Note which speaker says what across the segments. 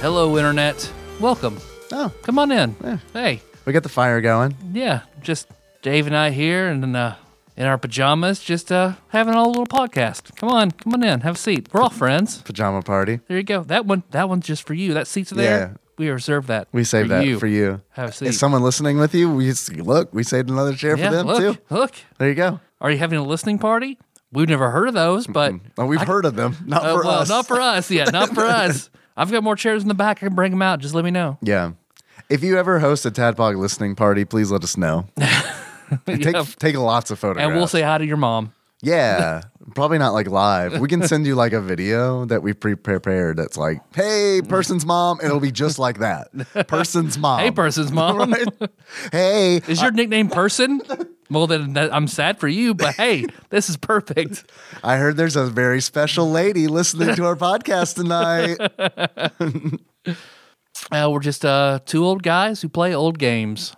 Speaker 1: Hello, internet. Welcome.
Speaker 2: Oh,
Speaker 1: Come on in. Hey,
Speaker 2: we got the fire going.
Speaker 1: yeah, just Dave and I here, and uh, in our pajamas, just uh, having a little podcast. Come on, come on in. Have a seat. We're all friends.
Speaker 2: Pajama party.
Speaker 1: There you go. That one, that one's just for you. That seat's there.
Speaker 2: Yeah.
Speaker 1: We reserve that.
Speaker 2: We saved that for you.
Speaker 1: Have a seat.
Speaker 2: Is someone listening with you? We just, look, we saved another chair
Speaker 1: Yeah.
Speaker 2: for them
Speaker 1: look,
Speaker 2: too.
Speaker 1: look.
Speaker 2: There you go.
Speaker 1: Are you having a listening party? We've never heard of those, but
Speaker 2: Oh, we've heard of them. Not
Speaker 1: uh,
Speaker 2: for
Speaker 1: well,
Speaker 2: us.
Speaker 1: not for us. Yeah, not for us. I've got more chairs in the back. I can bring them out. Just let me know.
Speaker 2: yeah. If you ever host a Tadpog listening party, please let us know. And
Speaker 1: Yeah.
Speaker 2: Take take lots of photographs.
Speaker 1: And we'll say hi to your mom.
Speaker 2: Yeah. Probably not like live. We can send you like a video that we pre prepared that's like, hey, person's mom. It'll be just like that. Person's mom.
Speaker 1: Hey, person's mom.
Speaker 2: Hey.
Speaker 1: Is your nickname Person? Well, then that, I'm sad for you, but hey, this is perfect.
Speaker 2: I heard there's a very special lady listening to our podcast tonight.
Speaker 1: Uh, we're just uh, two old guys who play old games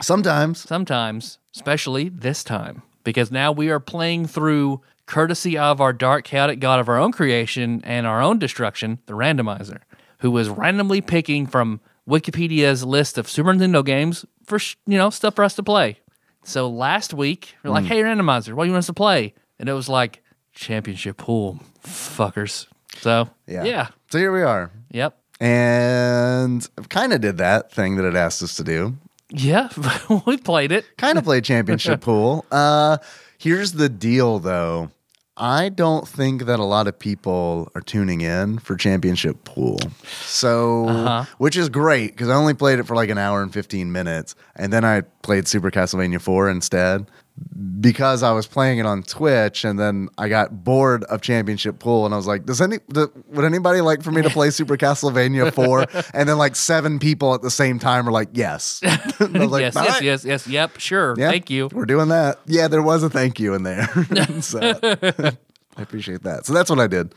Speaker 2: Sometimes.
Speaker 1: sometimes, especially this time, because now we are playing through courtesy of our dark, chaotic god of our own creation and our own destruction, the randomizer, who is randomly picking from Wikipedia's list of Super Nintendo games for sh- you know stuff for us to play. So last week, we're
Speaker 2: Mm.
Speaker 1: like, "Hey, randomizer, what do you want us to play?" And it was like championship pool, fuckers. So
Speaker 2: Yeah.
Speaker 1: yeah,
Speaker 2: So here we are.
Speaker 1: yep.
Speaker 2: And kind of did that thing that it asked us to do.
Speaker 1: Yeah, we played it.
Speaker 2: Kind of played championship pool. Uh, here's the deal, though. I don't think that a lot of people are tuning in for championship pool. So,
Speaker 1: Uh-huh.
Speaker 2: which is great because I only played it for like an hour and 15 minutes. And then I played Super Castlevania 4 instead. because I was playing it on Twitch, and then I got bored of Championship Pool, and I was like, "Does any th- would anybody like for me to play Super Castlevania 4? And then like seven people at the same time were like, "Yes, And I was like,
Speaker 1: yes,
Speaker 2: "All
Speaker 1: yes,
Speaker 2: right,
Speaker 1: yes, yes. Yep, sure.
Speaker 2: yeah,
Speaker 1: Thank you.
Speaker 2: We're doing that. Yeah, there was a thank you in there. so, I appreciate that. So that's what I did.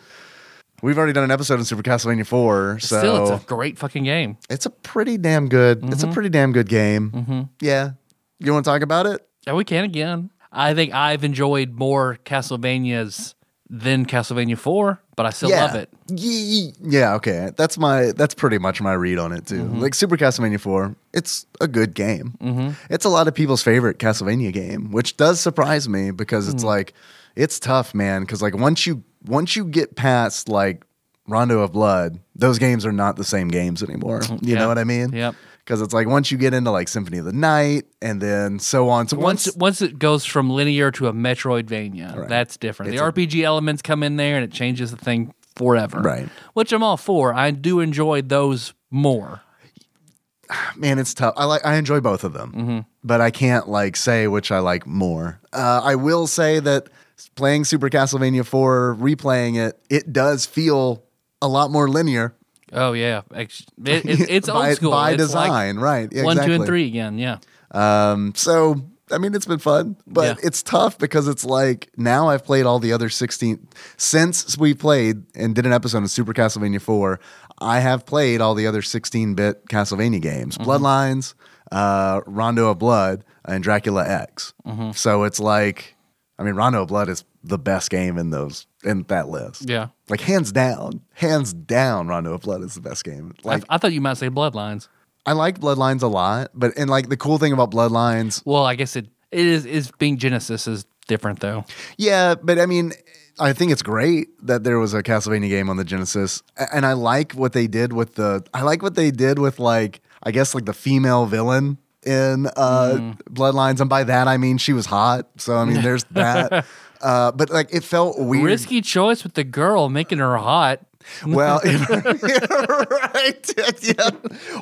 Speaker 2: We've already done an episode in Super Castlevania 4, so
Speaker 1: Still, it's a Mm-hmm. great fucking game.
Speaker 2: it's a pretty damn good. It's a pretty damn good game.
Speaker 1: Mm-hmm.
Speaker 2: Yeah, you want to talk about it?
Speaker 1: Yeah, we can again. I think I've enjoyed more Castlevanias than Castlevania 4, but I still love it.
Speaker 2: Ye- Yeah, okay. That's my that's pretty much my read on it too.
Speaker 1: Mm-hmm.
Speaker 2: Like Super Castlevania 4, it's a good game. It's a lot of people's favorite Castlevania game, which does surprise me because
Speaker 1: Hmm.
Speaker 2: it's like it's tough, man, cuz like once you once you get past like Rondo of Blood, those games are not the same games anymore. You
Speaker 1: Mm-hmm. Yeah.
Speaker 2: know what I mean?
Speaker 1: Yep.
Speaker 2: Cuz it's like once you get into like Symphony of the Night and then so on. So
Speaker 1: Once
Speaker 2: once
Speaker 1: once it goes from linear to a Metroidvania, that's different. the RPG elements come in there and it changes the thing forever.
Speaker 2: Right.
Speaker 1: Which I'm all for. I do enjoy those more.
Speaker 2: man, it's tough. I like I enjoy both of them,
Speaker 1: Mm-hmm.
Speaker 2: but I can't like say which I like more. Uh, I will say that playing Super Castlevania Four, replaying it, it does feel a lot more linear.
Speaker 1: Oh yeah. Ex- it- it- it's
Speaker 2: by,
Speaker 1: old school.
Speaker 2: by
Speaker 1: It's like
Speaker 2: design, right? Yeah,
Speaker 1: One, two, and
Speaker 2: exactly.
Speaker 1: three again. Yeah.
Speaker 2: Um, so I mean, it's been fun, but
Speaker 1: Yeah.
Speaker 2: it's tough because it's like now I've played all the other 16 since we played and did an episode of Super Castlevania 4. I have played all the other 16 bit Castlevania games
Speaker 1: Mm-hmm.
Speaker 2: Bloodlines, uh, Rondo of Blood, and Dracula X.
Speaker 1: Mm-hmm.
Speaker 2: So it's like, I mean, Rondo of Blood is the best game in those in that list.
Speaker 1: Yeah.
Speaker 2: Like hands down, hands down, Rondo of Blood is the best game. Like
Speaker 1: I, I thought you might say Bloodlines.
Speaker 2: I like Bloodlines a lot, but and like the cool thing about Bloodlines
Speaker 1: Well, I guess it, it is is being Genesis is different though.
Speaker 2: Yeah, but I mean, I think it's great that there was a Castlevania game on the Genesis, A- and I like what they did with the. I like what they did with like I guess like the female villain in uh,
Speaker 1: Mm.
Speaker 2: Bloodlines, and by that I mean she was hot. So I mean, there's that. Uh, but like it felt weird.
Speaker 1: Risky choice with the girl making her hot.
Speaker 2: Well, right. yeah.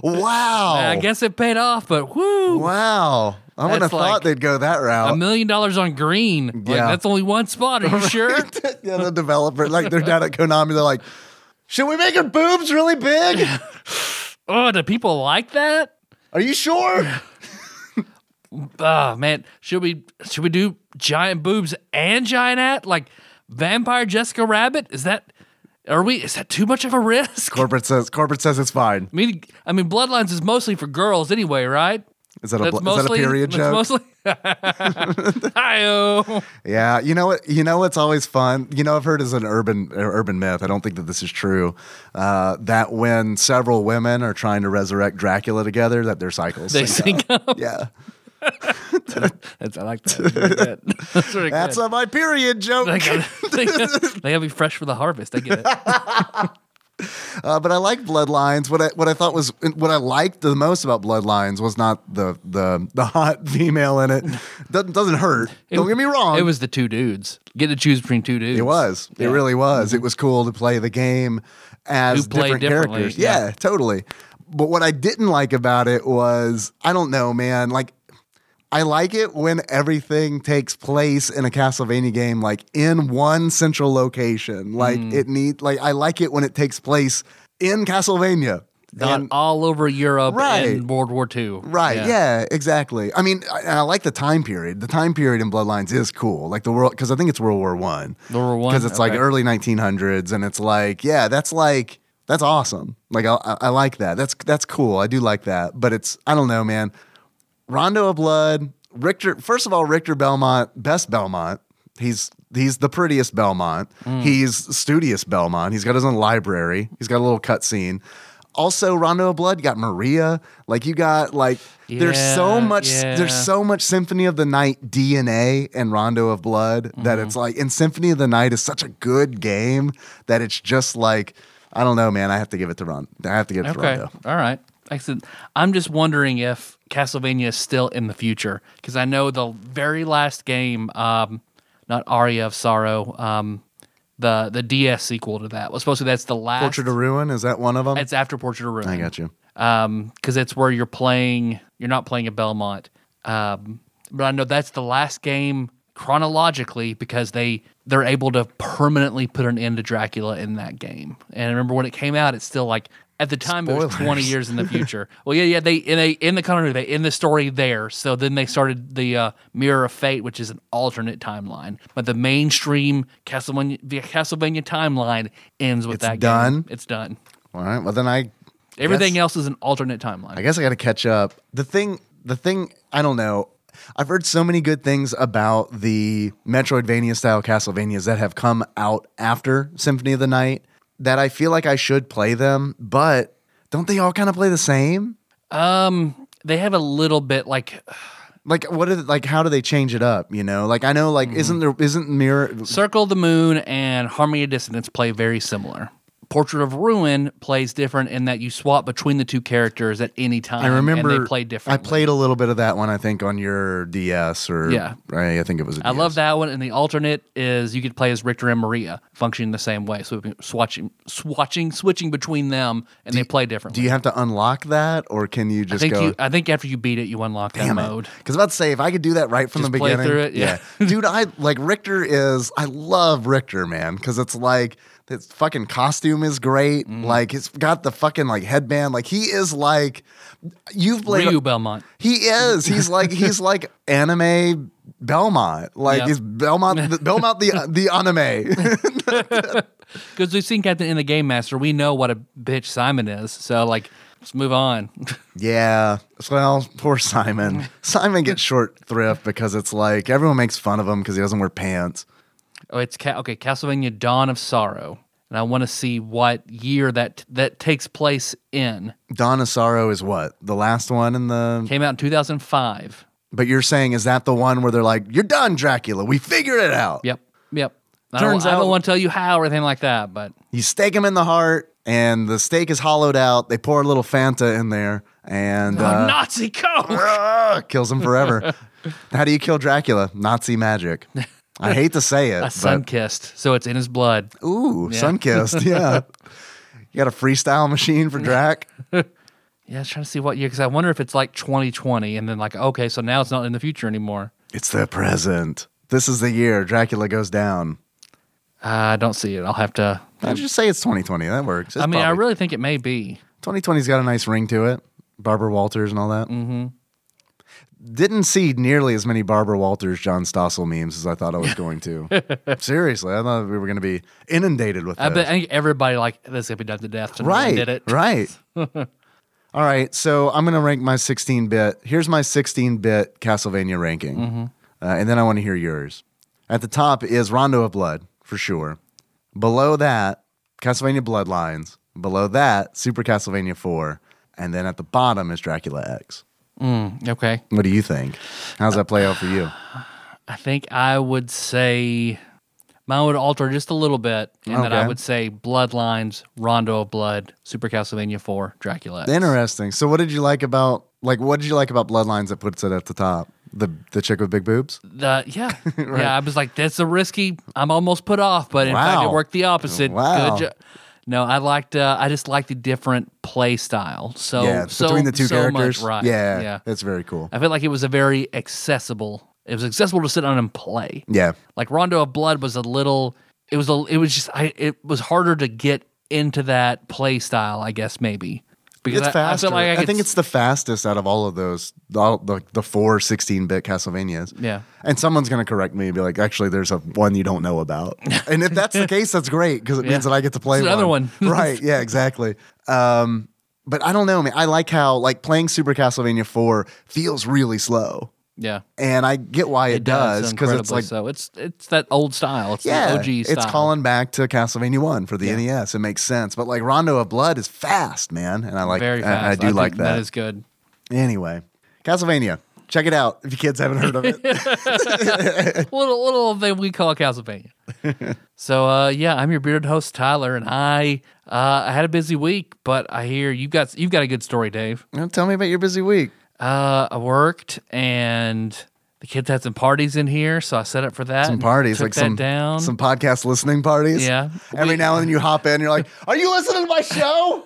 Speaker 2: Wow.
Speaker 1: I guess it paid off, but whoo,
Speaker 2: Oh. Wow. I wouldn't
Speaker 1: That's
Speaker 2: have
Speaker 1: like
Speaker 2: thought they'd go that
Speaker 1: a
Speaker 2: route.
Speaker 1: million dollars on green. Like,
Speaker 2: Yeah.
Speaker 1: that's only one spot. Are you sure?
Speaker 2: yeah, the developer, like they're down at Konami, they're like, should we make her boobs really big?
Speaker 1: oh, do people like that?
Speaker 2: Are you sure?
Speaker 1: Oh man, should we should we do giant boobs and giant at like vampire Jessica Rabbit? Is that are we? Is that too much of a risk? I
Speaker 2: Corporate says corporate says it's fine.
Speaker 1: mean, I mean, Bloodlines is mostly for girls anyway, right?
Speaker 2: Is that a, bl- is that a period
Speaker 1: that's
Speaker 2: joke?
Speaker 1: Mostly. Hi-oh.
Speaker 2: Yeah, you know what? You know what's always fun. You know, I've heard as an urban uh, urban myth. I don't think that this is true. Uh, that when several women are trying to resurrect Dracula together, that their cycles.
Speaker 1: They
Speaker 2: sync
Speaker 1: sync up.
Speaker 2: up. Yeah,
Speaker 1: That's, I like that. That's really
Speaker 2: that's
Speaker 1: good.
Speaker 2: a, my period joke.
Speaker 1: they gotta, they, gotta, they gotta be fresh for the harvest. I get it.
Speaker 2: Uh, but I like Bloodlines. What I what I thought was what I liked the most about Bloodlines was not the the the hot female in it. Doesn't doesn't hurt. don't get me wrong.
Speaker 1: It was the two dudes. Get to choose between two dudes.
Speaker 2: It was. It really was. It was cool to play the game as
Speaker 1: Mm-hmm. Who play
Speaker 2: different
Speaker 1: differently,
Speaker 2: characters.
Speaker 1: yeah.
Speaker 2: Yeah, totally. But what I didn't like about it was I don't know, man. Like I like it when everything takes place in a Castlevania game, like in one central location. Like
Speaker 1: Mm.
Speaker 2: it need like I like it when it takes place in Castlevania.
Speaker 1: Not
Speaker 2: And-
Speaker 1: all over Europe
Speaker 2: Right.
Speaker 1: in World War II.
Speaker 2: Right. Yeah. exactly. I mean, I, and I like the time period. The time period in Bloodlines is cool. Like the world, because I think it's World War One.
Speaker 1: World War One,
Speaker 2: Because it's like
Speaker 1: okay.
Speaker 2: early 1900s, and it's like, yeah, that's like that's awesome. Like I, I I like that. That's that's cool. I do like that. But it's I don't know, man. Rondo of Blood, Richter. First of all, Richter Belmont, best Belmont. He's he's the prettiest Belmont.
Speaker 1: Mm.
Speaker 2: He's studious Belmont. He's got his own library. He's got a little cutscene. Also, Rondo of Blood you got Maria. Like you got like there's so
Speaker 1: Yeah,
Speaker 2: much
Speaker 1: yeah.
Speaker 2: there's so much Symphony of the Night DNA and Rondo of Blood that
Speaker 1: Mm-hmm.
Speaker 2: it's like and Symphony of the Night is such a good game that it's just like I don't know, man. I have to give it to Rondo. I have to give it to
Speaker 1: Okay.
Speaker 2: Rondo.
Speaker 1: All right. Excellent. I'm just wondering if Castlevania is still in the future because I know the very last game, um, not Aria of Sorrow, um, the the DS sequel to that was supposed to. That's the last.
Speaker 2: Portrait of Ruin is that one of them?
Speaker 1: It's after Portrait of Ruin.
Speaker 2: I got you.
Speaker 1: Um, because it's where you're playing. You're not playing at Belmont. Um, but I know that's the last game chronologically because they they're able to permanently put an end to Dracula in that game. And I remember when it came out, it's still like at the time it was 20
Speaker 2: Spoilers.
Speaker 1: years in the future. well, yeah, yeah. They and they in the continuity they end the story there. So then they started the uh, Mirror of Fate, which is an alternate timeline, but the mainstream Castlevania the Castlevania timeline ends with
Speaker 2: It's
Speaker 1: that game.
Speaker 2: done?
Speaker 1: It's done.
Speaker 2: All right. Well, then I
Speaker 1: Everything
Speaker 2: guess-
Speaker 1: else is an alternate timeline.
Speaker 2: I guess I got to catch up. The thing, the thing, I don't know. I've heard so many good things about the Metroidvania style Castlevanias that have come out after Symphony of the Night that I feel like I should play them, but don't they all kind of play the same?
Speaker 1: Um, they have a little bit like
Speaker 2: Like what are the- like how do they change it up, you know? Like I know like
Speaker 1: Mm-hmm.
Speaker 2: isn't there isn't Mirror
Speaker 1: Circle the Moon and Harmony of Dissonance play very similar. Portrait of Ruin plays different in that you swap between the two characters at any time.
Speaker 2: I remember
Speaker 1: and they play different.
Speaker 2: I played a little bit of that one I think on your DS or
Speaker 1: Yeah.
Speaker 2: right, I think it was a
Speaker 1: I
Speaker 2: DS.
Speaker 1: love that one. And the alternate is you could play as Richter and Maria, functioning the same way. So we've been swatching, swatching, switching between them, and they play differently.
Speaker 2: Do you have to unlock that or can you
Speaker 1: I
Speaker 2: just
Speaker 1: think
Speaker 2: go
Speaker 1: you. I think after you beat it, you unlock that mode.
Speaker 2: Because about to say, if I could do that right from
Speaker 1: Just
Speaker 2: the
Speaker 1: play
Speaker 2: beginning,
Speaker 1: through it, yeah.
Speaker 2: dude, I like Richter is. I love Richter, man, because it's like his fucking costume is great.
Speaker 1: Mm.
Speaker 2: Like it's got the fucking like headband. Like he is like you've played.
Speaker 1: Ryu Belmont.
Speaker 2: He is. He's like he's like anime Belmont. Like
Speaker 1: Yep.
Speaker 2: he's Belmont. The, Belmont the the anime.
Speaker 1: Because we've seen Captain in the Game Master. We know what a bitch Simon is. So, like, let's move on.
Speaker 2: Yeah. Well, poor Simon. Simon gets short thrift because it's like everyone makes fun of him because he doesn't wear pants.
Speaker 1: Oh, it's ca- okay. Castlevania: Dawn of Sorrow, and I want to see what year that that takes place in.
Speaker 2: Dawn of Sorrow is what? The last one in the.
Speaker 1: Came out in 2005.
Speaker 2: But you're saying, is that the one where they're like, you're done, Dracula. We figured it out.
Speaker 1: Yep, yep. I
Speaker 2: Turns
Speaker 1: don't, I
Speaker 2: out-
Speaker 1: don't want to tell you how or anything like that, but
Speaker 2: You stake him in the heart, and the stake is hollowed out. They pour a little Fanta in there and
Speaker 1: oh,
Speaker 2: uh,
Speaker 1: Nazi code.
Speaker 2: ah, kills him forever. How do you kill Dracula? Nazi magic. I hate to say it.
Speaker 1: A sun kissed, so it's in his blood.
Speaker 2: but, ooh, sun kissed. Yeah. you got a freestyle machine for Drac?
Speaker 1: Yeah, I was trying to see what year because I wonder if it's like 2020, and then like okay, so now it's not in the future anymore.
Speaker 2: it's the present. This is the year Dracula goes down.
Speaker 1: I don't see it. I'll have to.
Speaker 2: I just say it's 2020. That works.
Speaker 1: Um,
Speaker 2: It's
Speaker 1: I mean, I
Speaker 2: probably-
Speaker 1: really think it may be.
Speaker 2: 2020's got a nice ring to it. Barbara Walters and all that. Mm-hmm. Didn't see nearly as many Barbara Walters, John Stossel memes as I thought I was going to. Seriously, I thought we were going to be inundated with
Speaker 1: I
Speaker 2: that.
Speaker 1: bet I think everybody like this gonna be done to death. so no one
Speaker 2: right.
Speaker 1: did it
Speaker 2: Right. all right. So I'm going to rank my 16 bit. Here's my 16 bit Castlevania ranking.
Speaker 1: Mm-hmm.
Speaker 2: Uh, and then I want to hear yours. At the top is Rondo of Blood, for sure. Below that, Castlevania Bloodlines. Below that, Super Castlevania 4. And then at the bottom is Dracula X.
Speaker 1: Hmm, Okay,
Speaker 2: What do you think? How's that play out for you?
Speaker 1: I think I would say mine would alter just a little bit, and then I
Speaker 2: Okay.
Speaker 1: would say Bloodlines, Rondo of Blood, Super Castlevania Four, Dracula. X.
Speaker 2: Interesting. So, what did you like about like what did you like about Bloodlines that puts it at the top? The the chick with big boobs.
Speaker 1: The- yeah, yeah. I was like, that's a risky. I'm almost put off, but in fact, it
Speaker 2: Wow.
Speaker 1: worked the opposite.
Speaker 2: Wow.
Speaker 1: jo- no, I liked. Uh, I just liked the different play style. So
Speaker 2: yeah, it's
Speaker 1: so,
Speaker 2: between the two
Speaker 1: so much
Speaker 2: characters.
Speaker 1: right?
Speaker 2: Yeah,
Speaker 1: yeah.
Speaker 2: that's very cool.
Speaker 1: I felt like it was a very accessible. It was accessible to sit on and play.
Speaker 2: Yeah,
Speaker 1: Like Rondo of Blood was a little. It was a. It was just. I. It was harder to get into that play style. I guess maybe because
Speaker 2: it's
Speaker 1: I, I
Speaker 2: faster.
Speaker 1: felt like I,
Speaker 2: I,
Speaker 1: could
Speaker 2: think
Speaker 1: s-
Speaker 2: it's the fastest out of all of those, all, the the four 16 bit Castlevanias.
Speaker 1: Yeah.
Speaker 2: and someone's gonna correct me and be like, actually, there's a one you don't know about. and if that's the case, that's great because it
Speaker 1: Yeah.
Speaker 2: means that I get to play
Speaker 1: It's another one.
Speaker 2: right? Yeah, exactly. Um, but I don't know, man. I like how like playing Super Castlevania 4 feels really slow,
Speaker 1: yeah.
Speaker 2: and I get why it, does because it's
Speaker 1: incredibly
Speaker 2: like
Speaker 1: so. It's it's that old style. It's
Speaker 2: yeah,
Speaker 1: the OG style.
Speaker 2: it's calling back to Castlevania One for the NES. It makes sense, but like Rondo of Blood is fast, man, and I like.
Speaker 1: very
Speaker 2: I-
Speaker 1: fast.
Speaker 2: I, do like
Speaker 1: think
Speaker 2: that.
Speaker 1: That is good.
Speaker 2: anyway, Castlevania. Check it out if you kids haven't heard of it.
Speaker 1: little little thing we call Castlevania. so uh, yeah, I'm your bearded host Tyler, and I uh, I had a busy week, but I hear you got you've got a good story, Dave.
Speaker 2: Now Tell me about your busy week.
Speaker 1: Uh, I worked and the kids had some parties in here, so I set up for that.
Speaker 2: Some
Speaker 1: and
Speaker 2: parties,
Speaker 1: took
Speaker 2: like
Speaker 1: that
Speaker 2: some
Speaker 1: down.
Speaker 2: some podcast listening parties.
Speaker 1: Yeah.
Speaker 2: Every
Speaker 1: We-
Speaker 2: now and then you hop in, you're like, "Are you listening to my show?"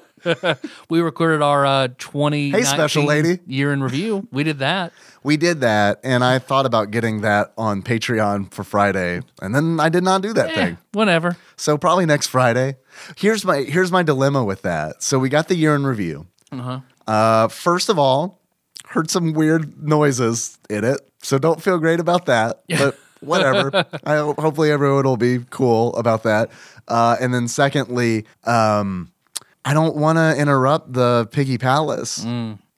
Speaker 1: we recorded our uh, 20
Speaker 2: special lady.
Speaker 1: year in review. We did that.
Speaker 2: we did that, and I thought about getting that on Patreon for Friday, and then I did not do that
Speaker 1: Eh,
Speaker 2: thing.
Speaker 1: whatever.
Speaker 2: So probably next Friday. Here's my here's my dilemma with that. So we got the year in review. Uh, first of all, heard some weird noises in it, so don't feel great about that. But whatever. I hope, hopefully everyone will be cool about that. Uh, and then secondly, um, I don't want to interrupt the Piggy Palace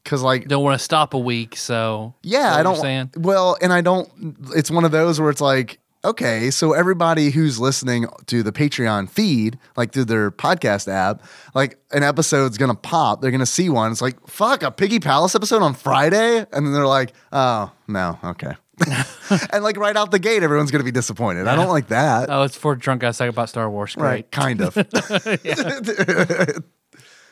Speaker 2: because like
Speaker 1: Don't want to stop a week, so Is that
Speaker 2: yeah, I
Speaker 1: what
Speaker 2: don't.
Speaker 1: You're saying?
Speaker 2: Well, and I don't. It's one of those where it's like, okay, so everybody who's listening to the Patreon feed, like through their podcast app, like an episode's gonna pop. They're gonna see one. It's like, fuck, a Piggy Palace episode on Friday, and then they're like, oh no, okay. and like right out the gate, everyone's gonna be disappointed. I don't like that.
Speaker 1: Oh, it's for drunk guys talking about Star Wars. Great.
Speaker 2: Right, kind of.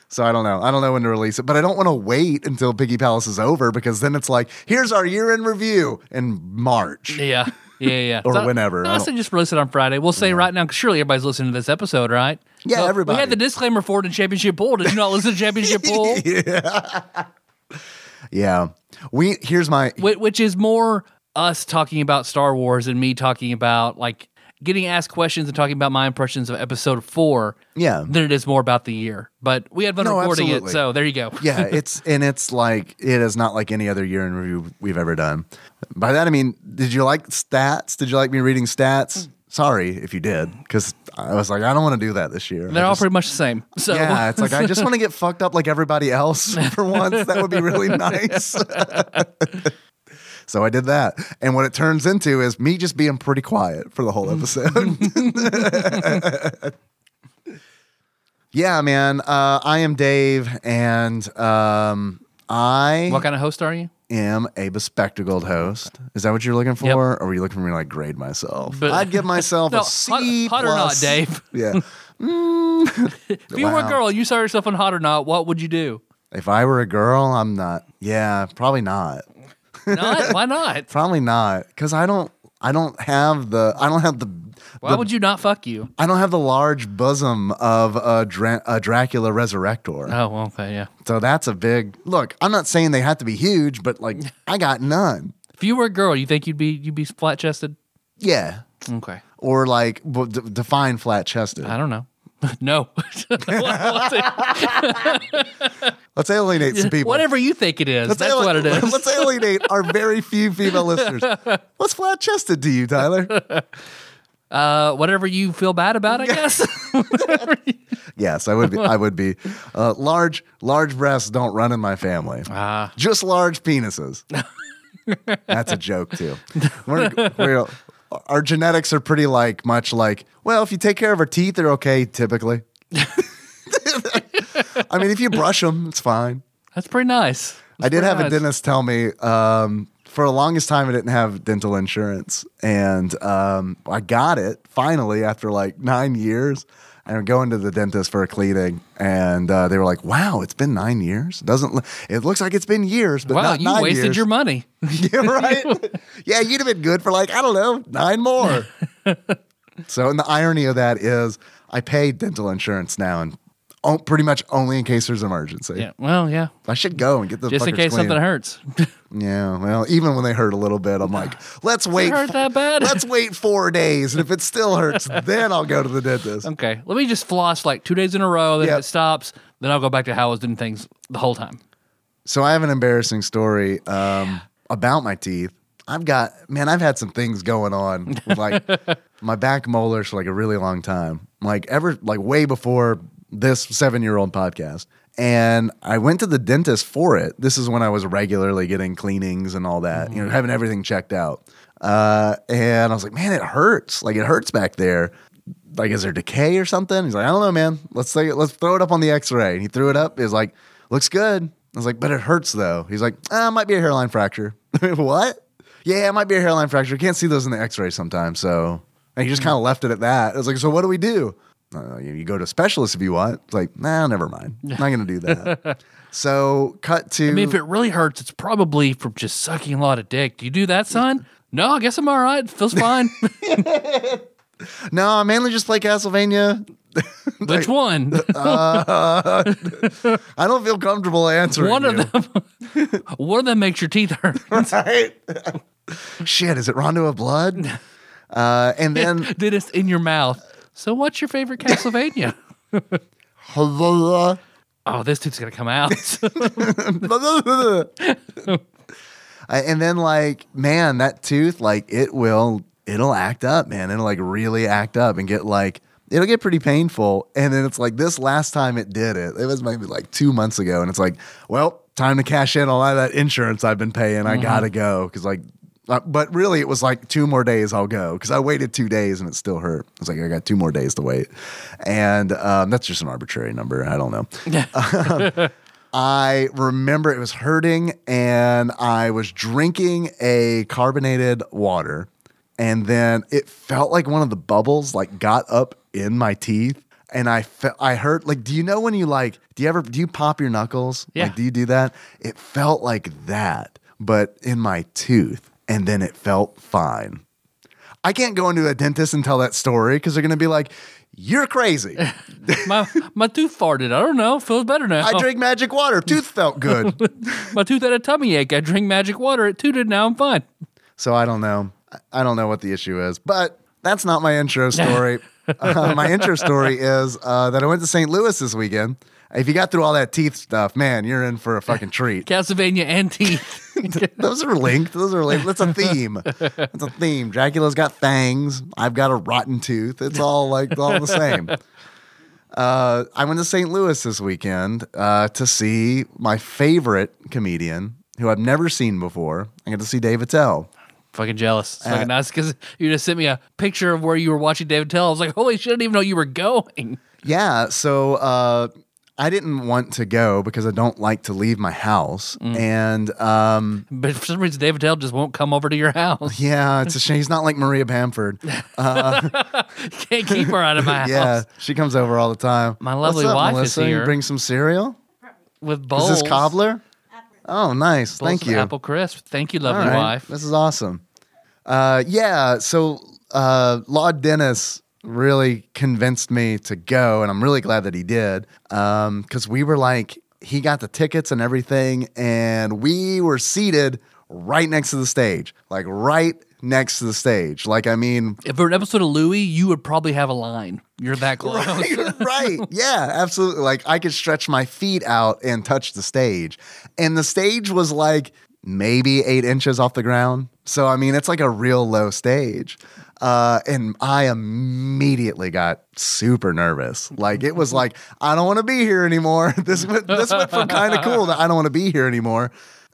Speaker 2: so I don't know. I don't know when to release it, but I don't want to wait until Piggy Palace is over because then it's like, here's our year in review in March.
Speaker 1: Yeah. Yeah, yeah.
Speaker 2: Or whenever.
Speaker 1: No,
Speaker 2: I
Speaker 1: I
Speaker 2: don't-
Speaker 1: said just release it on Friday. We'll say right now, 'cause surely everybody's listening to this episode, right?
Speaker 2: Yeah, everybody.
Speaker 1: We had the disclaimer for it in Championship Bowl. Did you not listen to Championship Bowl?
Speaker 2: Yeah. We here's my
Speaker 1: Whi- Which is more us talking about Star Wars and me talking about, like, getting asked questions and talking about my impressions of episode four
Speaker 2: yeah.
Speaker 1: than it is more about the year. But we had fun
Speaker 2: No,
Speaker 1: recording
Speaker 2: absolutely.
Speaker 1: it, so there you go.
Speaker 2: yeah, it's and it's like it is not like any other year in review we've ever done. By that I mean, did you like stats? Did you like me reading stats? Sorry if you did, because I was like, I don't want to do that this year.
Speaker 1: They're
Speaker 2: I
Speaker 1: all
Speaker 2: just-
Speaker 1: pretty much the same. So
Speaker 2: Yeah, it's like I just want to get fucked up like everybody else for once. That would be really nice. so I did that. And what it turns into is me just being pretty quiet for the whole episode. yeah, man. Uh, I am Dave, and um, I
Speaker 1: what kind of host are you?
Speaker 2: am a bespectacled host. Is that what you're looking for?
Speaker 1: Yep.
Speaker 2: Or were you looking for me to like grade myself?
Speaker 1: But-
Speaker 2: I'd give myself
Speaker 1: No,
Speaker 2: a
Speaker 1: hot-
Speaker 2: C.
Speaker 1: hot or not,
Speaker 2: plus.
Speaker 1: Dave.
Speaker 2: Yeah.
Speaker 1: If you were a
Speaker 2: Wow.
Speaker 1: girl, you saw yourself on Hot or Not, what would you do?
Speaker 2: If I were a girl, I'm not. Yeah, probably not.
Speaker 1: Not? Why not?
Speaker 2: Probably not. Cause I don't I don't have the I don't have the,
Speaker 1: Why
Speaker 2: the-
Speaker 1: would you not fuck you?
Speaker 2: I don't have the large bosom of a, Dra- a Dracula Resurrector.
Speaker 1: Oh, well, okay, yeah.
Speaker 2: So that's a big look. I'm not saying they have to be huge, but like I got none.
Speaker 1: If you were a girl, you think you'd be you'd be flat chested?
Speaker 2: Yeah,
Speaker 1: Okay,
Speaker 2: or like well, d- define flat chested.
Speaker 1: I don't know. no,
Speaker 2: Let's alienate some people.
Speaker 1: whatever you think it is,
Speaker 2: Let's
Speaker 1: that's
Speaker 2: ali-
Speaker 1: what it is.
Speaker 2: Let's alienate our very few female listeners. What's flat chested to you, Tyler?
Speaker 1: Uh, whatever you feel bad about, I guess.
Speaker 2: Yes, I would be. I would be. Uh, large large breasts don't run in my family.
Speaker 1: Ah,
Speaker 2: Just large penises. That's a joke too. We're, we're, our genetics are pretty like much like well, if you take care of our teeth, they're okay typically. I mean, if you brush them, it's fine.
Speaker 1: that's pretty nice. That's
Speaker 2: I did
Speaker 1: pretty
Speaker 2: have a
Speaker 1: nice.
Speaker 2: dentist tell me um, for the longest time I didn't have dental insurance, and um, I got it finally after like nine years. And I'm going to the dentist for a cleaning, and uh, they were like, "Wow, it's been nine years. Doesn't lo- it looks like it's been years, but
Speaker 1: Wow,
Speaker 2: not nine
Speaker 1: you wasted
Speaker 2: years.
Speaker 1: your money.
Speaker 2: yeah, right? yeah, you'd have been good for like I don't know nine more. so, and the irony of that is, I pay dental insurance now, and o- pretty much only in case there's an emergency.
Speaker 1: Yeah. Well, yeah.
Speaker 2: I should go and get the
Speaker 1: Just in
Speaker 2: fuckers
Speaker 1: case
Speaker 2: clean.
Speaker 1: something hurts.
Speaker 2: Yeah, well, even when they hurt a little bit, I'm like, let's wait.
Speaker 1: hurt that bad?
Speaker 2: Let's wait four days, and if it still hurts, then I'll go to the dentist.
Speaker 1: okay. Let me just floss like two days in a row. Then if
Speaker 2: Yep.
Speaker 1: it stops. Then I'll go back to how I was doing things the whole time.
Speaker 2: So I have an embarrassing story um, about my teeth. I've got man, I've had some things going on, with, like my back molars for like a really long time, like ever, like way before this seven-year-old podcast. And I went to the dentist for it. This is when I was regularly getting cleanings and all that, you know, having everything checked out. Uh, and I was like, man, it hurts. Like it hurts back there like, is there decay or something? He's like, I don't know, man. Let's take it, let's throw it up on the X-ray. And he threw it up. He's like, looks good. I was like, but it hurts though. He's like, ah, it might be a hairline fracture. what? Yeah, it might be a hairline fracture. You can't see those in the X-ray sometimes. So and he just
Speaker 1: Hmm.
Speaker 2: kind of left it at that. I was like, so what do we do? Uh, you, you go to a specialist if you want. It's like, nah, never mind. Not gonna do that. so cut to
Speaker 1: I mean, if it really hurts, it's probably from just sucking a lot of dick. Do you do that, son? No, I guess I'm all right. feels fine.
Speaker 2: no, I mainly just play Castlevania.
Speaker 1: Which one?
Speaker 2: I don't feel comfortable answering.
Speaker 1: one
Speaker 2: you.
Speaker 1: of them. one of them makes your teeth hurt.
Speaker 2: right? Shit, is it Rondo of Blood? Uh, and then
Speaker 1: Did it's in your mouth. So, what's your favorite Castlevania? oh, this tooth's gonna come out.
Speaker 2: Uh, and then like man, that tooth like it will it'll act up, man. It'll like really act up and get like it'll get pretty painful. And then it's like this last time it did it, it was maybe like two months ago, and it's like, well, time to cash in all of that insurance I've been paying. I gotta go because like. uh, But really, it was like two more days I'll go because I waited two days and it still hurt. I was like, I got two more days to wait. And um, that's just an arbitrary number. I don't know. I remember it was hurting and I was drinking a carbonated water and then it felt like one of the bubbles like got up in my teeth and I felt I heard like do you know when you like do you ever do you pop your knuckles?
Speaker 1: Yeah.
Speaker 2: Like do you do that? It felt like that but in my tooth and then it felt fine. I can't go into a dentist and tell that story because they're gonna be like, you're crazy.
Speaker 1: my my tooth farted. I don't know. Feels better now.
Speaker 2: I drink magic water. Tooth felt good.
Speaker 1: my tooth had a tummy ache. I drink magic water. It tooted. Now I'm fine.
Speaker 2: So I don't know. I- I don't know what the issue is, but that's not my intro story. Uh, my intro story is uh, that I went to St. Louis this weekend. If you got through all that teeth stuff, man, you're in for a fucking treat.
Speaker 1: Castlevania and teeth.
Speaker 2: Those are linked. Those are linked. That's a theme. That's a theme. Dracula's got fangs. I've got a rotten tooth. It's all like all the same. Uh, I went to St. Louis this weekend uh, to see my favorite comedian who I've never seen before. I got to see Dave Attell.
Speaker 1: fucking jealous. It's fucking nice because you just sent me a picture of where you were watching David Tell. I was like, holy shit! I didn't even know you were going.
Speaker 2: Yeah. So uh, I didn't want to go because I don't like to leave my house.
Speaker 1: Mm.
Speaker 2: And um,
Speaker 1: But for some reason, David Tell just won't come over to your house.
Speaker 2: yeah, it's a shame. He's not like Maria Bamford.
Speaker 1: Can't keep her out of my house
Speaker 2: yeah. She comes over all the time.
Speaker 1: My lovely
Speaker 2: What's up,
Speaker 1: wife is
Speaker 2: Melissa? You
Speaker 1: here.
Speaker 2: bring some cereal?
Speaker 1: with bowls.
Speaker 2: Is this cobbler? Oh, nice.
Speaker 1: bowls
Speaker 2: Thank
Speaker 1: of
Speaker 2: you.
Speaker 1: Apple crisp. Thank you,
Speaker 2: All
Speaker 1: lovely
Speaker 2: right.
Speaker 1: wife.
Speaker 2: This is awesome. Uh, yeah. So uh, Laud Dennis really convinced me to go, and I'm really glad that he did because we were like, he got the tickets and everything, and we were seated right next to the stage, like right next to the stage. Like, I mean,
Speaker 1: If it were an episode of Louie, you would probably have a line. You're that close.
Speaker 2: You're right. Yeah, absolutely. Like I could stretch my feet out and touch the stage. And the stage was like maybe eight inches off the ground. So, I mean, it's like a real low stage. Uh, and I immediately got super nervous. Like it was like, I don't want to be here anymore. This went, this went from kind of cool to I don't want to be here anymore.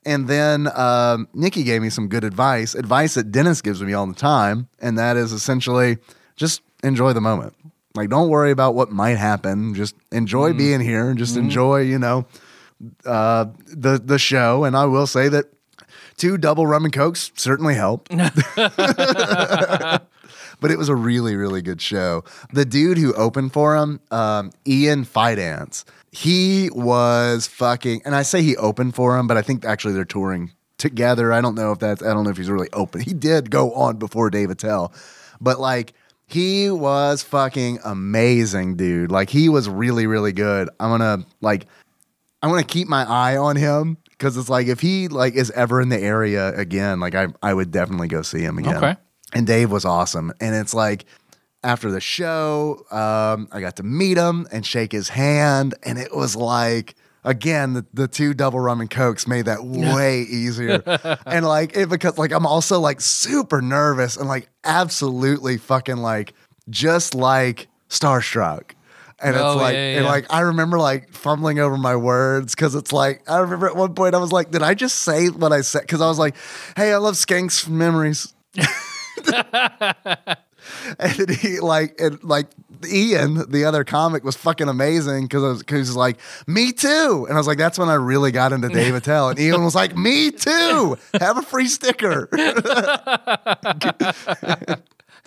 Speaker 2: And then um, Nikki gave me some good advice, advice that Dennis gives me all the time. And that is essentially just enjoy the moment. Like, don't worry about what might happen. Just enjoy being here and just enjoy, you know, uh, the, the show. And I will say that two double rum and cokes certainly helped. but it was a really, really good show. The dude who opened for him, um, Ian Fidance, he was fucking, and I say he opened for him, but I think actually they're touring together. I don't know if that's, I don't know if he's really open. He did go on before Dave Attell, but like, he was fucking amazing, dude. Like, he was really, really good. I'm gonna, like, I want to keep my eye on him because it's like if he like is ever in the area again, like I I would definitely go see him again.
Speaker 1: Okay.
Speaker 2: And Dave was awesome, and it's like after the show, um, I got to meet him and shake his hand, and it was like. Again, the, the two double rum and cokes made that way easier. and like it because like I'm also like super nervous and like absolutely fucking like just like starstruck. And
Speaker 1: Oh,
Speaker 2: it's like
Speaker 1: yeah, yeah,
Speaker 2: and
Speaker 1: yeah.
Speaker 2: like I remember like fumbling over my words because it's like I remember at one point I was like, did I just say what I said? Because I was like, hey, I love skanks memories. and he like and like Ian, the other comic, was fucking amazing because I was because he's like, me too. And I was like, that's when I really got into Dave Attell. And Ian was like, me too. Have a free sticker.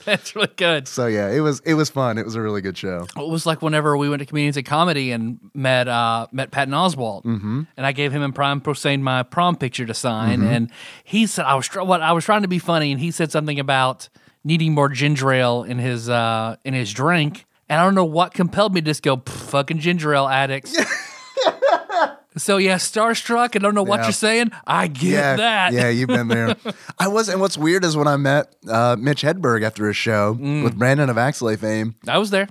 Speaker 1: That's really good.
Speaker 2: so yeah, it was it was fun. It was a really good show.
Speaker 1: It was like whenever we went to comedians and comedy and met uh, met Patton Oswald, mm-hmm. and I gave him and Prime Prosane my prom picture to sign,
Speaker 2: Mm-hmm.
Speaker 1: and he said I was tr- what I was trying to be funny, and he said something about needing more ginger ale in his uh, in his drink, and I don't know what compelled me to just go "Pff, fucking ginger ale addicts. so yeah, starstruck. I don't know what
Speaker 2: Yeah.
Speaker 1: you're saying. I get that.
Speaker 2: Yeah, you've been there. I was, and what's weird is when I met uh, Mitch Hedberg after his show
Speaker 1: Mm.
Speaker 2: with Brandon of Axley fame,
Speaker 1: I was there.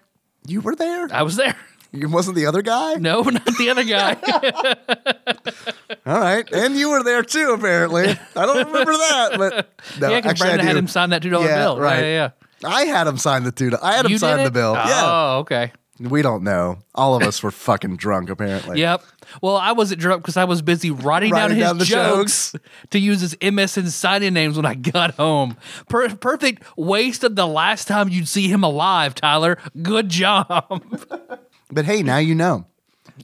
Speaker 2: you were there.
Speaker 1: I was there.
Speaker 2: You wasn't the other guy.
Speaker 1: No, not the other guy.
Speaker 2: All right, and you were there too. Apparently, I don't remember that, but no,
Speaker 1: yeah, because
Speaker 2: actually, I
Speaker 1: Brandon
Speaker 2: do.
Speaker 1: had him sign that two dollar
Speaker 2: Yeah,
Speaker 1: bill.
Speaker 2: right.
Speaker 1: Yeah, yeah.
Speaker 2: I had him sign the two. I had
Speaker 1: yeah.
Speaker 2: him
Speaker 1: You
Speaker 2: sign
Speaker 1: did
Speaker 2: the
Speaker 1: it?
Speaker 2: bill. Yeah,
Speaker 1: Oh, okay.
Speaker 2: we don't know. All of us were fucking drunk. Apparently.
Speaker 1: Yep. Well, I wasn't drunk because I was busy writing, down
Speaker 2: Writing
Speaker 1: his
Speaker 2: down the
Speaker 1: jokes, to use as MSN signing names when I got home. Per- perfect waste of the last time you'd see him alive, Tyler. Good job.
Speaker 2: But hey, now you know.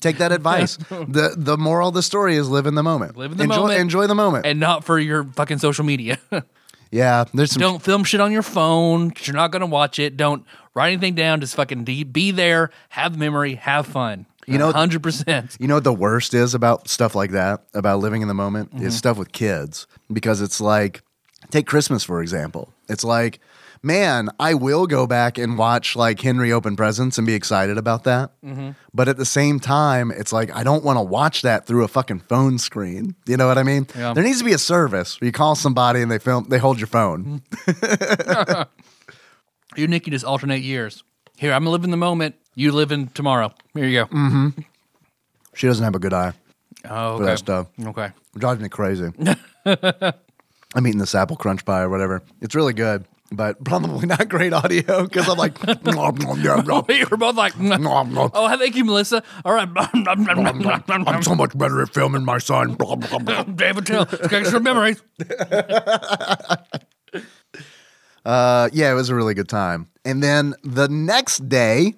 Speaker 2: Take that advice. the The moral of the story is live in the moment.
Speaker 1: Live in the
Speaker 2: enjoy,
Speaker 1: moment.
Speaker 2: Enjoy the moment.
Speaker 1: and not for your fucking social media.
Speaker 2: yeah, there's some
Speaker 1: Don't film shit on your phone 'cause you're not going to watch it. Don't write anything down. Just fucking de- be there, have memory, have fun. You
Speaker 2: know-
Speaker 1: 100%.
Speaker 2: You know what the worst is about stuff like that, about living in the moment, is stuff with kids. Because it's like, take Christmas, for example. It's like, man, I will go back and watch like Henry Open Presents and be excited about that. But at the same time, it's like, I don't want to watch that through a fucking phone screen. You know what I mean?
Speaker 1: Yeah.
Speaker 2: There needs to be a service where you call somebody and they film, they hold your phone.
Speaker 1: You and Nikki just alternate years. Here, I'm living the moment. You live in tomorrow. Here you go.
Speaker 2: She doesn't have a good eye.
Speaker 1: Oh,
Speaker 2: For
Speaker 1: okay.
Speaker 2: that stuff.
Speaker 1: Okay.
Speaker 2: It drives me crazy. I'm eating this apple crunch pie or whatever. It's really good, but probably not great audio because I'm like, nom, nom, nom, nom,
Speaker 1: We were both like,
Speaker 2: nom, nom.
Speaker 1: oh, thank you, Melissa. All right.
Speaker 2: I'm so much better at filming my son. Blah, blah, blah.
Speaker 1: David Till, got some memories.
Speaker 2: Uh, yeah, it was a really good time. And then the next day,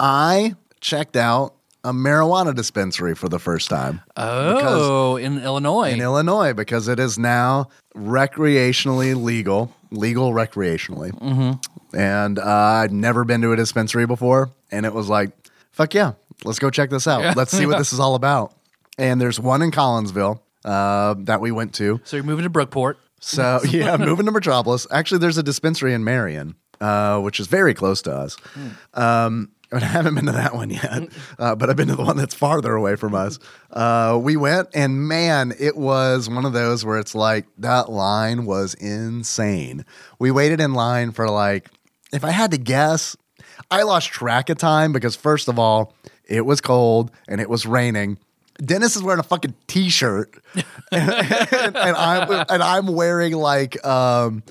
Speaker 2: I checked out a marijuana dispensary for the first time
Speaker 1: Oh, in Illinois.
Speaker 2: in Illinois because it is now recreationally legal, legal recreationally. and uh, I'd never been to a dispensary before. And it was like, fuck yeah, let's go check this out. Let's see what this is all about. And there's one in Collinsville uh, that we went to.
Speaker 1: so you're moving to Brookport.
Speaker 2: So yeah, moving to Metropolis. Actually, there's a dispensary in Marion, uh, which is very close to us. Um, I haven't been to that one yet, uh, but I've been to the one that's farther away from us. Uh, we went, and man, it was one of those where it's like that line was insane. We waited in line for like, if I had to guess, I lost track of time because first of all, it was cold and it was raining. Dennis is wearing a fucking t-shirt, and, and I'm and I'm wearing like um,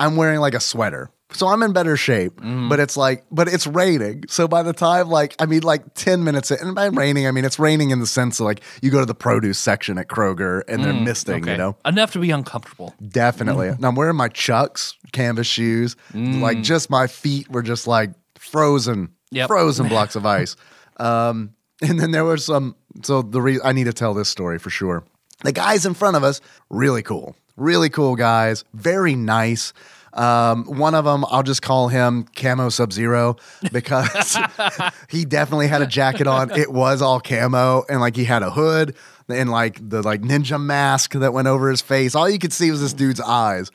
Speaker 2: I'm wearing like a sweater. So I'm in better shape, but it's like, but it's raining. So by the time, like, I mean, like ten minutes, in, and by raining, I mean it's raining in the sense of like you go to the produce section at Kroger and they're misting, you know.
Speaker 1: Enough to be uncomfortable.
Speaker 2: Definitely. Now I'm wearing my Chucks canvas shoes. Like just my feet were just like frozen,
Speaker 1: Yep.
Speaker 2: frozen blocks of ice. Um, and then there was some. So the re- I need to tell this story for sure. The guys in front of us, really cool, really cool guys, very nice. Um, one of them, I'll just call him Camo Sub Zero because he definitely had a jacket on. It was all camo, and like he had a hood and like the like ninja mask that went over his face. All you could see was this dude's eyes.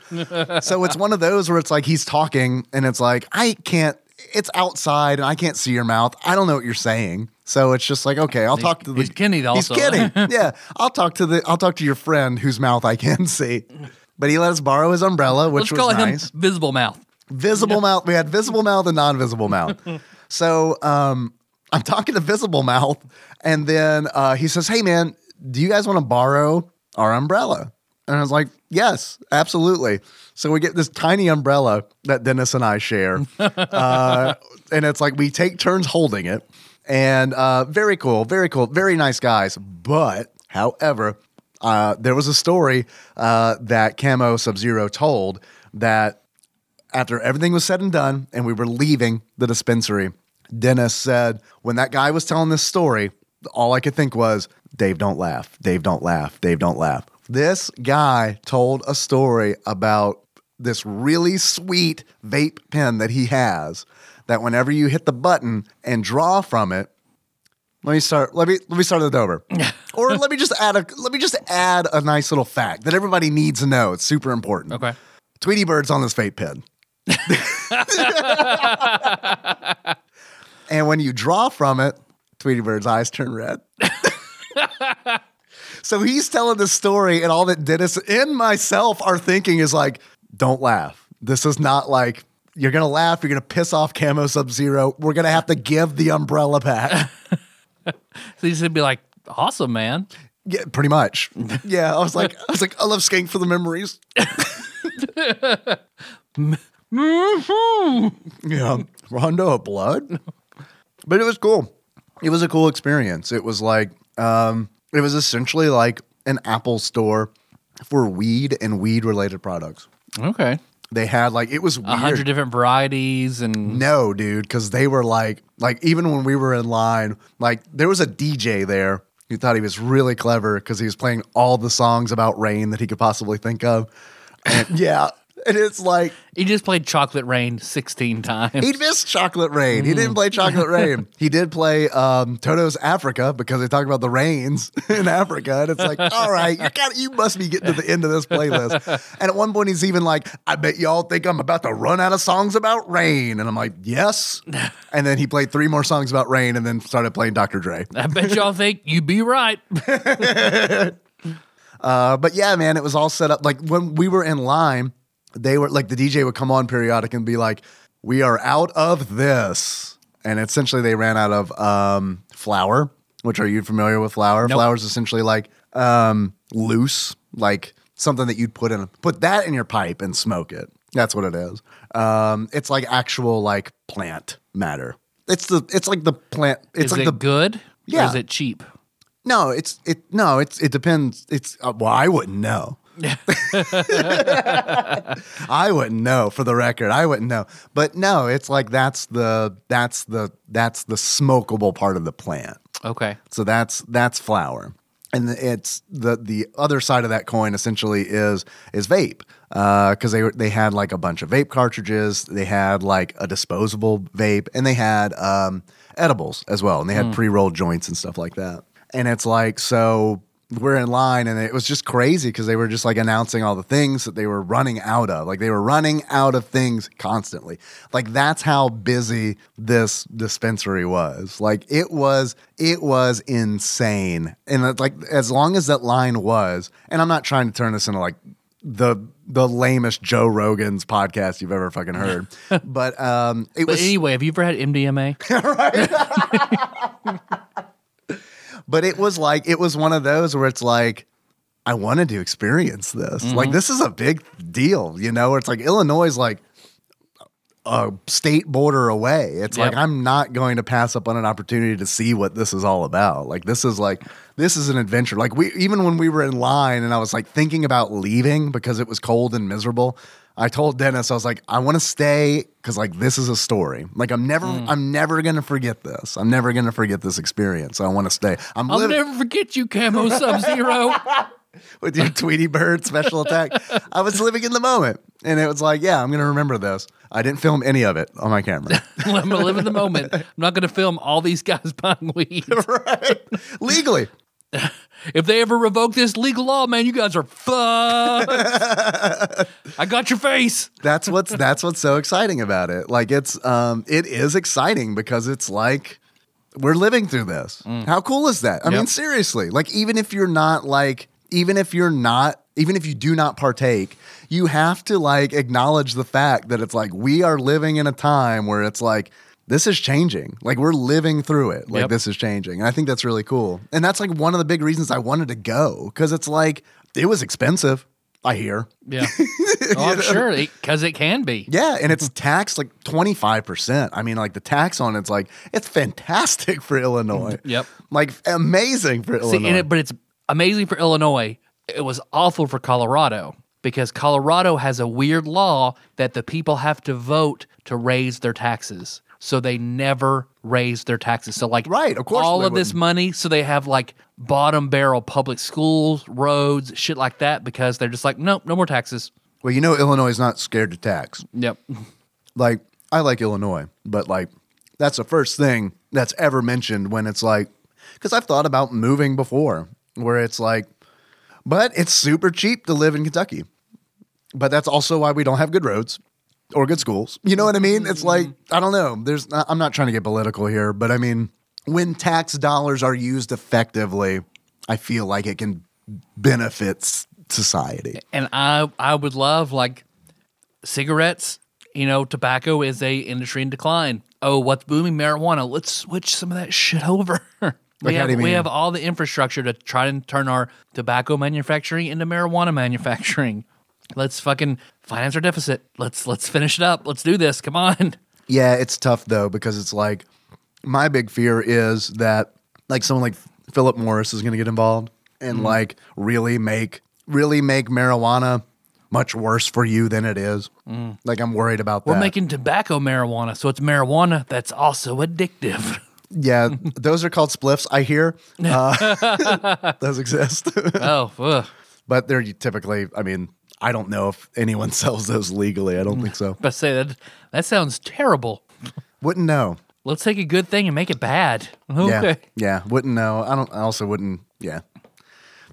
Speaker 2: so it's one of those where it's like he's talking, and it's like I can't. It's outside, and I can't see your mouth. I don't know what you're saying. So it's just like okay, I'll talk to the.
Speaker 1: he's Kenny also.
Speaker 2: He's Kenny. yeah, I'll talk to the. I'll talk to your friend whose mouth I can see. But he let us borrow his umbrella, which
Speaker 1: Let's call
Speaker 2: was
Speaker 1: him
Speaker 2: nice
Speaker 1: Visible Mouth.
Speaker 2: visible mouth. We had visible mouth and non-visible mouth. so um, I'm talking to visible mouth, and then uh, he says, "Hey man, do you guys want to borrow our umbrella?" And I was like, "Yes, absolutely." So we get this tiny umbrella that Dennis and I share, uh, and it's like we take turns holding it. And uh, very cool, very cool, very nice guys. But however, uh, there was a story uh, that Camo Sub Zero told that after everything was said and done and we were leaving the dispensary, Dennis said, when that guy was telling this story, all I could think was, Dave, don't laugh. Dave, don't laugh. Dave, don't laugh. This guy told a story about this really sweet vape pen that he has that whenever you hit the button and draw from it, let me start. Let me let me start it over, or let me just add a let me just add a nice little fact that everybody needs to know. It's super important.
Speaker 1: Okay.
Speaker 2: Tweety Bird's on this vape pen. and when you draw from it, Tweety Bird's eyes turn red. so he's telling this story, and all that Dennis and myself are thinking is like, don't laugh. This is not like you're gonna laugh, you're gonna piss off Camo Sub Zero. We're gonna have to give the umbrella back.
Speaker 1: So he's going to be like, awesome, man.
Speaker 2: Yeah, pretty much. Yeah, I was like, I was like, I love skank for the memories. yeah, Rondo of Blood. But it was cool. It was a cool experience. It was like, um, it was essentially like an Apple store for weed and weed related products.
Speaker 1: Okay.
Speaker 2: They had like it was weird.
Speaker 1: A hundred different varieties and
Speaker 2: No, dude, because they were like, like even when we were in line, like there was a DJ there who thought he was really clever because he was playing all the songs about rain that he could possibly think of. And yeah, and it's like
Speaker 1: he just played Chocolate Rain 16 times.
Speaker 2: he missed Chocolate Rain. He didn't play Chocolate Rain. he did play um, Toto's Africa because they talk about the rains in Africa, and it's like, all right, you got you must be getting to the end of this playlist. And at one point, he's even like, "I bet y'all think I'm about to run out of songs about rain," and I'm like, "Yes." And then he played three more songs about rain, and then started playing Dr. Dre.
Speaker 1: I bet y'all think you'd be right.
Speaker 2: Uh, but yeah, man, it was all set up. Like when we were in line, they were like the DJ would come on periodic and be like, "We are out of this," and essentially they ran out of um, flour. Which are you familiar with flour? Flour is essentially like um, loose, like something that you'd put in put that in your pipe and smoke it. That's what it is. Um, it's like actual like plant matter. It's the it's like the plant. It's
Speaker 1: is
Speaker 2: like
Speaker 1: it
Speaker 2: the
Speaker 1: good? Or
Speaker 2: Yeah.
Speaker 1: is it cheap?
Speaker 2: no, it's it. No, it's it depends. It's uh, well, I wouldn't know. I wouldn't know for the record. I wouldn't know. But no, it's like that's the that's the that's the smokable part of the plant.
Speaker 1: Okay.
Speaker 2: So that's that's flour. And it's the the other side of that coin essentially is is vape because they they were- they had like a bunch of vape cartridges they had like a disposable vape and they had um, edibles as well and they had pre rolled joints and stuff like that and it's like so we're in line and it was just crazy because they were just like announcing all the things that they were running out of like they were running out of things constantly like that's how busy this dispensary was like it was it was insane and it- like as long as that line was and i'm not trying to turn this into like the the lamest joe rogan's podcast you've ever fucking heard but um it
Speaker 1: But
Speaker 2: was
Speaker 1: anyway, have you ever had MDMA?
Speaker 2: but it was like it was one of those where it's like I wanted to experience this. Like this is a big deal, you know. Where it's like Illinois is like a state border away. It's
Speaker 1: Yep.
Speaker 2: like I'm not going to pass up on an opportunity to see what this is all about. Like this is like this is an adventure. Like we even when we were in line and I was like thinking about leaving because it was cold and miserable. I told Dennis I was like I want to stay cuz like this is a story. Like I'm never I'm never going to forget this. I'm never going to forget this experience. I want to stay. I'm
Speaker 1: I'll
Speaker 2: living
Speaker 1: never forget you, Camo Sub Zero.
Speaker 2: with your Tweety Bird special attack. I was living in the moment. And it was like, yeah, I'm going to remember this. I didn't film any of it on my camera.
Speaker 1: I'm gonna live in the moment. I'm not gonna film all these guys buying weed.
Speaker 2: right? Legally.
Speaker 1: If they ever revoke this legal law, man, you guys are fucked. I got your face.
Speaker 2: That's what's that's what's so exciting about it. Like it's um it is exciting because it's like we're living through this. How cool is that? I mean
Speaker 1: Mm. Yep.
Speaker 2: seriously. Like even if you're not like even if you're not even if you do not partake, you have to like acknowledge the fact that it's like we are living in a time where it's like this is changing. Like we're living through it. Like
Speaker 1: Yep.
Speaker 2: this is changing. And I think that's really cool. And that's like one of the big reasons I wanted to go cuz it's like it was expensive, I hear.
Speaker 1: Yeah. Oh, I'm sure, because it can be.
Speaker 2: Yeah, and it's taxed like 25%. I mean, like the tax on it's like it's fantastic for Illinois.
Speaker 1: Yep.
Speaker 2: Like amazing for
Speaker 1: See,
Speaker 2: Illinois.
Speaker 1: and it, but it's amazing for Illinois. It was awful for Colorado because Colorado has a weird law that the people have to vote to raise their taxes. So they never raise their taxes. So like
Speaker 2: Right, of course
Speaker 1: all
Speaker 2: they
Speaker 1: of this
Speaker 2: wouldn't.
Speaker 1: money. So they have like bottom barrel public schools, roads, shit like that because they're just like nope, no more taxes.
Speaker 2: well, you know Illinois is not scared to tax.
Speaker 1: Yep.
Speaker 2: Like I like Illinois, but like that's the first thing that's ever mentioned when it's like cuz I've thought about moving before where it's like but it's super cheap to live in Kentucky. But that's also why we don't have good roads or good schools. You know what I mean? It's like I don't know. There's not, I'm not trying to get political here, but I mean when tax dollars are used effectively, I feel like it can benefit s- society.
Speaker 1: and I I would love like cigarettes. You know, tobacco is a industry in decline. Oh, what's booming? Marijuana. Let's switch some of that shit over. we
Speaker 2: how
Speaker 1: have
Speaker 2: do you
Speaker 1: we
Speaker 2: mean?
Speaker 1: have all the infrastructure to try and turn our tobacco manufacturing into marijuana manufacturing. Let's fucking finance our deficit. Let's let's finish it up. Let's do this. Come on.
Speaker 2: Yeah, it's tough though because it's like my big fear is that like someone like Philip Morris is going to get involved and
Speaker 1: Mm-hmm.
Speaker 2: like really make really make marijuana much worse for you than it is. Like I'm worried about
Speaker 1: Mm. We're
Speaker 2: that.
Speaker 1: making tobacco marijuana, so it's marijuana that's also addictive.
Speaker 2: yeah, those are called spliffs. I hear uh, those exist,
Speaker 1: oh, ugh.
Speaker 2: but they're typically. I mean, I don't know if anyone sells those legally. I
Speaker 1: Mm.
Speaker 2: don't think so.
Speaker 1: but say that that sounds terrible.
Speaker 2: Wouldn't know.
Speaker 1: Let's take a good thing and make it bad.
Speaker 2: Yeah.
Speaker 1: Okay.
Speaker 2: Yeah. Wouldn't know. I don't I also wouldn't yeah.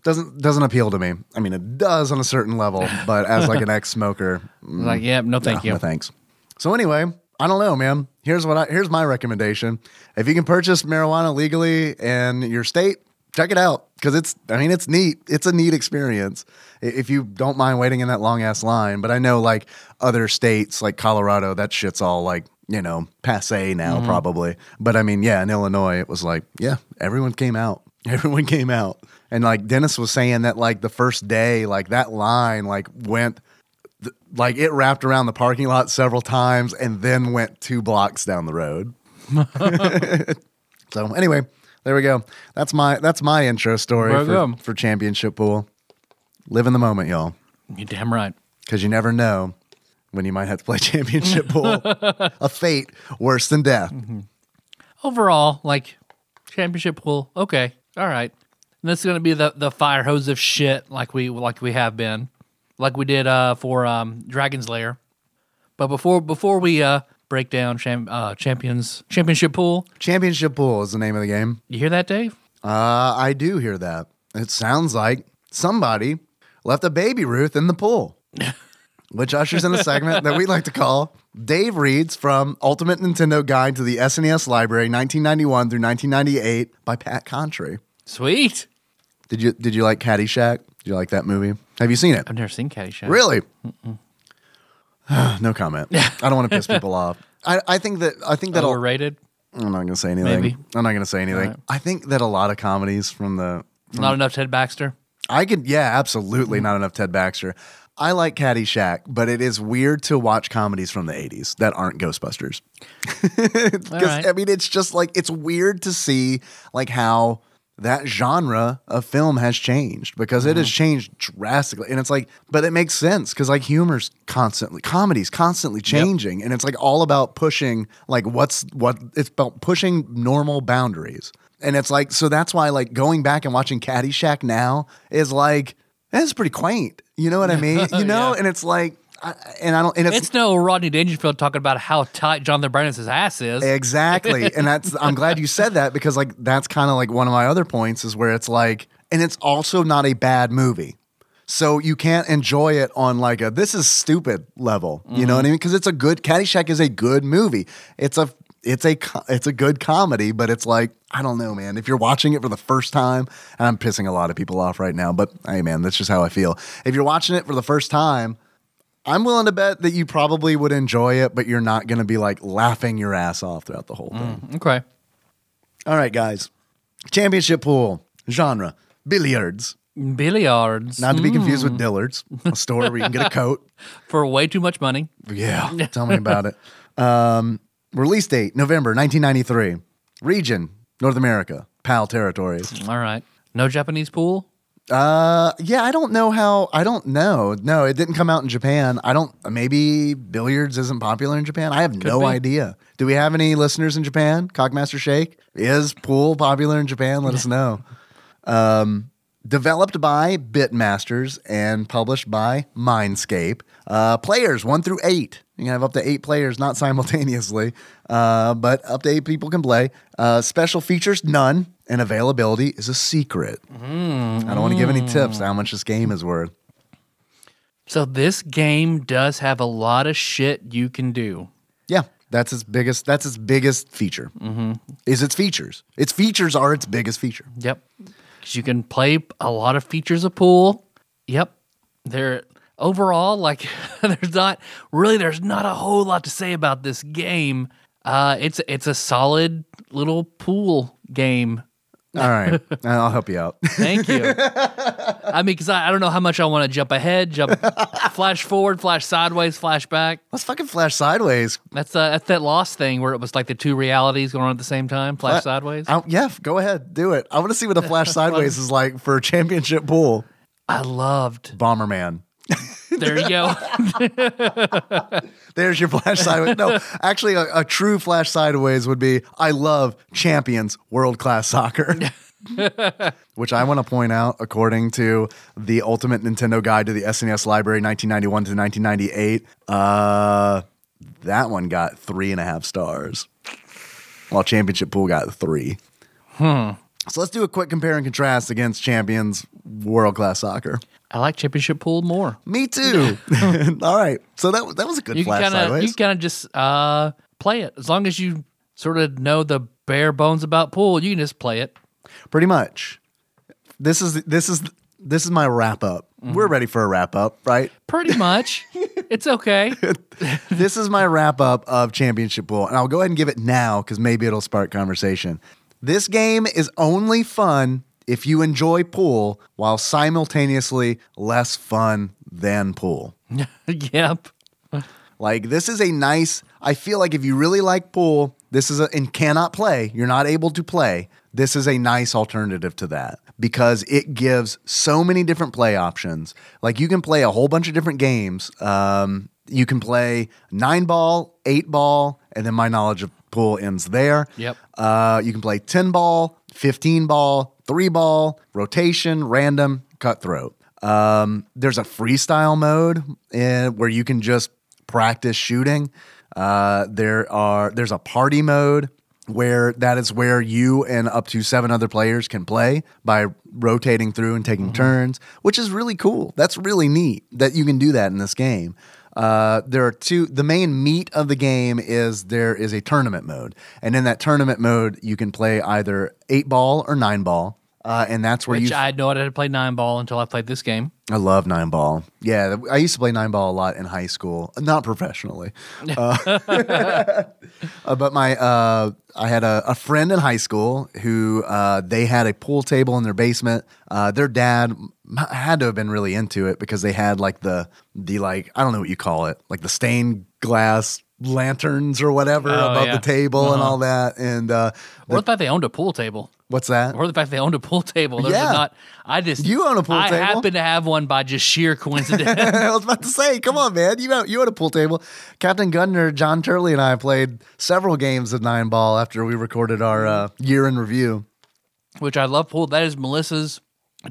Speaker 2: Doesn't doesn't appeal to me. I mean it does on a certain level, but as like an mm, ex smoker,
Speaker 1: Like, yeah, no, thank you.
Speaker 2: no thanks. So anyway, I don't know, man. Here's what I here's my recommendation. If you can purchase marijuana legally in your state, check it out. Cause it's I mean, it's neat. It's a neat experience. I- If you don't mind waiting in that long ass line. But I know like other states like Colorado, that shit's all like, you know, passe now
Speaker 1: Mm-hmm.
Speaker 2: probably. But I mean, yeah, in Illinois it was like, yeah, everyone came out. Everyone came out. And like Dennis was saying that like the first day, like that line like went like it wrapped around the parking lot several times and then went two blocks down the road. so anyway, there we go. That's my that's my intro story
Speaker 1: Very
Speaker 2: for,
Speaker 1: good.
Speaker 2: for championship pool. Live in the moment, y'all,
Speaker 1: You're damn right.
Speaker 2: because you never know when you might have to play championship pool. A fate worse than death.
Speaker 1: Overall, like championship pool, okay, all right. And that's gonna be the the fire hose of shit, like we like we have been, like we did uh, for um, Dragon's Lair. But before before we uh, break down cham- uh, champions championship pool,
Speaker 2: Championship pool is the name of the game.
Speaker 1: you hear that, Dave?
Speaker 2: Uh, I do hear that. it sounds like somebody left a baby Ruth in the pool, which ushers in a segment that we like to call Dave Reads from Ultimate Nintendo Guide to the SNES Library, 1991 through 1998 by Pat Contry.
Speaker 1: Sweet.
Speaker 2: Did you did you like Caddyshack? Did you like that movie? Have you seen it?
Speaker 1: I've never seen Caddyshack.
Speaker 2: Really? no comment. I don't want to piss people off. I, I think that I think that a-
Speaker 1: Overrated.
Speaker 2: I'm not gonna say anything.
Speaker 1: Oh, Maybe.
Speaker 2: I'm not gonna say anything.
Speaker 1: Alright.
Speaker 2: I think that a lot of comedies from the
Speaker 1: Not enough Ted Baxter.
Speaker 2: I could yeah, absolutely not enough Ted Baxter. I like Caddyshack, but it is weird to watch comedies from the 80s that aren't Ghostbusters. 'Cause,
Speaker 1: Alright.
Speaker 2: I mean, it's just like it's weird to see like how that genre of film has changed because it has changed drastically. And it's like, but it makes sense because like humor's constantly, comedy's constantly changing, and it's like all about pushing like what's what it's about pushing normal boundaries. And it's like so that's why like going back and watching Caddyshack now is like that's pretty quaint. You know what I mean? You know,
Speaker 1: Yeah.
Speaker 2: and it's like. I, and I don't, and
Speaker 1: It's no Rodney Dangerfield talking about how tight Jonathan Brandis' ass is.
Speaker 2: Exactly. And that's I'm glad you said that because like that's kind of like one of my other points is where it's like and it's also not a bad movie. So you can't enjoy it on like a this is stupid level. You know what I mean? Because it's a good Caddyshack is a good movie. It's a it's a co- it's a good comedy, but it's like I don't know, man. If you're watching it for the first time, and I'm pissing a lot of people off right now, but hey, man, that's just how I feel. If you're watching it for the first time, I'm willing to bet that you probably would enjoy it, but you're not going to be like laughing your ass off throughout the whole thing.
Speaker 1: Okay.
Speaker 2: All right, guys. Championship pool genre billiards,
Speaker 1: Billiards.
Speaker 2: not to be confused with Dillard's, a store where you can get a coat.
Speaker 1: For way too much money.
Speaker 2: Yeah, tell me about it. Um, release date November 1993. Region North America, PAL territories.
Speaker 1: All right. No Japanese pool?
Speaker 2: Uh, yeah, I don't know how. I don't know. No, it didn't come out in Japan. I don't. Maybe billiards isn't popular in Japan. I have no
Speaker 1: be.
Speaker 2: idea. Do we have any listeners in Japan? Cockmaster Shake is pool popular in Japan? Let us know. Um, developed by Bitmasters and published by Mindscape. Uh, players one through eight. You can have up to eight players, not simultaneously, uh, but up to eight people can play. Uh, special features none, and availability is a secret. I don't want to give any tips how much this game is worth.
Speaker 1: So this game does have a lot of shit you can do.
Speaker 2: Yeah, that's its biggest. That's its biggest feature. Mm-hmm. Is its features. Its features are its biggest feature.
Speaker 1: Yep. Because you can play a lot of features of pool. Yep. They're overall like there's not really there's not a whole lot to say about this game. Uh, it's it's a solid little pool game.
Speaker 2: All right, I'll help you out.
Speaker 1: Thank you. I mean, because I, I don't know how much I want to jump ahead, jump, flash forward, flash sideways, flash back.
Speaker 2: Let's fucking flash sideways.
Speaker 1: That's uh, that's that Lost thing where it was like the two realities going on at the same time, flash sideways.
Speaker 2: I, yeah, go ahead, do it. I want to see what a flash sideways is like for a championship pool.
Speaker 1: I loved.
Speaker 2: Bomberman.
Speaker 1: There you go.
Speaker 2: There's your flash sideways. No, actually, a, a true flash sideways would be I love champions world class soccer. Which I want to point out, according to the Ultimate Nintendo Guide to the SNES Library, 1991 to 1998, uh, that one got three and a half stars, while Championship Pool got three. Hmm. So let's do a quick compare and contrast against Champions World Class Soccer.
Speaker 1: I like championship pool more.
Speaker 2: Me too. All right. So that, that was a good
Speaker 1: You
Speaker 2: flash
Speaker 1: kind of
Speaker 2: sideways.
Speaker 1: you kind of just uh, play it as long as you sort of know the bare bones about pool. You can just play it.
Speaker 2: pretty much this is this is this is my wrap up we're ready for a wrap up right
Speaker 1: Pretty much, it's okay.
Speaker 2: this is my wrap up of championship pool and i'll go ahead and give it now because maybe it'll spark conversation this game is only fun if you enjoy pool while simultaneously less fun than pool
Speaker 1: yep.
Speaker 2: Like this is a nice. I feel like if you really like pool, this is a and cannot play, you're not able to play. This is a nice alternative to that because it gives so many different play options. Like you can play a whole bunch of different games. Um, you can play nine ball, eight ball, and then my knowledge of pool ends there.
Speaker 1: Yep.
Speaker 2: Uh, you can play 10 ball, 15 ball, three ball, rotation, random, cutthroat. Um, there's a freestyle mode in, where you can just practice shooting. Uh, there are there's a party mode where that is where you and up to seven other players can play by rotating through and taking turns, which is really cool. That's really neat that you can do that in this game. Uh, there are two. The main meat of the game is there is a tournament mode, and in that tournament mode, you can play either eight ball or nine ball, uh, and that's where
Speaker 1: Which
Speaker 2: you.
Speaker 1: I had no idea how to play nine ball until I played this game.
Speaker 2: I love nine ball. Yeah, th- I used to play nine ball a lot in high school, not professionally, uh, uh, but my uh, I had a, a friend in high school who uh, they had a pool table in their basement. Uh, their dad m- had to have been really into it because they had like the the like I don't know what you call it, like the stained glass lanterns or whatever
Speaker 1: Oh,
Speaker 2: above
Speaker 1: yeah.
Speaker 2: the table and all that. And uh,
Speaker 1: Or the fact they owned a pool table.
Speaker 2: what's that?
Speaker 1: Or the fact they owned a pool table. Those
Speaker 2: Yeah.
Speaker 1: are not. I just
Speaker 2: You own a pool
Speaker 1: I
Speaker 2: table.
Speaker 1: happen to have one by just sheer coincidence.
Speaker 2: I was about to say, come on, man. You had, you had a pool table. Captain Gundner, John Turley, and I played several games of nine ball after we recorded our uh, year in review.
Speaker 1: which I love pool. That is Melissa's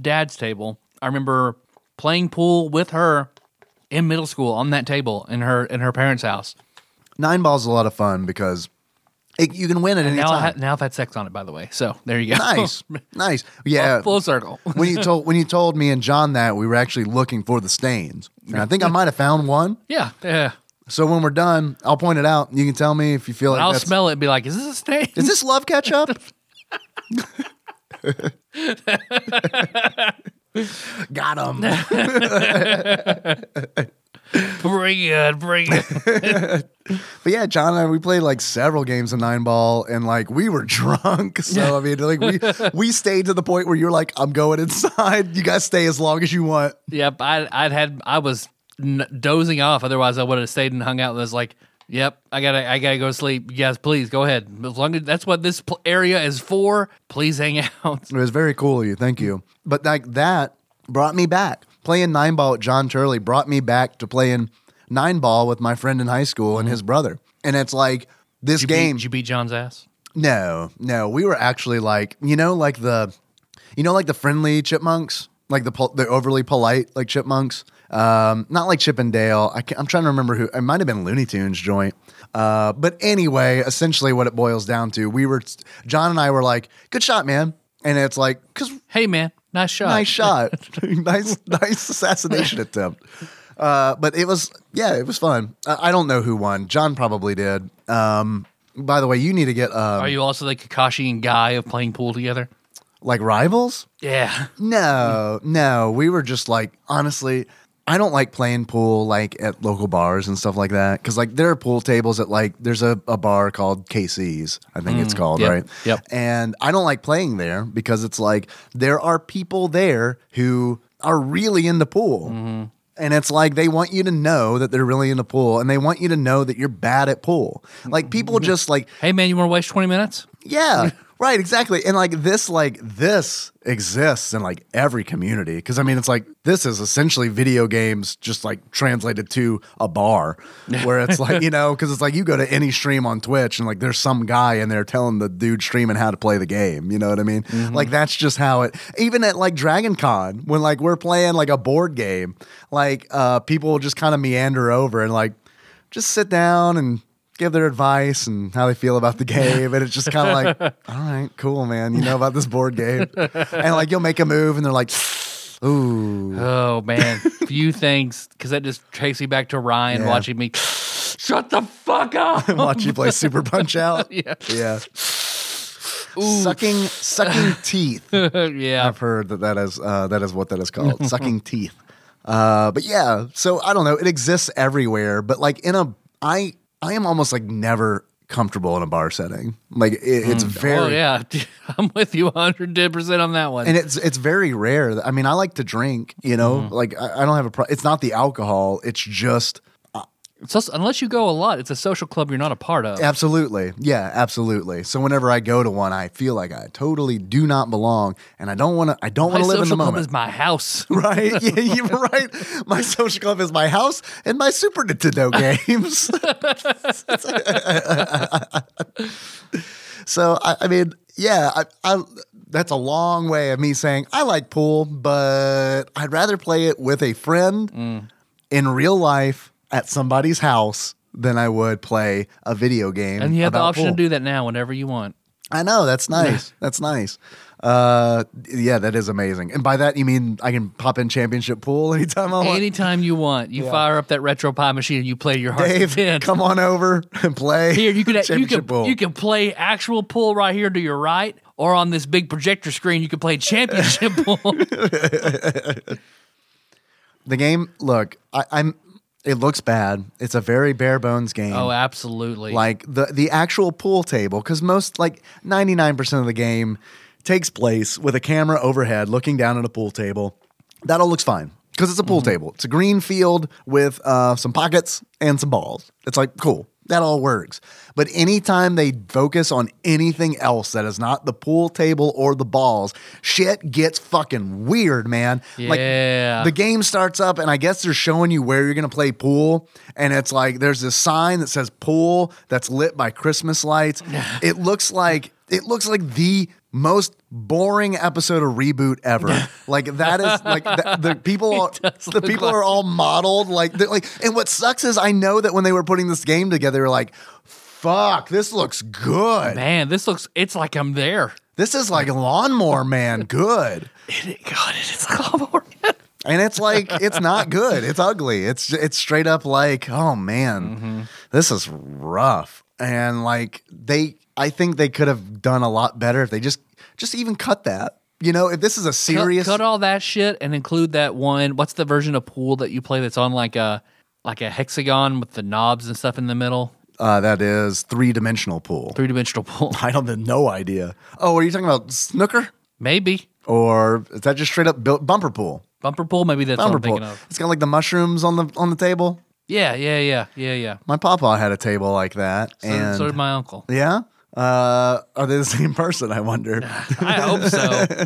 Speaker 1: dad's table. I remember playing pool with her in middle school on that table in her in her parents' house.
Speaker 2: Nine ball's a lot of fun because it, you can win at any
Speaker 1: Now I Oh, ha-
Speaker 2: time.
Speaker 1: now I've had sex on it, by the way. So there you go.
Speaker 2: nice, nice. Yeah,
Speaker 1: Full circle.
Speaker 2: when you told when you told me and John that we were actually looking for the stains, and I think I might have found one.
Speaker 1: yeah. Yeah.
Speaker 2: So when we're done, I'll point it out. and You can tell me if you feel like
Speaker 1: I'll
Speaker 2: that's-
Speaker 1: smell it and be like, is this a snake?
Speaker 2: Is this love catch up? Got him.
Speaker 1: bring it, bring it.
Speaker 2: But yeah, John and I, we played like several games of nine ball and like we were drunk. So I mean, like we we stayed to the point where you're like, I'm going inside. You guys stay as long as you want.
Speaker 1: Yep, I I'd had I was n- dozing off. Otherwise, I would have stayed and hung out. And was like, "Yep, I gotta I gotta go to sleep. You guys, please go ahead. As long as that's what this pl- area is for, please hang out."
Speaker 2: It was very cool of you. Thank you. But like that brought me back. Playing nine ball with John Turley brought me back to playing nine ball with my friend in high school and his brother. And it's like this
Speaker 1: Mm-hmm. You beat-
Speaker 2: game.
Speaker 1: you beat John's ass.
Speaker 2: No, no, we were actually like you know like the, you know like the friendly chipmunks, like the pol- the overly polite like chipmunks. Um, not like Chip and Dale. I can I'm trying to remember who. It might have been Looney Tunes joint. Uh, but anyway, essentially what it boils down to, we were John and I were like, "Good shot, man," and it's like, "Cause
Speaker 1: Hey man, nice shot.
Speaker 2: nice shot, nice nice assassination attempt." Uh, but it was yeah, it was fun. I, I don't know who won. John probably did. Um, by the way, you need to get um,
Speaker 1: Are you also the Kakashi and Guy of playing pool together?
Speaker 2: like rivals?
Speaker 1: Yeah,
Speaker 2: No, no. We were just like, honestly, I don't like playing pool like at local bars and stuff like that. Cause like there are pool tables at like, there's a, a bar called KC's, I think it's called,
Speaker 1: Mm, yep,
Speaker 2: right?
Speaker 1: yep.
Speaker 2: And I don't like playing there because it's like there are people there who are really into pool.
Speaker 1: Mm-hmm.
Speaker 2: And it's like they want you to know that they're really into pool and they want you to know that you're bad at pool. Like people just like,
Speaker 1: hey man, you want to waste twenty minutes?
Speaker 2: yeah, right, exactly. And like this, like this exists in like every community because I mean, it's like this is essentially video games just like translated to a bar, where it's like you know because it's like you go to any stream on Twitch and like there's some guy in there telling the dude streaming how to play the game. You know what I mean? Like that's just how it. Even at like Dragon Con when like we're playing like a board game, like uh people will just kind of meander over and like just sit down and give their advice and how they feel about the game. And it's just kind of like, all right, cool, man. You know about this board game. And like, you'll make a move and they're like, ooh,
Speaker 1: Oh man, few things because that just takes me back to Ryan
Speaker 2: Yeah.
Speaker 1: watching me. Shut the fuck up.
Speaker 2: and watch you play Super Punch Out.
Speaker 1: Yeah.
Speaker 2: Yeah. Sucking, sucking teeth.
Speaker 1: yeah,
Speaker 2: I've heard that that is uh, that is what that is called, sucking teeth. Uh, but yeah, so I don't know. It exists everywhere, but like in a, I I am almost like never comfortable in a bar setting. Like it, it's very
Speaker 1: Oh yeah, I'm with you 110 percent on that one.
Speaker 2: and it's it's very rare. that- I mean, I like to drink. You know, like I, I don't have a. Pro- it's not the alcohol. It's just
Speaker 1: It's also- unless you go a lot, it's a social club you're not a part of.
Speaker 2: absolutely, yeah, absolutely. So whenever I go to one, I feel like I totally do not belong, and I don't want to. I don't
Speaker 1: My
Speaker 2: want to live in the
Speaker 1: social club
Speaker 2: moment.
Speaker 1: is my house.
Speaker 2: Right? Yeah, you're right. My social club is my house and my Super Nintendo games. so, I, I mean, yeah, I, I, that's a long way of me saying I like pool, but
Speaker 1: Mm.
Speaker 2: I'd rather play it with a friend in real life at somebody's house than I would play a video game.
Speaker 1: And you have the
Speaker 2: about
Speaker 1: option
Speaker 2: pool.
Speaker 1: to do that now whenever you want.
Speaker 2: I know that's nice. that's nice. Uh, yeah, that is amazing. And by that you mean I can pop in championship pool anytime I want.
Speaker 1: Anytime you want, you fire up that retro pie machine and you play your heart
Speaker 2: Dave,
Speaker 1: content.
Speaker 2: come on over and play.
Speaker 1: Here you can you
Speaker 2: championship
Speaker 1: can
Speaker 2: pool.
Speaker 1: you can play actual pool right here to your right, or on this big projector screen you can play championship pool.
Speaker 2: the game. Look, I, I'm. It looks bad. It's a very bare bones game.
Speaker 1: Oh, absolutely.
Speaker 2: like the the actual pool table because most like 99% of the game takes place with a camera overhead looking down at a pool table that all looks fine because it's a pool table it's a green field with uh, some pockets and some balls it's like cool that all works but anytime they focus on anything else that is not the pool table or the balls shit gets fucking weird man
Speaker 1: Yeah.
Speaker 2: like the game starts up and I guess they're showing you where you're going to play pool and it's like there's this sign that says pool that's lit by Christmas lights. it looks like it looks like the most boring episode of reboot ever. like that is like the, the people are,
Speaker 1: does
Speaker 2: the
Speaker 1: look
Speaker 2: people
Speaker 1: like-
Speaker 2: are all modeled like they're like and what sucks is I know that when they were putting this game together they were like fuck this looks good.
Speaker 1: Man, this looks it's like I'm there.
Speaker 2: This is like lawnmower man good.
Speaker 1: God, it's oh, Clawmore.
Speaker 2: and it's like it's not good. It's ugly. It's it's straight up like, oh man,
Speaker 1: Mm-hmm.
Speaker 2: this is rough. And like they, I think they could have done a lot better if they just just even cut that. You know, if this is a
Speaker 1: cut,
Speaker 2: serious,
Speaker 1: cut all that shit and include that one. What's the version of pool that you play that's on like a like a hexagon with the knobs and stuff in the middle?
Speaker 2: uh, that is three dimensional pool.
Speaker 1: Three dimensional pool.
Speaker 2: I don't have no idea. Oh, are you talking about snooker
Speaker 1: Maybe.
Speaker 2: or is that just straight up built bumper pool?
Speaker 1: Bumper pool, maybe that's what
Speaker 2: Bumper
Speaker 1: I'm
Speaker 2: pool.
Speaker 1: thinking of.
Speaker 2: It's got like the mushrooms on the on the table.
Speaker 1: Yeah, yeah, yeah, yeah, yeah.
Speaker 2: My papa had a table like that,
Speaker 1: So,
Speaker 2: and
Speaker 1: so did my uncle.
Speaker 2: yeah. Uh, are they the same person? I wonder.
Speaker 1: I hope so. Uh,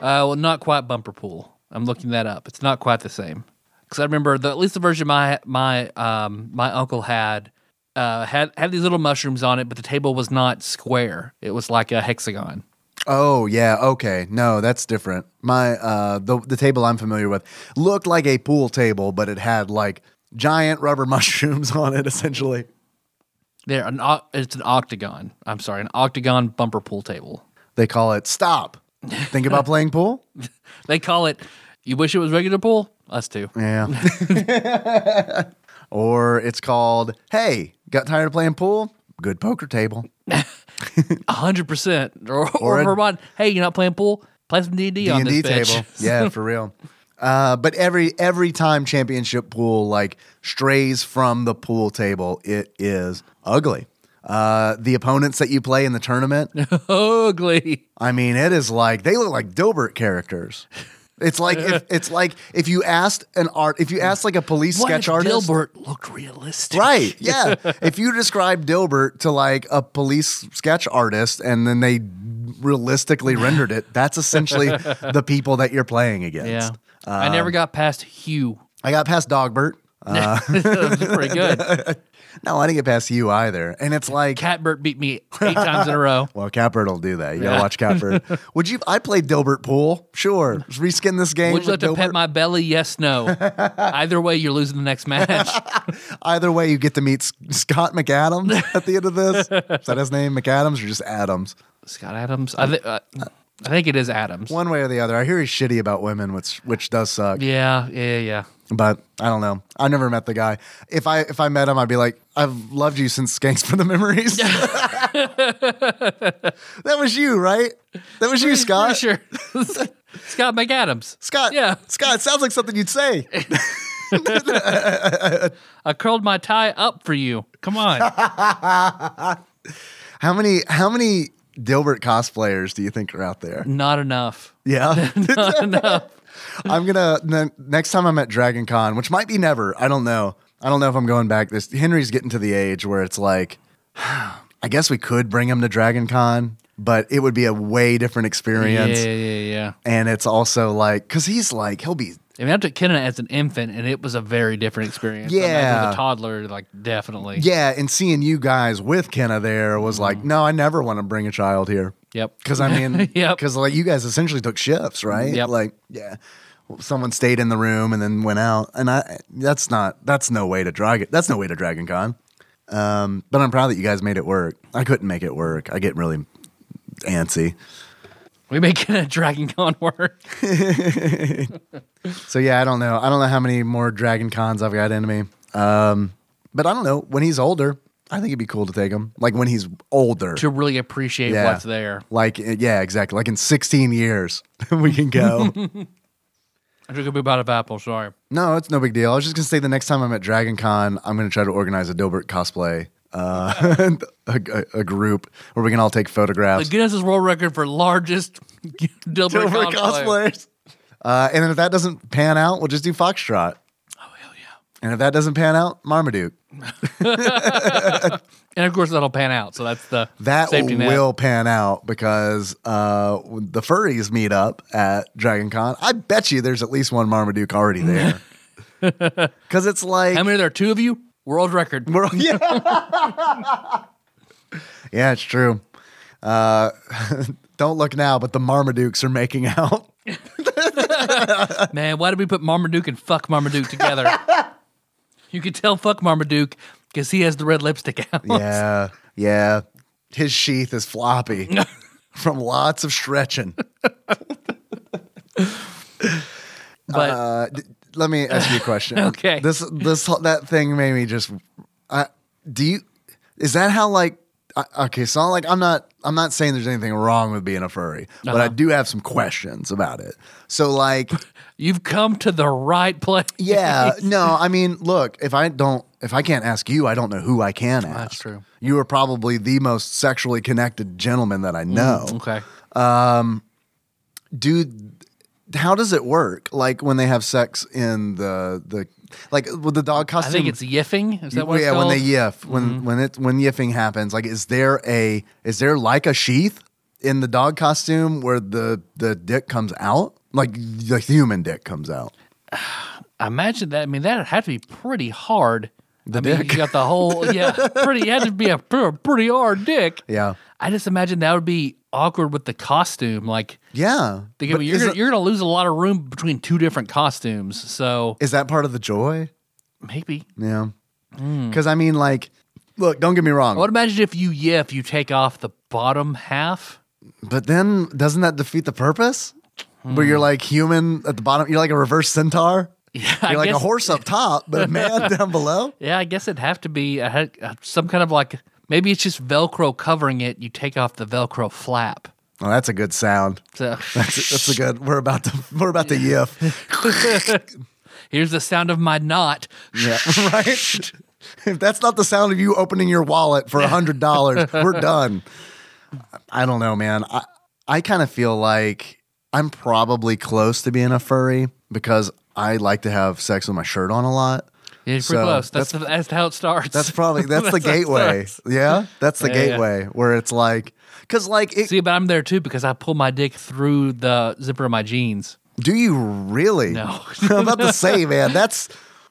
Speaker 1: well, not quite bumper pool. I'm looking that up. It's not quite the same because I remember the, at least the version my my um, my uncle had uh, had had these little mushrooms on it, but the table was not square. It was like a hexagon.
Speaker 2: Oh yeah, okay. No, that's different. My uh the the table I'm familiar with looked like a pool table, but it had like giant rubber mushrooms on it essentially.
Speaker 1: There, an o- it's an octagon. I'm sorry, an octagon bumper pool table.
Speaker 2: They call it stop. Think about playing pool?
Speaker 1: They call it. You wish it was regular pool. Us too.
Speaker 2: Yeah. or it's called, "Hey, got tired of playing pool? Good poker table."
Speaker 1: hundred percent. Or,
Speaker 2: Or
Speaker 1: or
Speaker 2: a-
Speaker 1: Vermont. Hey, you're not playing pool? Play some D and D on this
Speaker 2: D&D
Speaker 1: bitch.
Speaker 2: table. yeah, for real. Uh, but every every time championship pool like strays from the pool table, it is ugly. Uh, the opponents that you play in the tournament,
Speaker 1: Ugly.
Speaker 2: I mean, it is like they look like Dilbert characters. It's like if, it's like if you asked an art, if you asked like a police
Speaker 1: What
Speaker 2: sketch
Speaker 1: if
Speaker 2: artist,
Speaker 1: Dilbert looked realistic?
Speaker 2: right? Yeah. if you describe Dilbert to like a police sketch artist, and then they realistically rendered it, that's essentially the people that you're playing
Speaker 1: Yeah.
Speaker 2: against.
Speaker 1: I
Speaker 2: Um,
Speaker 1: never got past Hugh.
Speaker 2: I got past Dogbert. uh,
Speaker 1: That was pretty good.
Speaker 2: No, I didn't get past you either. And it's like,
Speaker 1: Catbert beat me eight times in a row.
Speaker 2: well, Catbird will do that. You gotta
Speaker 1: Yeah.
Speaker 2: watch Catbird. Would you? I played Dilbert Pool. Sure, Let's reskin this game.
Speaker 1: Would you like
Speaker 2: with
Speaker 1: to
Speaker 2: Dilbert.
Speaker 1: pet my belly? Yes, no. Either way, you're losing the next match.
Speaker 2: Either way, you get to meet S- Scott McAdams at the end of this. Is that his name, McAdams, or just Adams?
Speaker 1: Scott Adams. I, th- uh, I think it is Adams.
Speaker 2: One way or the other. I hear he's shitty about women, which which does suck.
Speaker 1: Yeah, yeah, yeah.
Speaker 2: But I don't know. I never met the guy. If I if I met him, I'd be like, I've loved you since Skanks for the Memories. that was you, right? That was you, Scott.
Speaker 1: Pretty sure. Scott McAdams.
Speaker 2: Scott.
Speaker 1: Yeah.
Speaker 2: Scott, it sounds like something you'd say.
Speaker 1: I curled my tie up for you. Come on.
Speaker 2: How many how many Dilbert cosplayers do you think are out there?
Speaker 1: Not enough.
Speaker 2: Yeah. I'm gonna ne- next time I'm at Dragon Con, which might be never. I don't know. I don't know if I'm going back. This Henry's getting to the age where it's like, I guess we could bring him to Dragon Con, but it would be a way different
Speaker 1: Yeah,
Speaker 2: experience.
Speaker 1: yeah, yeah.
Speaker 2: And it's also like, cause he's like, he'll be
Speaker 1: I mean, I took Kenan as an infant, and it was a very different experience. I mean,
Speaker 2: Yeah.
Speaker 1: as a toddler, like definitely.
Speaker 2: yeah. And seeing you guys with Kenna there was like,
Speaker 1: Mm-hmm.
Speaker 2: no, I never want to bring a child here.
Speaker 1: Yep.
Speaker 2: Because I mean,
Speaker 1: Yep.
Speaker 2: Because like you guys essentially took shifts, right?
Speaker 1: Yep.
Speaker 2: Like, yeah, someone stayed in the room and then went out, and I that's not that's no way to drag it. That's no way to Dragon Con. Um, but I'm proud that you guys made it work. I couldn't make it work. I get really antsy.
Speaker 1: We make it a Dragon Con work.
Speaker 2: So yeah, I don't know. I don't know how many more Dragon Cons I've got in me. Um, but I don't know. When he's older, I think it'd be cool to take him. Like when he's older.
Speaker 1: to really appreciate
Speaker 2: Yeah.
Speaker 1: what's there.
Speaker 2: Like yeah, exactly. Like in 16 years, we can go.
Speaker 1: I took a bit out of apple. Sorry.
Speaker 2: No, it's no big deal. I was just gonna say the next time I'm at Dragon Con, I'm gonna try to organize a Dilbert cosplay, uh, a, a- a group where we can all take
Speaker 1: The
Speaker 2: photographs.
Speaker 1: Guinness World Record for largest Dilbert,
Speaker 2: Dilbert
Speaker 1: cosplay.
Speaker 2: cosplayers. Uh, and if that doesn't pan out, we'll just do Foxtrot.
Speaker 1: Oh hell yeah!
Speaker 2: And if that doesn't pan out, Marmaduke.
Speaker 1: And of course that'll pan out. So that's the
Speaker 2: That
Speaker 1: safety net.
Speaker 2: will pan out because uh, when the furries meet up at Dragon Con. I bet you there's at least one Marmaduke already there. Because it's like
Speaker 1: How many are there? Two of you. World record.
Speaker 2: We're- yeah. yeah, it's true. Uh, don't look now, but the Marmadukes are making out.
Speaker 1: Man, why did we put Marmaduke and fuck Marmaduke together? you could tell fuck Marmaduke because he has the red lipstick out.
Speaker 2: yeah, yeah. His sheath is floppy from lots of stretching.
Speaker 1: But
Speaker 2: Uh, d- let me ask you a question.
Speaker 1: Okay.
Speaker 2: This this that thing made me just. I do you? Is that how like? I, okay, so like I'm not I'm not saying there's anything wrong with being a furry, but I do have some questions about it. So like.
Speaker 1: you've come to the right place.
Speaker 2: Yeah. No, I mean, look, if I don't, if I can't ask you, I don't know who I can ask.
Speaker 1: That's true.
Speaker 2: You are probably the most sexually connected gentleman that I know.
Speaker 1: Okay.
Speaker 2: Dude, how does it work? Like when they have sex in the, the, like with the dog
Speaker 1: I
Speaker 2: costume.
Speaker 1: think it's yiffing. Is that what
Speaker 2: yeah,
Speaker 1: it's called? Mm-hmm.
Speaker 2: when they yiff, when when it when yiffing happens, like is there a is there like a sheath in the dog costume where the the dick comes out, like the human dick comes out?
Speaker 1: I imagine that. I mean, that had to be pretty hard. The I mean,
Speaker 2: dick.
Speaker 1: you got the whole yeah, pretty. It had to be a pr- pretty hard dick.
Speaker 2: Yeah,
Speaker 1: I just imagine that would be awkward with the costume. Like,
Speaker 2: yeah.
Speaker 1: they
Speaker 2: But
Speaker 1: go, you're
Speaker 2: is
Speaker 1: gonna,
Speaker 2: it-
Speaker 1: you're gonna lose a lot of room between two different costumes. So
Speaker 2: is that part of the joy?
Speaker 1: maybe.
Speaker 2: Yeah.
Speaker 1: Hmm.
Speaker 2: Because I mean, like, look, don't get me wrong,
Speaker 1: I would imagine if you yiff, you take off the bottom half.
Speaker 2: but then doesn't that defeat the purpose? Where you're like human at the bottom, you're like a reverse centaur.
Speaker 1: Yeah,
Speaker 2: You're
Speaker 1: I
Speaker 2: like a
Speaker 1: guess-
Speaker 2: horse up top, but a man down below.
Speaker 1: Yeah, I guess it'd have to be a, he- uh, some kind of like maybe it's just Velcro covering it. You take off the Velcro flap.
Speaker 2: Oh, that's a good sound.
Speaker 1: So
Speaker 2: That's a, that's a good. We're about to. We're about to yiff.
Speaker 1: here's the sound of my knot.
Speaker 2: Yeah, right. If that's not the sound of you opening your wallet for a hundred dollars, we're done. I don't know, man. I I kind of feel like I'm probably close to being a furry because I like to have sex with my shirt on a lot.
Speaker 1: Yeah, it's
Speaker 2: So,
Speaker 1: pretty close. That's, the, that's how it starts.
Speaker 2: That's probably that's the
Speaker 1: That's how it
Speaker 2: gateway.
Speaker 1: starts.
Speaker 2: Yeah, that's the
Speaker 1: Yeah, yeah.
Speaker 2: gateway where it's like, because like, it,
Speaker 1: See, but I'm there too because I pull my dick through the zipper of my jeans.
Speaker 2: do you really?
Speaker 1: No.
Speaker 2: I'm about to say, man, that's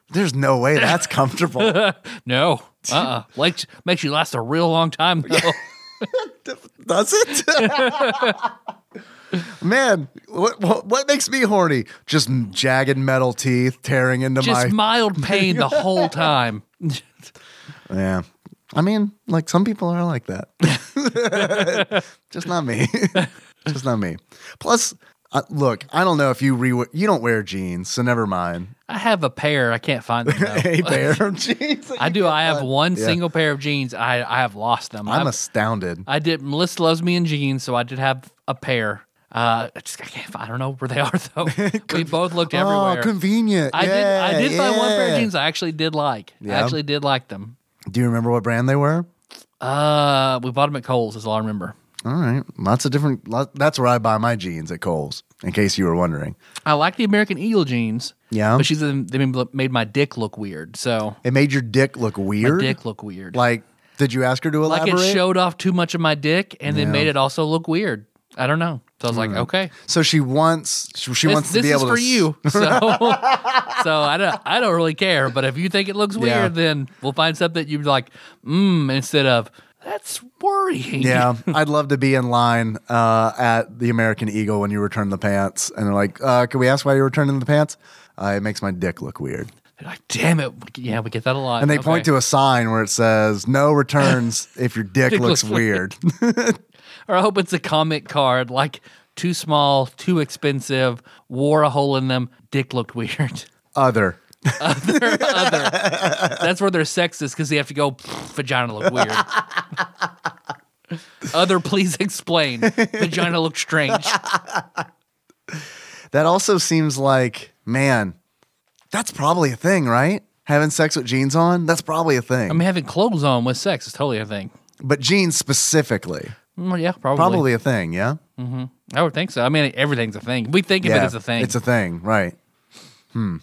Speaker 2: there's no way that's comfortable.
Speaker 1: No, uh, uh like makes you last a real long time though.
Speaker 2: Does it? Man, what, what what makes me horny? Just jagged metal teeth tearing into
Speaker 1: Just
Speaker 2: my
Speaker 1: mild pain the whole time.
Speaker 2: yeah. I mean, like some people are like that. Just not me. Just not me. Plus, uh, look, I don't know if you re you don't wear jeans, so never mind.
Speaker 1: I have a pair. I can't find them. Though.
Speaker 2: Hey, pair of jeans.
Speaker 1: I do. I have one
Speaker 2: Yeah.
Speaker 1: single pair of jeans. I I have lost them.
Speaker 2: I'm
Speaker 1: I've-
Speaker 2: astounded.
Speaker 1: I did. Melissa loves me in jeans, so I did have a pair. Uh, I just I can't. find- I don't know where they are though. we both looked everywhere.
Speaker 2: Oh, convenient.
Speaker 1: I did. I
Speaker 2: Yeah,
Speaker 1: did find one pair
Speaker 2: yeah.
Speaker 1: of jeans I actually did like.
Speaker 2: Yeah.
Speaker 1: I actually did like them.
Speaker 2: Do you remember what brand they were?
Speaker 1: Uh, we bought them at Cole's. Is all I remember.
Speaker 2: All right. Lots of different. Lot, that's where I buy my jeans at Kohl's, in case you were wondering.
Speaker 1: I like the American Eagle jeans.
Speaker 2: Yeah.
Speaker 1: but she's in- they made- made my dick look weird. So
Speaker 2: It made your dick look
Speaker 1: my
Speaker 2: weird.
Speaker 1: dick look weird.
Speaker 2: Like, did you ask her to
Speaker 1: Like
Speaker 2: elaborate?
Speaker 1: it showed off too much of my dick, and then made it also look weird. I don't know. So I was like, okay.
Speaker 2: so she wants. She, Hmm. she
Speaker 1: This-
Speaker 2: wants to
Speaker 1: this
Speaker 2: be
Speaker 1: is
Speaker 2: able
Speaker 1: for
Speaker 2: to. s-
Speaker 1: you. So, so I don't, I don't really care. But if you think it looks weird,
Speaker 2: Yeah.
Speaker 1: then we'll find something that you'd like, mmm, instead of that's worrying.
Speaker 2: Yeah, I'd love to be in line uh, at the American Eagle when you return the pants, and they're like, uh, "Can we ask why you're returning the pants?" Uh, it makes my dick look weird.
Speaker 1: Like, damn it. Yeah, we get that a lot.
Speaker 2: And they point
Speaker 1: Okay.
Speaker 2: to a sign where it says "No returns if your dick looks
Speaker 1: looks weird."
Speaker 2: weird."
Speaker 1: Or I hope it's a comment card like too small, too expensive, wore a hole in them, dick looked weird.
Speaker 2: Other.
Speaker 1: That's where they're sexist because they have to go, vagina look weird. Other, please explain. Vagina look strange.
Speaker 2: That also seems like, man, that's probably a thing, right? Having sex with jeans on, that's probably a thing.
Speaker 1: I mean, having clothes on with sex is totally a thing.
Speaker 2: but jeans specifically,
Speaker 1: Mm, yeah, probably.
Speaker 2: probably a thing, yeah?
Speaker 1: I would think so. I mean, everything's a thing. We think of
Speaker 2: yeah.
Speaker 1: it as a thing.
Speaker 2: It's a thing, right. Hmm.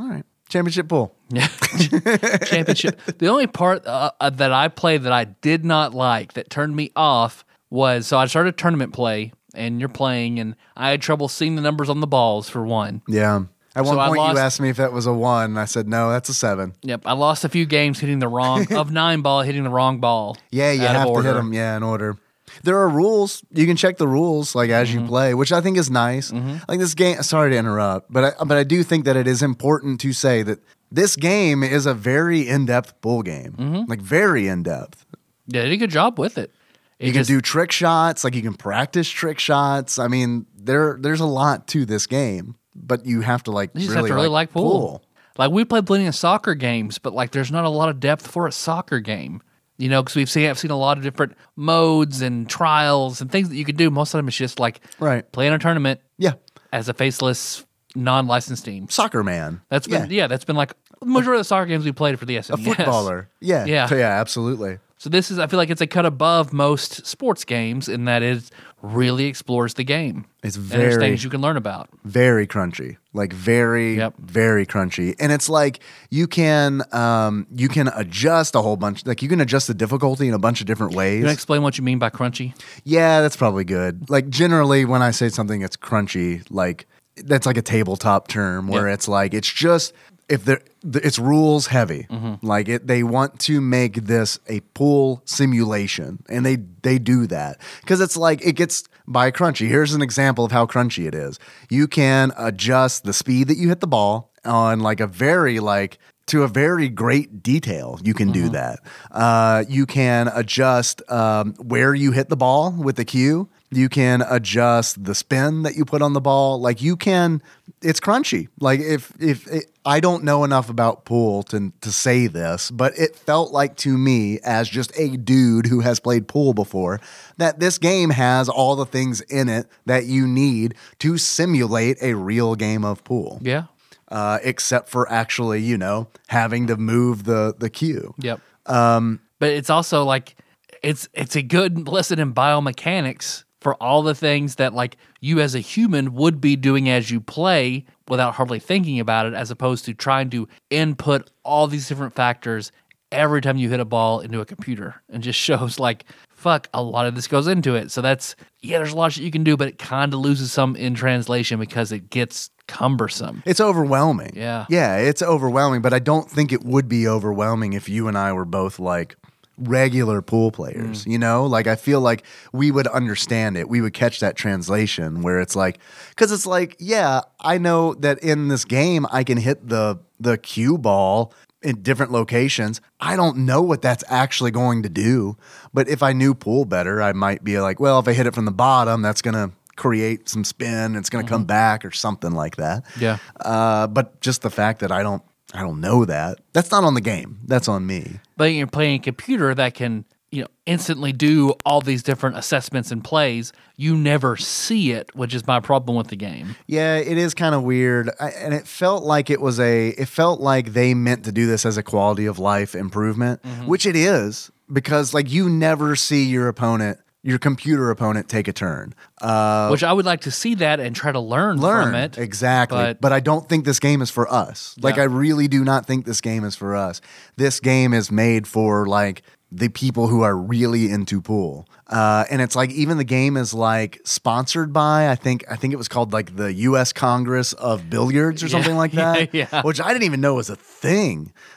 Speaker 2: All right. Championship pool.
Speaker 1: Yeah. Championship. The only part uh, uh, that I played that I did not like that turned me off was so I started tournament play and you're playing and I had trouble seeing the numbers on the balls for one.
Speaker 2: Yeah. At one
Speaker 1: So I
Speaker 2: point,
Speaker 1: lost-
Speaker 2: you asked me if that was a one. and I said, no, that's a seven.
Speaker 1: Yep, I lost a few games hitting the wrong of nine ball hitting the wrong ball.
Speaker 2: Yeah, you
Speaker 1: out of
Speaker 2: have to hit
Speaker 1: order.
Speaker 2: them. Yeah, in order. There are rules. You can check the rules like as
Speaker 1: Mm-hmm.
Speaker 2: you play, which I think is nice. Like this game. Sorry to interrupt, but I, but I do think that it is important to say that this game is a very in depth bull game.
Speaker 1: Mm-hmm.
Speaker 2: Like very in depth.
Speaker 1: Yeah, they did a good job with it. It
Speaker 2: You can
Speaker 1: just-
Speaker 2: do trick shots. Like you can practice trick shots. I mean, there there's a lot to this game, but you have to like
Speaker 1: You just
Speaker 2: really,
Speaker 1: have to really like, pool.
Speaker 2: pool.
Speaker 1: Like we play plenty of soccer games, but like there's not a lot of depth for a soccer game. You know, because we've seen I've seen a lot of different modes and trials and things that you can do. Most of the time, it's just like
Speaker 2: Right.
Speaker 1: playing a tournament
Speaker 2: Yeah,
Speaker 1: as a faceless, non-licensed team.
Speaker 2: soccer man.
Speaker 1: That's been yeah, that's been like the majority of the soccer games we played for the SNES.
Speaker 2: a footballer. Yeah,
Speaker 1: Yeah.
Speaker 2: So, yeah, absolutely.
Speaker 1: So this is I feel like it's a cut above most sports games in that it really explores the game.
Speaker 2: It's
Speaker 1: and there's
Speaker 2: very-
Speaker 1: things you can learn about.
Speaker 2: very crunchy like very
Speaker 1: Yep.
Speaker 2: very crunchy and it's like you can um you can adjust a whole bunch like you can adjust the difficulty in a bunch of different ways
Speaker 1: You want to explain what you mean by crunchy?
Speaker 2: yeah that's probably good like generally when i say something it's crunchy like that's like a tabletop term where
Speaker 1: Yeah.
Speaker 2: it's like it's just if there th- it's rules heavy like it they want to make this a pool simulation and they they do that because it's like it gets by crunchy here's an example of how crunchy it is you can adjust the speed that you hit the ball on like a very like to a very great detail you can do that uh, you can adjust um, where you hit the ball with the cue you can adjust the spin that you put on the ball like you can it's crunchy like if if it, i don't know enough about pool to to say this but it felt like to me as just a dude who has played pool before that this game has all the things in it that you need to simulate a real game of pool
Speaker 1: Yeah.
Speaker 2: uh, except for actually, you know, having to move the the cue.
Speaker 1: Yep. Um, but it's also like it's it's a good lesson in biomechanics for all the things that like you as a human would be doing as you play without hardly thinking about it, as opposed to trying to input all these different factors every time you hit a ball into a computer, and just shows like fuck a lot of this goes into it. So that's yeah, there's a lot of shit you can do, but it kind of loses some in translation because it gets cumbersome.
Speaker 2: It's overwhelming.
Speaker 1: Yeah.
Speaker 2: Yeah, it's overwhelming, but I don't think it would be overwhelming if you and I were both like regular pool players, you know? Like I feel like we would understand it. We would catch that translation where it's like cuz it's like, yeah, I know that in this game I can hit the the cue ball in different locations. I don't know what that's actually going to do, but if I knew pool better, I might be like, well, if I hit it from the bottom, that's going to create some spin, it's going to come back or something like that.
Speaker 1: Yeah.
Speaker 2: Uh, but just the fact that I don't I don't know that. That's not on the game. That's on me.
Speaker 1: but you're playing a computer that can you know instantly do all these different assessments and plays you never see it which is my problem with the game
Speaker 2: Yeah, it is kind of weird. I, and it felt like it was a it felt like they meant to do this as a quality of life improvement, which it is because like you never see your opponent, your computer opponent take a turn. Uh
Speaker 1: which i would like to see that and try to learn,
Speaker 2: learn
Speaker 1: from it
Speaker 2: exactly
Speaker 1: but-
Speaker 2: but, I don't think this game is for us like
Speaker 1: Yeah.
Speaker 2: I really do not think this game is for us this game is made for like the people who are really into pool Uh, and it's like even the game is like sponsored by I think I think it was called like the U.S. Congress of Billiards or something like that,
Speaker 1: yeah, yeah.
Speaker 2: which I didn't even know was a thing.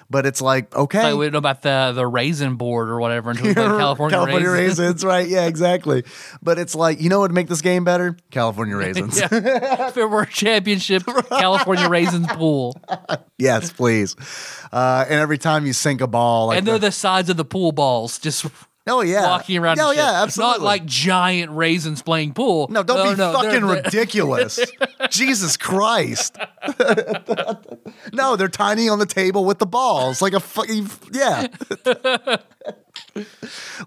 Speaker 2: But it's like okay,
Speaker 1: Like, we don't know about the the raisin board or whatever until we play California,
Speaker 2: California
Speaker 1: raisins.
Speaker 2: raisins. right? Yeah, exactly. But it's like you know what would make this game better? California raisins.
Speaker 1: Yeah. if it were a championship California raisins pool,
Speaker 2: yes, please. Uh, and every time you sink a ball, like
Speaker 1: and they're
Speaker 2: the-
Speaker 1: the size of the pool balls, just
Speaker 2: oh yeah,
Speaker 1: walking around.
Speaker 2: Oh
Speaker 1: and shit.
Speaker 2: yeah, absolutely.
Speaker 1: Not like giant raisins playing pool.
Speaker 2: No, don't be
Speaker 1: no, they're-
Speaker 2: fucking
Speaker 1: they're-
Speaker 2: ridiculous. Jesus Christ. no, they're tiny on the table with the balls, like a fucking yeah.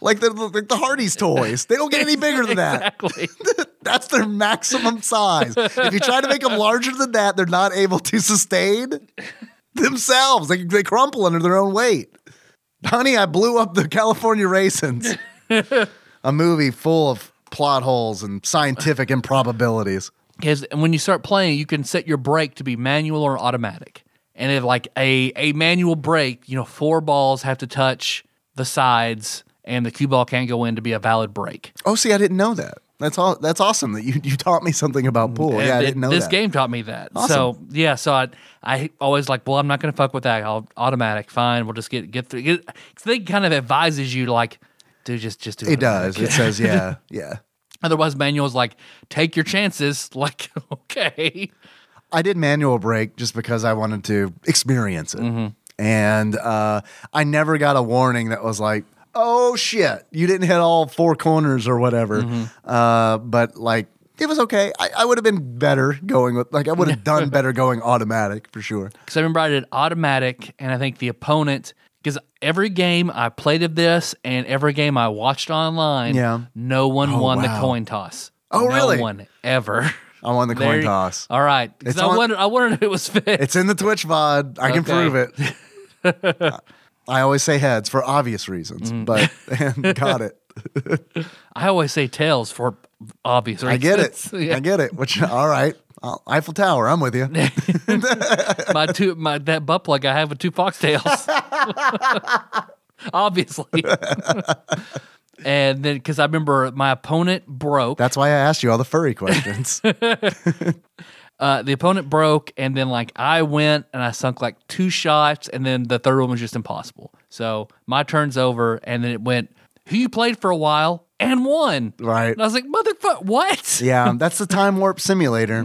Speaker 2: like the like the Hardy's toys. They don't get any bigger than that.
Speaker 1: Exactly.
Speaker 2: That's their maximum size. If you try to make them larger than that, they're not able to sustain themselves. They they crumple under their own weight. Honey, I blew up the California raisins. a movie full of plot holes and scientific improbabilities.
Speaker 1: Because when you start playing, you can set your break to be manual or automatic. And if like a, a manual break, you know, four balls have to touch the sides and the cue ball can't go in to be a valid break.
Speaker 2: Oh, see, I didn't know that. That's all. That's awesome that you you taught me something about pool. Yeah, I
Speaker 1: Th-
Speaker 2: didn't know
Speaker 1: this
Speaker 2: that.
Speaker 1: game taught me that. So yeah, so I, I always like, well, I'm not gonna fuck with that. I'll automatic. Fine, we'll just get get through. Get, 'cause they kind of advises you to like, dude, just just do
Speaker 2: It
Speaker 1: automatic.
Speaker 2: does. It says, yeah, yeah.
Speaker 1: Otherwise, manual's like, take your chances. Like, okay,
Speaker 2: I did manual break just because I wanted to experience it.
Speaker 1: Mm-hmm.
Speaker 2: And uh, I never got a warning that was like, oh shit, you didn't hit all four corners or whatever.
Speaker 1: Mm-hmm.
Speaker 2: Uh, but like, it was okay. I, I would have been better going with, like, I would have done better going automatic for sure.
Speaker 1: because I remember I did automatic, and I think the opponent. Because every game I played of this, and every game I watched online,
Speaker 2: Yeah. Oh,
Speaker 1: no one won the
Speaker 2: wow.
Speaker 1: coin toss.
Speaker 2: Oh,
Speaker 1: no
Speaker 2: really?
Speaker 1: one ever.
Speaker 2: I won the
Speaker 1: There
Speaker 2: coin
Speaker 1: you-
Speaker 2: toss.
Speaker 1: All right, 'Cause
Speaker 2: It's
Speaker 1: I
Speaker 2: on-
Speaker 1: wondered. I wondered if it was fixed.
Speaker 2: It's in the Twitch VOD. I can
Speaker 1: Okay.
Speaker 2: prove it. I always say heads for obvious reasons,
Speaker 1: Mm.
Speaker 2: but got it.
Speaker 1: I always say tails for obvious reasons.
Speaker 2: I get it.
Speaker 1: Yeah.
Speaker 2: I get it. Which, all right. I'll- Eiffel Tower, I'm with you.
Speaker 1: my two, my that butt plug I have with two foxtails. Obviously. and then because I remember my opponent broke.
Speaker 2: That's why I asked you all the furry questions.
Speaker 1: Uh, the opponent broke, and then like I went and I sunk like two shots, and then the third one was just impossible. So my turn's over, and then it went. Who you played for a while and won.
Speaker 2: Right.
Speaker 1: And I was like, motherfucker, what?
Speaker 2: yeah, that's the time warp simulator.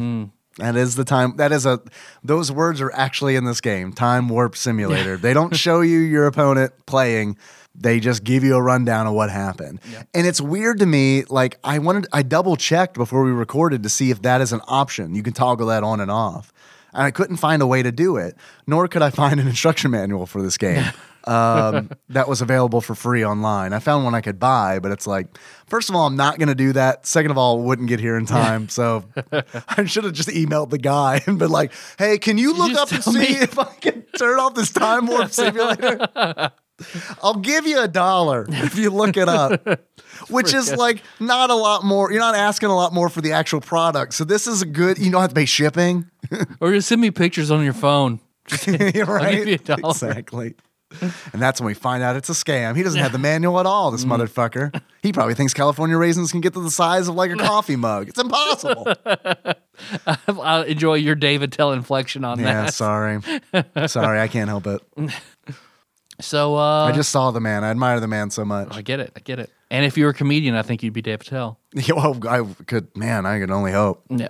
Speaker 2: That is the time. That is a. Those words are actually in this game. Time warp simulator. they don't show you your opponent playing. They just give you a rundown of what happened. And it's weird to me. Like I wanted, I double checked before we recorded to see if that is an option. You can toggle that on and off. And I couldn't find a way to do it, nor could I find an instruction manual for this game um, that was available for free online. I found one I could buy, but it's like, first of all, I'm not going to do that. Second of all, it wouldn't get here in time. So I should have just emailed the guy and been like, hey, can you look
Speaker 1: just
Speaker 2: up and
Speaker 1: tell
Speaker 2: see
Speaker 1: me-
Speaker 2: if I can turn off this time warp simulator? I'll give you a dollar if you look it up, which is like not a lot more. You're not asking a lot more for the actual product. So this is a good, you don't have to pay shipping.
Speaker 1: Or just send me pictures on your phone.
Speaker 2: You're right.
Speaker 1: give you a dollar.
Speaker 2: Exactly. And that's when we find out it's a scam. He doesn't have the manual at all,
Speaker 1: Mm.
Speaker 2: this motherfucker. He probably thinks California raisins can get to the size of like a coffee mug. It's impossible.
Speaker 1: I enjoy your David Tell inflection on
Speaker 2: yeah,
Speaker 1: that.
Speaker 2: sorry. Sorry, I can't help it.
Speaker 1: So uh,
Speaker 2: I just saw the man. I admire the man so much.
Speaker 1: I get it. I get it. And if you were a comedian, I think you'd be Dave Patel.
Speaker 2: Yeah, well, I could, man, I could only hope.
Speaker 1: Yeah.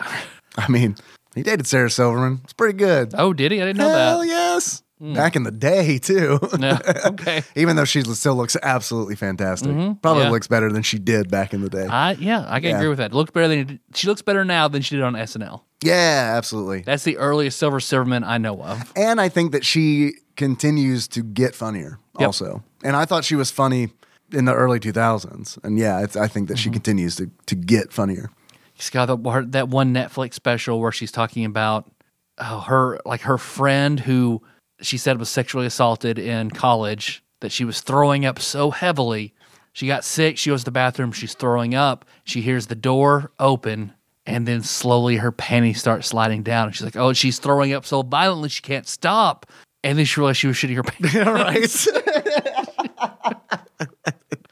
Speaker 2: I mean, he dated Sarah Silverman. It's pretty good.
Speaker 1: Oh, did he? I didn't know
Speaker 2: Hell
Speaker 1: that. Mm.
Speaker 2: yes. Back in the day, too.
Speaker 1: No. Okay.
Speaker 2: Even though she still looks absolutely fantastic. Probably
Speaker 1: Mm-hmm. Yeah.
Speaker 2: looks better than she did back in the day.
Speaker 1: I yeah, I can
Speaker 2: Yeah.
Speaker 1: agree with that. Looked better than she looks better now than she did on SNL.
Speaker 2: yeah, absolutely.
Speaker 1: That's the earliest Silver Silverman I know of.
Speaker 2: And I think that she continues to get funnier also. And I thought she was funny in the early 2000s. And yeah, it's, I think that she continues to, to get funnier.
Speaker 1: She's got that one- that one Netflix special where she's talking about uh, her like her friend who she said was sexually assaulted in college that she was throwing up so heavily. She got sick. She goes to the bathroom. She's throwing up. She hears the door open, and then slowly her panties start sliding down. And she's like, "Oh, she's throwing up so violently she can't stop." And then she realized she was shitting her pants.
Speaker 2: All right.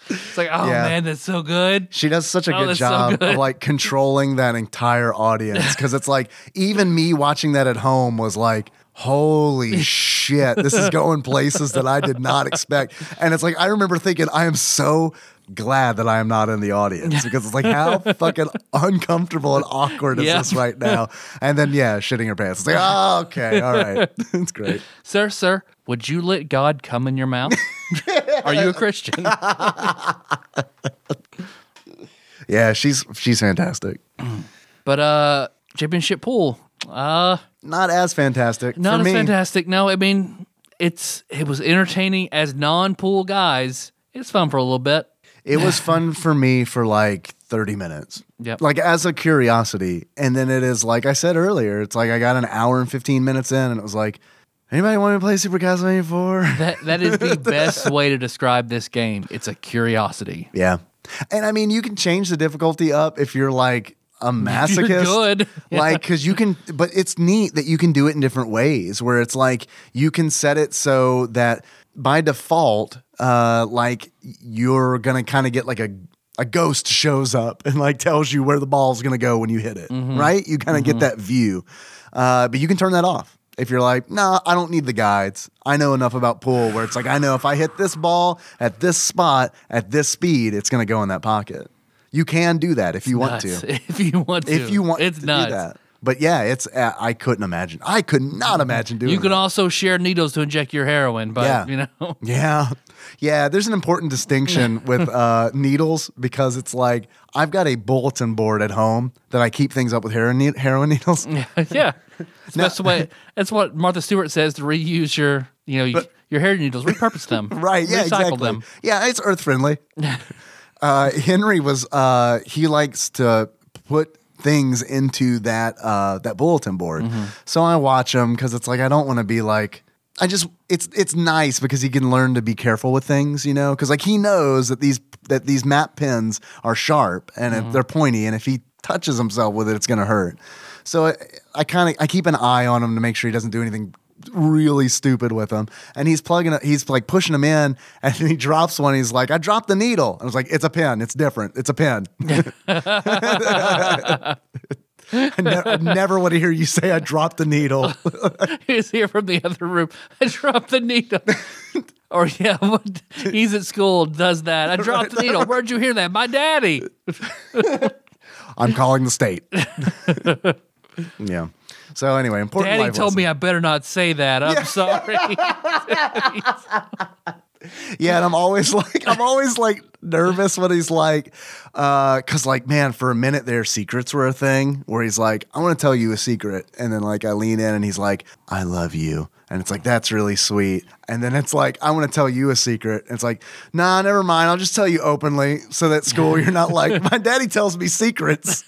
Speaker 1: It's like, oh
Speaker 2: Yeah.
Speaker 1: man, that's so good.
Speaker 2: She does such a
Speaker 1: Oh,
Speaker 2: good
Speaker 1: that's so
Speaker 2: job
Speaker 1: good.
Speaker 2: of like controlling that entire audience because it's like even me watching that at home was like, holy shit, this is going places that I did not expect. And it's like I remember thinking, I am so glad that I am not in the audience because it's like how fucking uncomfortable and awkward is
Speaker 1: Yeah.
Speaker 2: this right now? And then yeah, shitting her pants. It's like, oh okay, all right, it's great.
Speaker 1: Sir, sir, would you let God come in your mouth? Are you a Christian?
Speaker 2: Yeah, she's she's fantastic.
Speaker 1: But uh championship pool. Uh
Speaker 2: Not as fantastic.
Speaker 1: not
Speaker 2: for
Speaker 1: as
Speaker 2: me.
Speaker 1: fantastic. No, I mean it's it was entertaining as non pool guys. It's fun for a little bit.
Speaker 2: It was fun for me for like 30 minutes.
Speaker 1: Yep.
Speaker 2: Like as a curiosity. And then it is like I said earlier, it's like I got an hour and 15 minutes in and it was like, anybody want me to play Super Castlevania 4?
Speaker 1: That that is the best way to describe this game. It's a curiosity.
Speaker 2: yeah. And I mean, you can change the difficulty up if you're like a masochist.
Speaker 1: good.
Speaker 2: Like, cause you can, but it's neat that you can do it in different ways where it's like you can set it so that by default, uh, like you're gonna kind of get like a, a ghost shows up and like tells you where the ball's gonna go when you hit it, right? You kind of get that view. Uh, but you can turn that off. If you're like, nah, I don't need the guides. I know enough about pool where it's like, I know if I hit this ball at this spot at this speed, it's going to go in that pocket. You can do that if you want to
Speaker 1: Nuts. If you want to.
Speaker 2: if you want
Speaker 1: it's
Speaker 2: to
Speaker 1: nuts.
Speaker 2: do that. But yeah, it's uh, I couldn't imagine. I could not imagine doing.
Speaker 1: You can
Speaker 2: that.
Speaker 1: also share needles to inject your heroin, but
Speaker 2: Yeah.
Speaker 1: you know.
Speaker 2: yeah, yeah. There's an important distinction with uh, needles because it's like I've got a bulletin board at home that I keep things up with heroin, ne- heroin needles.
Speaker 1: yeah. It's the best way that's what Martha Stewart says to reuse your you know, your hair needles, repurpose them.
Speaker 2: right? Yeah,
Speaker 1: Recycle
Speaker 2: exactly.
Speaker 1: them.
Speaker 2: Yeah, it's earth friendly. uh, Henry was uh, he likes to put things into that uh, that bulletin board,
Speaker 1: Mm-hmm.
Speaker 2: so I watch him because it's like I don't want to be like. I just it's it's nice because he can learn to be careful with things, you know, because like he knows that these that these map pins are sharp and
Speaker 1: Mm-hmm.
Speaker 2: if they're pointy, and if he touches himself with it, it's gonna hurt. So I, I kind of I keep an eye on him to make sure he doesn't do anything really stupid with him. And he's plugging it, he's like pushing him in, and then he drops one. He's like, I dropped the needle. And I was like, it's a pin. It's different. It's a pin. I ne- I never want to hear you say I dropped the needle.
Speaker 1: He's here from the other room. I dropped the needle. or yeah, what, he's at school, does that. I dropped the needle. Where'd you hear that? My daddy.
Speaker 2: I'm calling the state. yeah. So anyway, important
Speaker 1: Daddy
Speaker 2: life
Speaker 1: told
Speaker 2: lesson.
Speaker 1: me I better not say that. I'm sorry.
Speaker 2: Yeah, and I'm always like, I'm always like nervous when he's like, uh, cause like, man, for a minute there, secrets were a thing where he's like, I want to tell you a secret, and then like I lean in and he's like, I love you, and it's like that's really sweet, and then it's like I want to tell you a secret, and it's like, nah, never mind, I'll just tell you openly so that school you're not like, my daddy tells me secrets.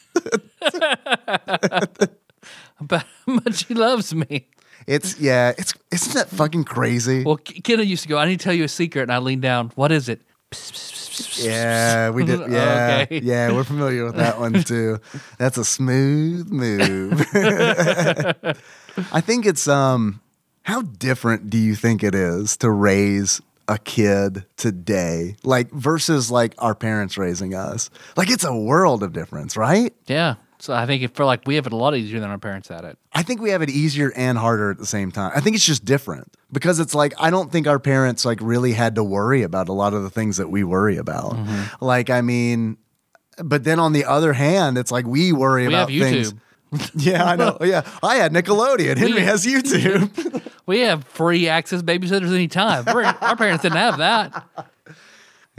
Speaker 1: About how much he loves me.
Speaker 2: It's yeah, it's isn't that fucking crazy?
Speaker 1: Well, K- Kenna used to go, I need to tell you a secret. And I leaned down. What is it?
Speaker 2: Yeah, we did. Yeah,
Speaker 1: Okay.
Speaker 2: yeah, we're familiar with that one too. That's a smooth move. I think it's um, how different do you think it is to raise a kid today, like versus like our parents raising us? Like it's a world of difference, right?
Speaker 1: Yeah. So I think it felt like we have it a lot easier than our parents had it.
Speaker 2: I think we have it easier and harder at the same time. I think it's just different because it's like I don't think our parents like really had to worry about a lot of the things that we worry about.
Speaker 1: Mm-hmm.
Speaker 2: Like I mean, but then on the other hand, it's like we worry
Speaker 1: We have
Speaker 2: about
Speaker 1: YouTube.
Speaker 2: things. Yeah, I know. Yeah, I had Nickelodeon. Henry has YouTube.
Speaker 1: We have free access babysitters anytime. We're, our parents didn't have that.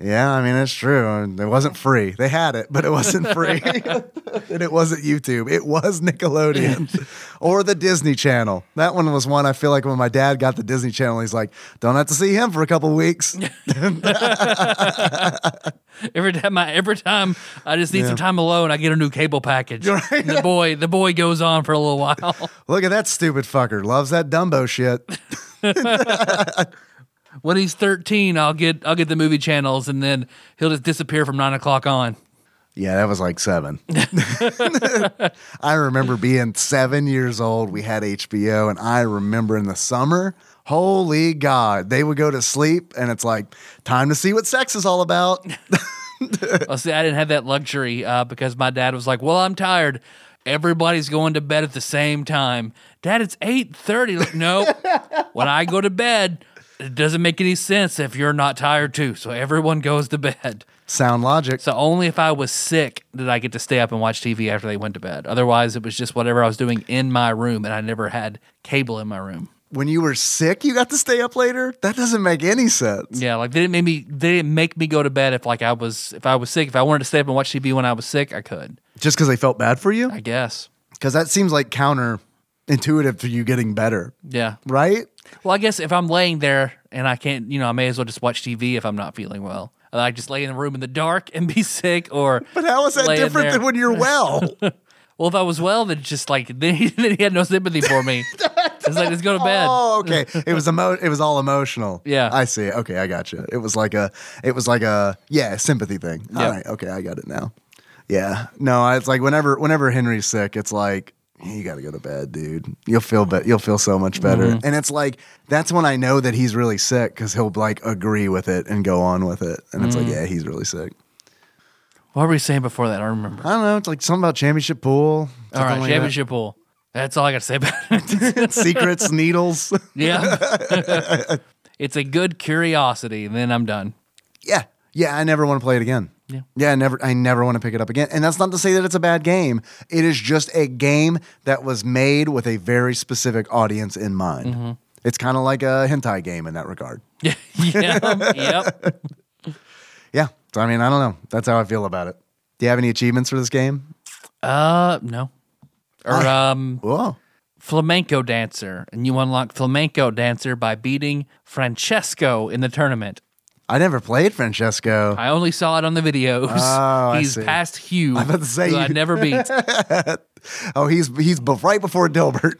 Speaker 2: yeah, I mean it's true. It wasn't free. They had it, but it wasn't free, and it wasn't YouTube. It was Nickelodeon or the Disney Channel. That one was one I feel like when my dad got the Disney Channel, he's like, "Don't have to see him for a couple weeks."
Speaker 1: Every time I every time I just need some time alone, I get a new cable package. And the boy the boy goes on for a little while.
Speaker 2: Look at that stupid fucker. Loves that Dumbo shit.
Speaker 1: When he's thirteen, I'll get I'll get the movie channels and then he'll just disappear from nine o'clock on.
Speaker 2: Yeah, that was like seven. I remember being seven years old. We had HBO, and I remember in the summer, holy God, they would go to sleep, and it's like, time to see what sex is all about.
Speaker 1: well, see, I didn't have that luxury uh, because my dad was like, "Well, I'm tired. Everybody's going to bed at the same time." Dad, it's eight thirty. Like, no, when I go to bed, it doesn't make any sense if you're not tired too. So everyone goes to bed.
Speaker 2: Sound logic.
Speaker 1: So only if I was sick did I get to stay up and watch TV after they went to bed. Otherwise, it was just whatever I was doing in my room, and I never had cable in my room.
Speaker 2: when you were sick, you got to stay up later? That doesn't make any sense.
Speaker 1: Yeah, like they didn't make me. They didn't make me go to bed if like I was if I was sick. If I wanted to stay up and watch TV when I was sick, I could.
Speaker 2: Just because they felt bad for you?
Speaker 1: I guess.
Speaker 2: Because that seems like counterintuitive to you getting better,
Speaker 1: Yeah.
Speaker 2: right?
Speaker 1: Well, I guess if I'm laying there and I can't, you know, I may as well just watch TV if I'm not feeling well. I like just lay in the room in the dark and be sick, or
Speaker 2: But how is that
Speaker 1: lay in
Speaker 2: different
Speaker 1: there-
Speaker 2: than when you're well?
Speaker 1: well, if I was well, then just like then he, then he had no sympathy for me. it's like just go to bed.
Speaker 2: Oh, okay. It was emo- it was all emotional.
Speaker 1: Yeah.
Speaker 2: I see. Okay, I got you. It was like a it was like a yeah, sympathy thing.
Speaker 1: Yeah.
Speaker 2: All right. Okay, I got it now. Yeah. No, I- it's like whenever whenever Henry's sick, it's like you got to go to bed, dude. You'll feel be- you'll feel so much better.
Speaker 1: Mm-hmm.
Speaker 2: And it's like that's when I know that he's really sick cuz he'll like agree with it and go on with it. And it's like,
Speaker 1: Mm.
Speaker 2: yeah, he's really sick.
Speaker 1: What were we saying before that? I don't remember.
Speaker 2: I don't know, it's like something about championship pool.
Speaker 1: all right,
Speaker 2: something like
Speaker 1: championship pool. That's all I got to say about it.
Speaker 2: that. secrets, needles.
Speaker 1: yeah. it's a good curiosity, and then I'm done.
Speaker 2: Yeah. Yeah, I never want to play it again.
Speaker 1: Yeah.
Speaker 2: Yeah, I never I never want to pick it up again. And that's not to say that it's a bad game. It is just a game that was made with a very specific audience in mind. It's kind of like a hentai game in that regard.
Speaker 1: Yeah. yep.
Speaker 2: Yeah. So I mean, I don't know. That's how I feel about it. Do you have any achievements for this game?
Speaker 1: Uh, no. Or
Speaker 2: Uh.
Speaker 1: um,
Speaker 2: Whoa.
Speaker 1: flamenco dancer, and you unlock flamenco dancer by beating Francesco in the tournament.
Speaker 2: I never played Francesco.
Speaker 1: I only saw it on the videos.
Speaker 2: Oh, I
Speaker 1: He's
Speaker 2: see.
Speaker 1: past Hugh,
Speaker 2: about to say
Speaker 1: who
Speaker 2: you-
Speaker 1: I never beat.
Speaker 2: Oh, he's he's be- right before Dilbert.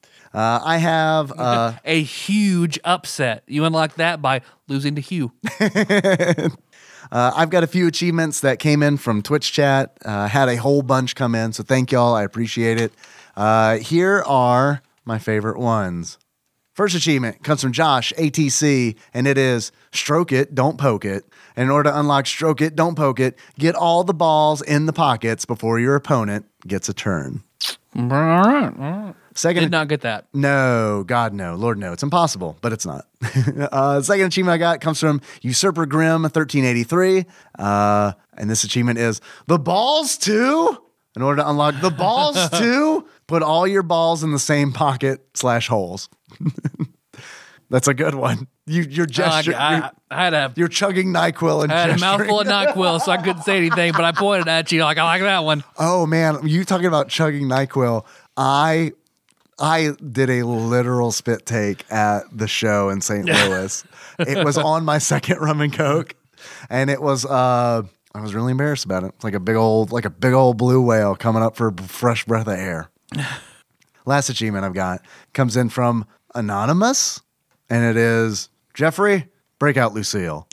Speaker 2: uh, I have uh,
Speaker 1: A huge upset. You unlock that by losing to Hugh.
Speaker 2: Uh, I've got a few achievements that came in from Twitch chat. Uh, had a whole bunch come in, so thank y'all. I appreciate it. Uh, here are my favorite ones. First achievement comes from Josh ATC, and it is stroke it, don't poke it. And in order to unlock stroke it, don't poke it, get all the balls in the pockets before your opponent gets a turn. Second,
Speaker 1: Did not get that.
Speaker 2: no, God, no, Lord, no. It's impossible, but it's not. uh, the second achievement I got comes from Usurper Grim 1383. Uh, and this achievement is the balls too. In order to unlock the balls too, put all your balls in the same pocket slash holes. That's a good one. You, you're
Speaker 1: Oh, I,
Speaker 2: gesturing.
Speaker 1: I,
Speaker 2: you're,
Speaker 1: I had a,
Speaker 2: you're chugging Nyquil and
Speaker 1: I had a
Speaker 2: gesturing.
Speaker 1: mouthful of Nyquil, so I couldn't say anything, but I pointed at you like, I like that one.
Speaker 2: Oh man, you talking about chugging NyQuil. I I did a literal spit take at the show in St. Louis. it was on my second rum and coke. And it was uh I was really embarrassed about it. It's like a big old like a big old blue whale coming up for a fresh breath of air. Last achievement I've got comes in from Anonymous, and it is Jeffrey, break out Lucille.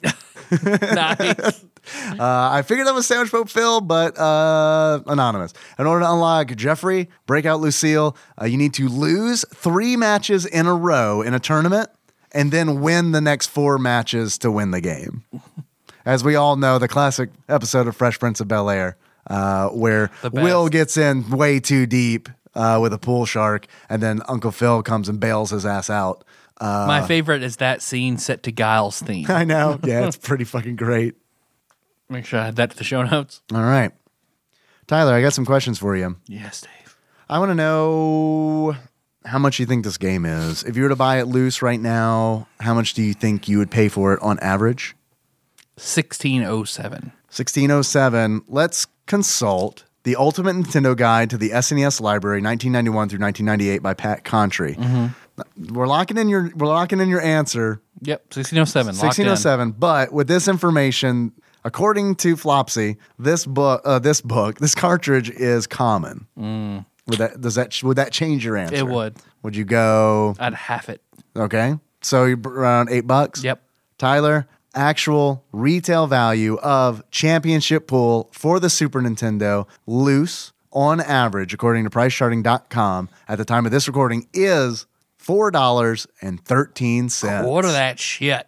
Speaker 1: Nice.
Speaker 2: Uh, I figured that was Sandwich Boat Phil, but uh, anonymous. In order to unlock Jeffrey, break out Lucille, uh, you need to lose three matches in a row in a tournament and then win the next four matches to win the game. As we all know, the classic episode of Fresh Prince of Bel Air, uh, where
Speaker 1: best.
Speaker 2: Will gets in way too deep uh, with a pool shark, and then Uncle Phil comes and bails his ass out. Uh,
Speaker 1: My favorite is that scene set to Giles' theme.
Speaker 2: I know. Yeah, it's pretty fucking great.
Speaker 1: Make sure I add that to the show notes.
Speaker 2: All right. Tyler, I got some questions for you.
Speaker 1: Yes, Dave.
Speaker 2: I want to know how much you think this game is. If you were to buy it loose right now, how much do you think you would pay for it on average?
Speaker 1: 1607.
Speaker 2: 1607. Let's consult The Ultimate Nintendo Guide to the SNES Library 1991 through 1998 by Pat Contry.
Speaker 1: Mm-hmm.
Speaker 2: We're locking in your we're locking in your answer
Speaker 1: Yep, 1607. locked in.
Speaker 2: 1607. But with this information, according to Flopsy, this book, uh, this book, this cartridge is common. Would that does that would that change your answer?
Speaker 1: Mm. It would.
Speaker 2: Would you go
Speaker 1: I'd half it.
Speaker 2: okay? So you're around eight bucks.
Speaker 1: Yep.
Speaker 2: Tyler, actual retail value of Championship Pool for the Super Nintendo loose on average, according to PriceCharting.com, at the time of this recording is. Four dollars and thirteen cents.
Speaker 1: Order that shit.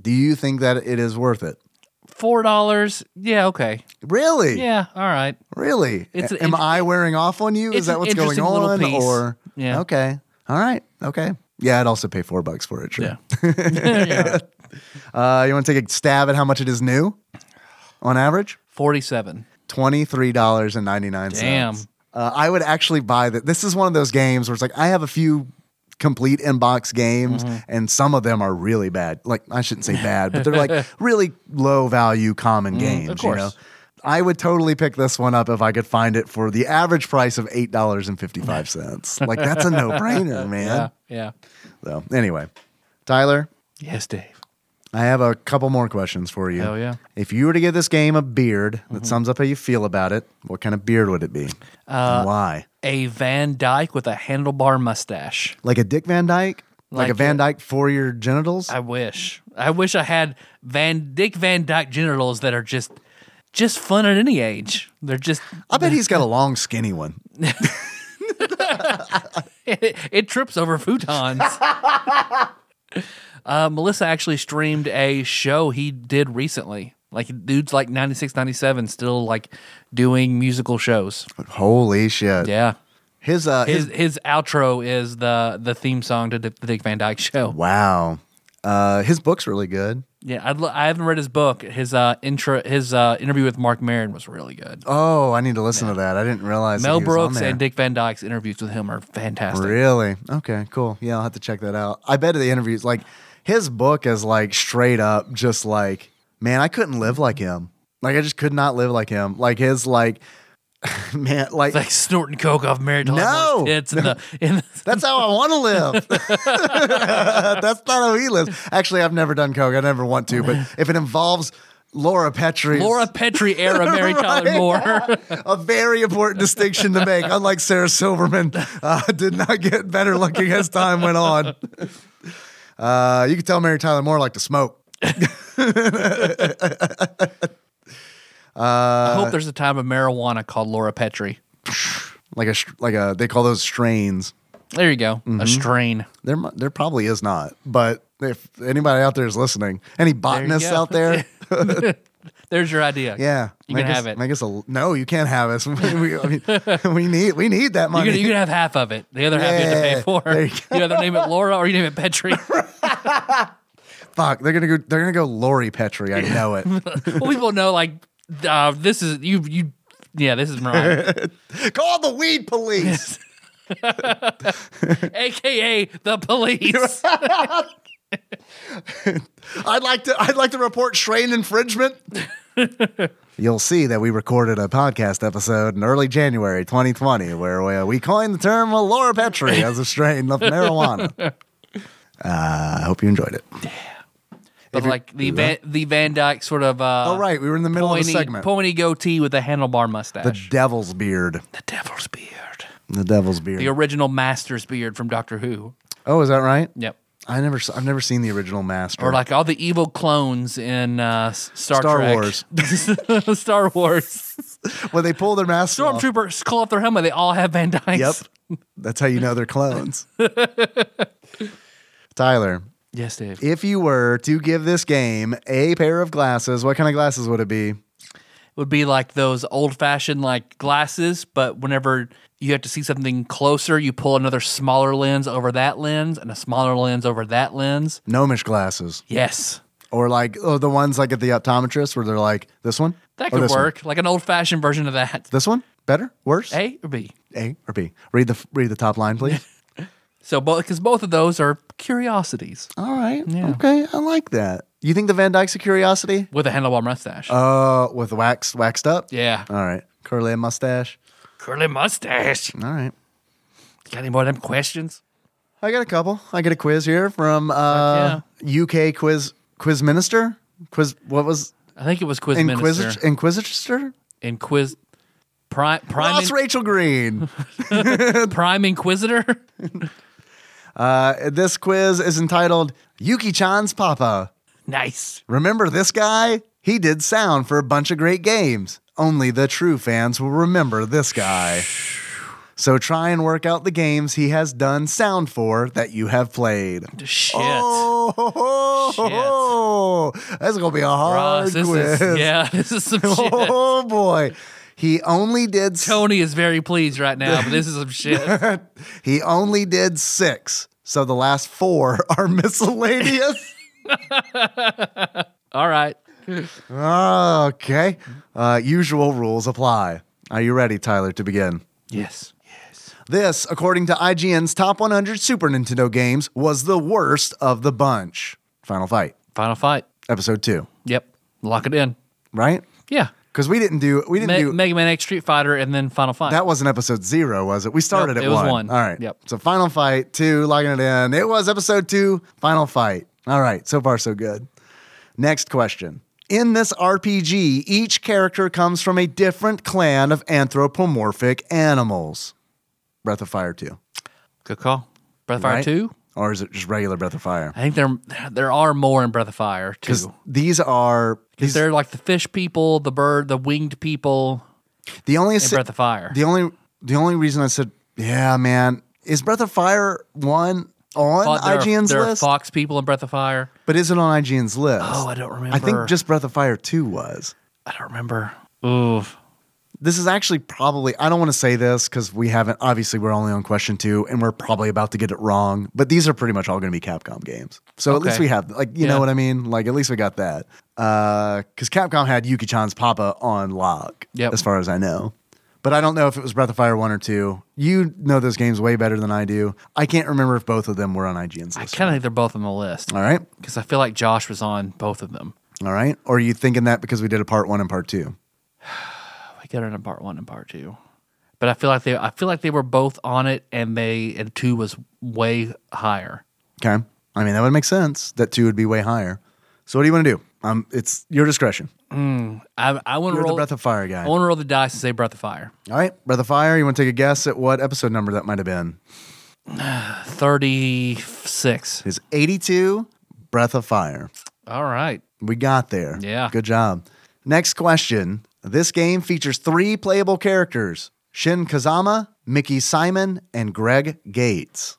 Speaker 2: Do you think that it is worth it?
Speaker 1: four dollars. Yeah, okay.
Speaker 2: Really?
Speaker 1: Yeah, all right.
Speaker 2: Really?
Speaker 1: It's-
Speaker 2: A- Am
Speaker 1: it's-
Speaker 2: I wearing off on you?
Speaker 1: it's
Speaker 2: Is that
Speaker 1: an
Speaker 2: what's going
Speaker 1: interesting little
Speaker 2: on?
Speaker 1: piece.
Speaker 2: Or
Speaker 1: Yeah.
Speaker 2: okay, all right, okay. Yeah, I'd also pay four bucks for it. Sure.
Speaker 1: Yeah. Yeah.
Speaker 2: Uh, you want to take a stab at how much it is new, on average?
Speaker 1: Forty-seven.
Speaker 2: Twenty three dollars and ninety nine cents.
Speaker 1: Damn.
Speaker 2: Uh, I would actually buy that. This is one of those games where it's like I have a few complete inbox games,
Speaker 1: Mm-hmm.
Speaker 2: and some of them are really bad. Like I shouldn't say bad, but they're like really low value common games.
Speaker 1: Mm, course.
Speaker 2: You know? I would totally pick this one up if I could find it for the average price of eight dollars and fifty five cents. like that's a no brainer,
Speaker 1: Yeah,
Speaker 2: man.
Speaker 1: yeah.
Speaker 2: So anyway, Tyler,
Speaker 1: Yes, Dave.
Speaker 2: I have a couple more questions for you.
Speaker 1: Hell yeah. Mm-hmm.
Speaker 2: If you were to give this game a beard that sums up how you feel about it, what kind of beard would it be?
Speaker 1: Uh,
Speaker 2: and why?
Speaker 1: A Van Dyke with a handlebar mustache.
Speaker 2: Like a Dick Van Dyke? Like, a
Speaker 1: Like
Speaker 2: Van Dyke for your genitals?
Speaker 1: I wish. I wish I had Van Dick Van Dyke genitals that are just just fun at any age. They're just
Speaker 2: I bet he's got a long, skinny one.
Speaker 1: it, trips over futons. uh, Melissa actually streamed a show he did recently. Like dudes like 96, 97 still like doing musical shows.
Speaker 2: Holy shit.
Speaker 1: Yeah.
Speaker 2: His, uh, his,
Speaker 1: His his outro is the the theme song to the Dick Van Dyke show.
Speaker 2: wow. Uh, his book's really good.
Speaker 1: Yeah, I'd, lo- I haven't read his book. His uh intro his uh interview with Mark Maron was really good.
Speaker 2: Oh, I need to listen to that. I didn't realize that
Speaker 1: Mel
Speaker 2: he was on
Speaker 1: Brooks
Speaker 2: there.
Speaker 1: and Dick Van Dyke's interviews with him are fantastic.
Speaker 2: Really? Okay, cool. Yeah, I'll have to check that out. I bet the interviews, like, his book is like straight up just like, man, I couldn't live like him. Like, I just could not live like him. Like, his, like, man, like,
Speaker 1: Like snorting coke off Mary Tyler Moore's
Speaker 2: No!
Speaker 1: tits in the in the
Speaker 2: that's how I want to live. that's not how he lives. Actually, I've never done Coke. I never want to, but if it involves Laura Petrie,
Speaker 1: Laura Petrie era Mary Tyler
Speaker 2: Right. Uh,
Speaker 1: Moore.
Speaker 2: a very important distinction to make. Unlike Sarah Silverman, uh, did not get better looking as time went on. Uh, you can tell Mary Tyler Moore liked to smoke.
Speaker 1: I hope there's a type of marijuana called Laura Petrie.
Speaker 2: Like a str- like a they call those strains.
Speaker 1: There you go.
Speaker 2: Mm-hmm.
Speaker 1: A strain.
Speaker 2: There mu- there probably is not, but if anybody out there is listening, any botanists
Speaker 1: go.
Speaker 2: out there,
Speaker 1: There's your idea.
Speaker 2: yeah,
Speaker 1: You
Speaker 2: make
Speaker 1: can
Speaker 2: us-
Speaker 1: have it.
Speaker 2: Make us a no. You can't have us. we, I mean, we need we need that
Speaker 1: You
Speaker 2: money.
Speaker 1: can, you can have half of it. The other half you have to
Speaker 2: Yeah,
Speaker 1: pay for.
Speaker 2: there you
Speaker 1: You, either name it Laura or you name it Petrie.
Speaker 2: Fuck, they're gonna go. They're gonna go Lori Petrie. I know it.
Speaker 1: well, people know like uh, this is you you yeah this is Mariah,
Speaker 2: Call the weed police.
Speaker 1: aka the police.
Speaker 2: I'd like to I'd like to report strain infringement. You'll see that we recorded a podcast episode in early January 2020 where we, we coined the term Laura Petri as a strain of marijuana. Uh, I hope you enjoyed it.
Speaker 1: But like the Van, the Van Dyke sort of uh,
Speaker 2: All Oh, right, we were in the middle
Speaker 1: pointy,
Speaker 2: of a segment.
Speaker 1: pointy goatee with a handlebar
Speaker 2: the
Speaker 1: mustache,
Speaker 2: devil's beard.
Speaker 1: the devil's beard,
Speaker 2: The devil's
Speaker 1: the
Speaker 2: beard.
Speaker 1: original master's beard from Doctor Who.
Speaker 2: Oh, is that right?
Speaker 1: Yep.
Speaker 2: I never s- I've never seen the original master.
Speaker 1: Or like all the evil clones in uh, S- Star,
Speaker 2: Star
Speaker 1: Trek.
Speaker 2: Wars.
Speaker 1: Star Wars.
Speaker 2: when they pull their mask off.
Speaker 1: Stormtroopers call off their helmet. They all have Van Dykes.
Speaker 2: Yep. That's how you know they're clones. Tyler,
Speaker 1: Yes, Dave. It
Speaker 2: If you were to give this game a pair of glasses, what kind of glasses would it be?
Speaker 1: would be like those old-fashioned like glasses, but whenever you have to see something closer, you pull another smaller lens over that lens and a smaller lens over that lens.
Speaker 2: Gnomish glasses.
Speaker 1: Yes.
Speaker 2: Or like oh, the ones like at the optometrist where they're like, this one?
Speaker 1: That
Speaker 2: Or
Speaker 1: could
Speaker 2: Oh, this one?
Speaker 1: work. Like an old fashioned version of that.
Speaker 2: This one? Better? Worse?
Speaker 1: A or B.
Speaker 2: A or B? Read the read the top line, please.
Speaker 1: So both because both of those are curiosities
Speaker 2: All right. Okay. I like that. You think the Van Dyke's a curiosity?
Speaker 1: with a handlebar mustache.
Speaker 2: Uh with wax waxed up?
Speaker 1: yeah.
Speaker 2: All right. Curly mustache.
Speaker 1: Curly mustache.
Speaker 2: All right.
Speaker 1: Got any more of them questions?
Speaker 2: I got a couple. I got a quiz here from uh UK quiz quiz minister? Quiz what was
Speaker 1: I think it was Quiz
Speaker 2: Inquisitor?
Speaker 1: Minister
Speaker 2: Inquisitor?
Speaker 1: and Quiz Prime Prime,
Speaker 2: Ross Rachel Green.
Speaker 1: Prime Inquisitor.
Speaker 2: Uh, this quiz is entitled Yuki Chan's Papa.
Speaker 1: nice.
Speaker 2: Remember this guy? He did sound for a bunch of great games. Only the true fans will remember this guy. So try and work out the games he has done sound for that you have played.
Speaker 1: Shit.
Speaker 2: Oh, ho, ho,
Speaker 1: Shit.
Speaker 2: ho. that's Oh, gonna be a hard
Speaker 1: Ross, this
Speaker 2: quiz.
Speaker 1: is yeah, this is some shit.
Speaker 2: Oh boy, he only did s-
Speaker 1: Tony is very pleased right now, but this is some shit.
Speaker 2: he only did six. So the last four are miscellaneous.
Speaker 1: All right.
Speaker 2: okay, uh, usual rules apply. Are you ready, Tyler, to begin?
Speaker 1: Yes.
Speaker 2: This, according to IGN's top 100 Super Nintendo games, was the worst of the bunch. Final Fight,
Speaker 1: Final fight.
Speaker 2: Episode Two,
Speaker 1: Yep. Lock it in.
Speaker 2: right?
Speaker 1: Yeah.
Speaker 2: Because we didn't do we didn't
Speaker 1: Me-
Speaker 2: do
Speaker 1: Mega Man X Street Fighter and then Final Fight.
Speaker 2: That wasn't episode zero, was it? We started
Speaker 1: Nope,
Speaker 2: at
Speaker 1: it was
Speaker 2: one.
Speaker 1: one.
Speaker 2: All right.
Speaker 1: Yep.
Speaker 2: So final fight two, logging it in. It was episode two, final fight. All right. So far, so good. Next question. In this RPG, each character comes from a different clan of anthropomorphic animals. Breath of Fire 2.
Speaker 1: Good call. Breath of Fire
Speaker 2: right?
Speaker 1: 2.
Speaker 2: Or is it just regular Breath of Fire?
Speaker 1: I think there there are more in Breath of Fire
Speaker 2: Because
Speaker 1: too.
Speaker 2: these are
Speaker 1: Because
Speaker 2: these,
Speaker 1: they're like the fish people, the bird, the winged people
Speaker 2: the only
Speaker 1: in
Speaker 2: si-
Speaker 1: Breath of Fire.
Speaker 2: the only the only reason I said, yeah, man, is Breath of Fire one on
Speaker 1: Fo- there are-
Speaker 2: IGN's
Speaker 1: there
Speaker 2: list?
Speaker 1: are fox people in Breath of Fire.
Speaker 2: But is it on IGN's list?
Speaker 1: Oh, I don't remember.
Speaker 2: I think just Breath of Fire 2 was.
Speaker 1: I don't remember. Ooh,
Speaker 2: This is actually probably, I don't want to say this because we haven't, obviously, we're only on question two and we're probably about to get it wrong, but these are pretty much all going to be Capcom games. So at least
Speaker 1: Okay.
Speaker 2: we have, like, you
Speaker 1: Yeah.
Speaker 2: know what I mean? Like, at least we got that. Because Capcom had Yuki chan's Papa on lock,
Speaker 1: Yep.
Speaker 2: as far as I know. But I don't know if it was Breath of Fire 1 or 2. You know those games way better than I do. I can't remember if both of them were on IGN's
Speaker 1: I
Speaker 2: list.
Speaker 1: kind of think they're both on the list
Speaker 2: all right.
Speaker 1: because I feel like Josh was on both of them.
Speaker 2: All right. Or are you thinking that because we did a part one and part two?
Speaker 1: We got it in part one and part two, but I feel like they I feel like they were both on it, and they and two was way higher.
Speaker 2: Okay. I mean, that would make sense that two would be way higher. So what do you want to do? Um, it's your discretion.
Speaker 1: I I want to
Speaker 2: You're
Speaker 1: roll
Speaker 2: the Breath of Fire guy.
Speaker 1: I
Speaker 2: All
Speaker 1: want to roll the dice and say Breath of Fire.
Speaker 2: right, Breath of Fire. You want to take a guess at what episode number that might have been?
Speaker 1: Thirty six.
Speaker 2: Is 82 Breath of Fire.
Speaker 1: All right.
Speaker 2: We got there.
Speaker 1: Yeah.
Speaker 2: Good job. Next question. This game features three playable characters: Shin Kazama, Mickey Simon, and Greg Gates.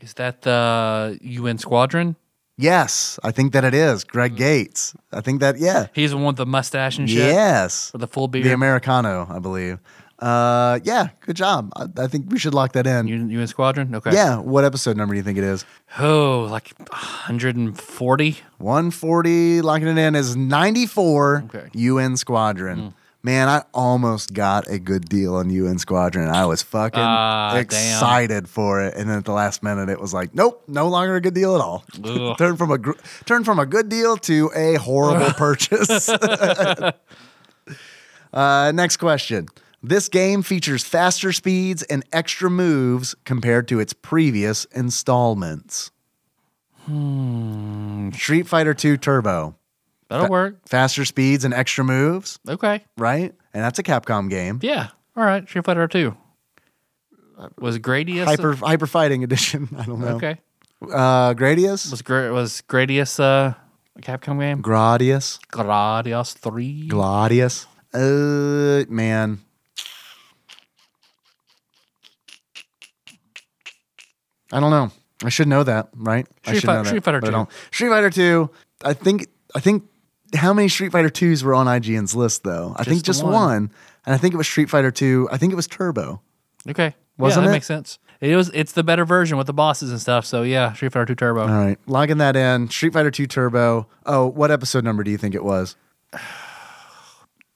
Speaker 1: Is that the UN Squadron?
Speaker 2: Yes, I think that it is
Speaker 1: Mm.
Speaker 2: Greg Gates. I think that yeah.
Speaker 1: He's the one with the mustache and shit.
Speaker 2: Yes.
Speaker 1: Or the full beard.
Speaker 2: The Americano, I believe. Uh, yeah, good job. I, I think we should lock that in.
Speaker 1: UN, UN Squadron? Okay.
Speaker 2: yeah, what episode number do you think it is?
Speaker 1: Oh, like 140?
Speaker 2: 140, locking it in is 94
Speaker 1: Okay. Mm.
Speaker 2: UN Squadron. Man, I almost got a good deal on UN Squadron. I was fucking
Speaker 1: Ah, damn.
Speaker 2: excited for it, and then at the last minute, it was like, nope, no longer a good deal at all.
Speaker 1: Ugh.
Speaker 2: turn from a gr- turn from a good deal to a horrible purchase. uh, next question. This game features faster speeds and extra moves compared to its previous installments.
Speaker 1: Hmm.
Speaker 2: Street Fighter 2 Turbo.
Speaker 1: That'll work.
Speaker 2: Faster speeds and extra moves,
Speaker 1: Okay.
Speaker 2: right? And that's a Capcom game.
Speaker 1: Yeah. All right. Street Fighter 2. Was Gradius.
Speaker 2: Hyper Hyper Fighting Edition. I don't know.
Speaker 1: Okay.
Speaker 2: Uh, Gradius?
Speaker 1: Was Gra- was Gradius uh, a Capcom game?
Speaker 2: Gradius?
Speaker 1: Gradius 3.
Speaker 2: Gladius. Uh, man. I don't know. I should know that, right? I
Speaker 1: Street
Speaker 2: should
Speaker 1: Fi-
Speaker 2: know that,
Speaker 1: Street Fighter
Speaker 2: but I
Speaker 1: 2.
Speaker 2: don't. Street Fighter Two. I think. I think. How many Street Fighter Twos were on IGN's list, though? I think
Speaker 1: the
Speaker 2: just
Speaker 1: one.
Speaker 2: one. and I think it was Street Fighter Two. I think it was Turbo.
Speaker 1: okay.
Speaker 2: Wasn't
Speaker 1: yeah, that
Speaker 2: it?
Speaker 1: makes sense. It was. It's the better version with the bosses and stuff. So yeah, Street Fighter 2 Turbo.
Speaker 2: All right, logging that in. Street Fighter Two Turbo. Oh, what episode number do you think it was?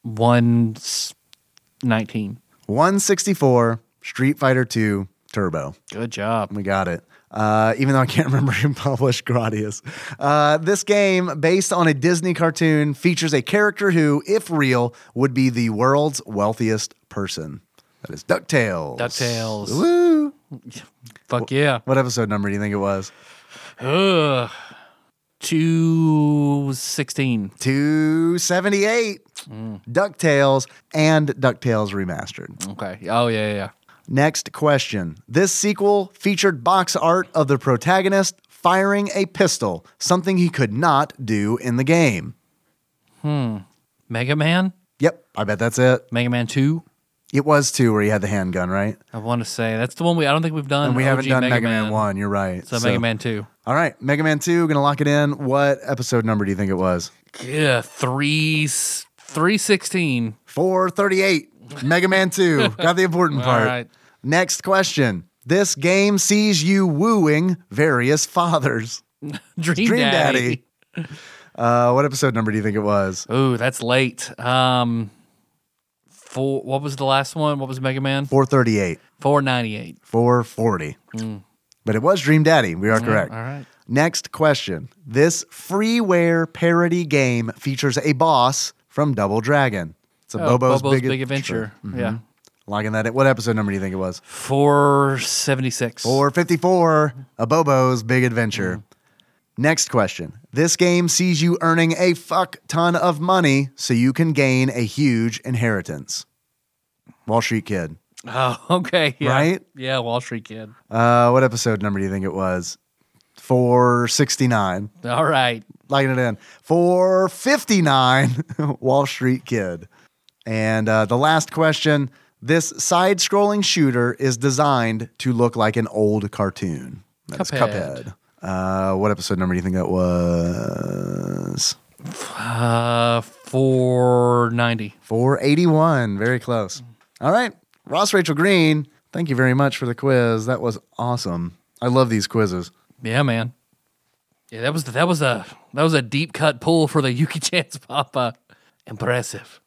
Speaker 1: 119.
Speaker 2: One sixty four. Street Fighter Two Turbo.
Speaker 1: Good job.
Speaker 2: We got it. Uh, even though I can't remember who published Gradius. Uh, this game, based on a Disney cartoon, features a character who, if real, would be the world's wealthiest person. That is DuckTales.
Speaker 1: DuckTales.
Speaker 2: Woo!
Speaker 1: Fuck yeah.
Speaker 2: What episode number do you think it was?
Speaker 1: Ugh. 216.
Speaker 2: 278. DuckTales and DuckTales Remastered.
Speaker 1: Okay. Oh, yeah, yeah, yeah.
Speaker 2: Next question. This sequel featured box art of the protagonist firing a pistol, something he could not do in the game.
Speaker 1: Mega Man?
Speaker 2: Yep, I bet that's it.
Speaker 1: Mega Man 2?
Speaker 2: It was two where he had the handgun, right?
Speaker 1: I want to say that's the one we. I don't think we've done.
Speaker 2: And we
Speaker 1: OG
Speaker 2: haven't done
Speaker 1: Mega, Man,
Speaker 2: One. You're right.
Speaker 1: So, Mega Man Two.
Speaker 2: All right, Mega Man Two. Gonna lock it in. What episode number do you think it was?
Speaker 1: Yeah, three three sixteen.
Speaker 2: Four thirty-eight. Mega Man Two. Got the important
Speaker 1: All
Speaker 2: part.
Speaker 1: right.
Speaker 2: Next question. This game sees you wooing various fathers.
Speaker 1: Dream,
Speaker 2: Dream
Speaker 1: Daddy.
Speaker 2: Daddy. Uh, what episode number do you think it was?
Speaker 1: Ooh, that's late. Um, four. What was the last one? What was Mega Man?
Speaker 2: Four thirty-eight.
Speaker 1: Four ninety eight.
Speaker 2: Four forty. But it was Dream Daddy. We are correct.
Speaker 1: Mm. All right.
Speaker 2: Next question. This freeware parody game features a boss from Double Dragon. It's a
Speaker 1: Oh,
Speaker 2: Bobo's,
Speaker 1: Big, Adventure. Yeah.
Speaker 2: Logging that at what episode number do you think it was?
Speaker 1: Four seventy six.
Speaker 2: Or 54, a Bobo's Big Adventure.
Speaker 1: Mm-hmm.
Speaker 2: Next question. This game sees you earning a fuck ton of money so you can gain a huge inheritance. Wall Street Kid.
Speaker 1: Oh, okay. Yeah.
Speaker 2: Right?
Speaker 1: Yeah. Wall Street Kid.
Speaker 2: Uh, what episode number do you think it was? 469.
Speaker 1: All right.
Speaker 2: Logging it in. 459 Wall Street Kid. And uh, the last question this side scrolling shooter is designed to look like an old cartoon. That's
Speaker 1: Cuphead.
Speaker 2: Cuphead. Uh, what episode number do you think that was?
Speaker 1: Uh, four ninety.
Speaker 2: 481. Very close. All right. Ross Rachel Green, thank you very much for the quiz. That was awesome. I love these quizzes.
Speaker 1: Yeah, man. Yeah, that was that was a that was a deep cut pull for the Yuki Chance Papa. Impressive.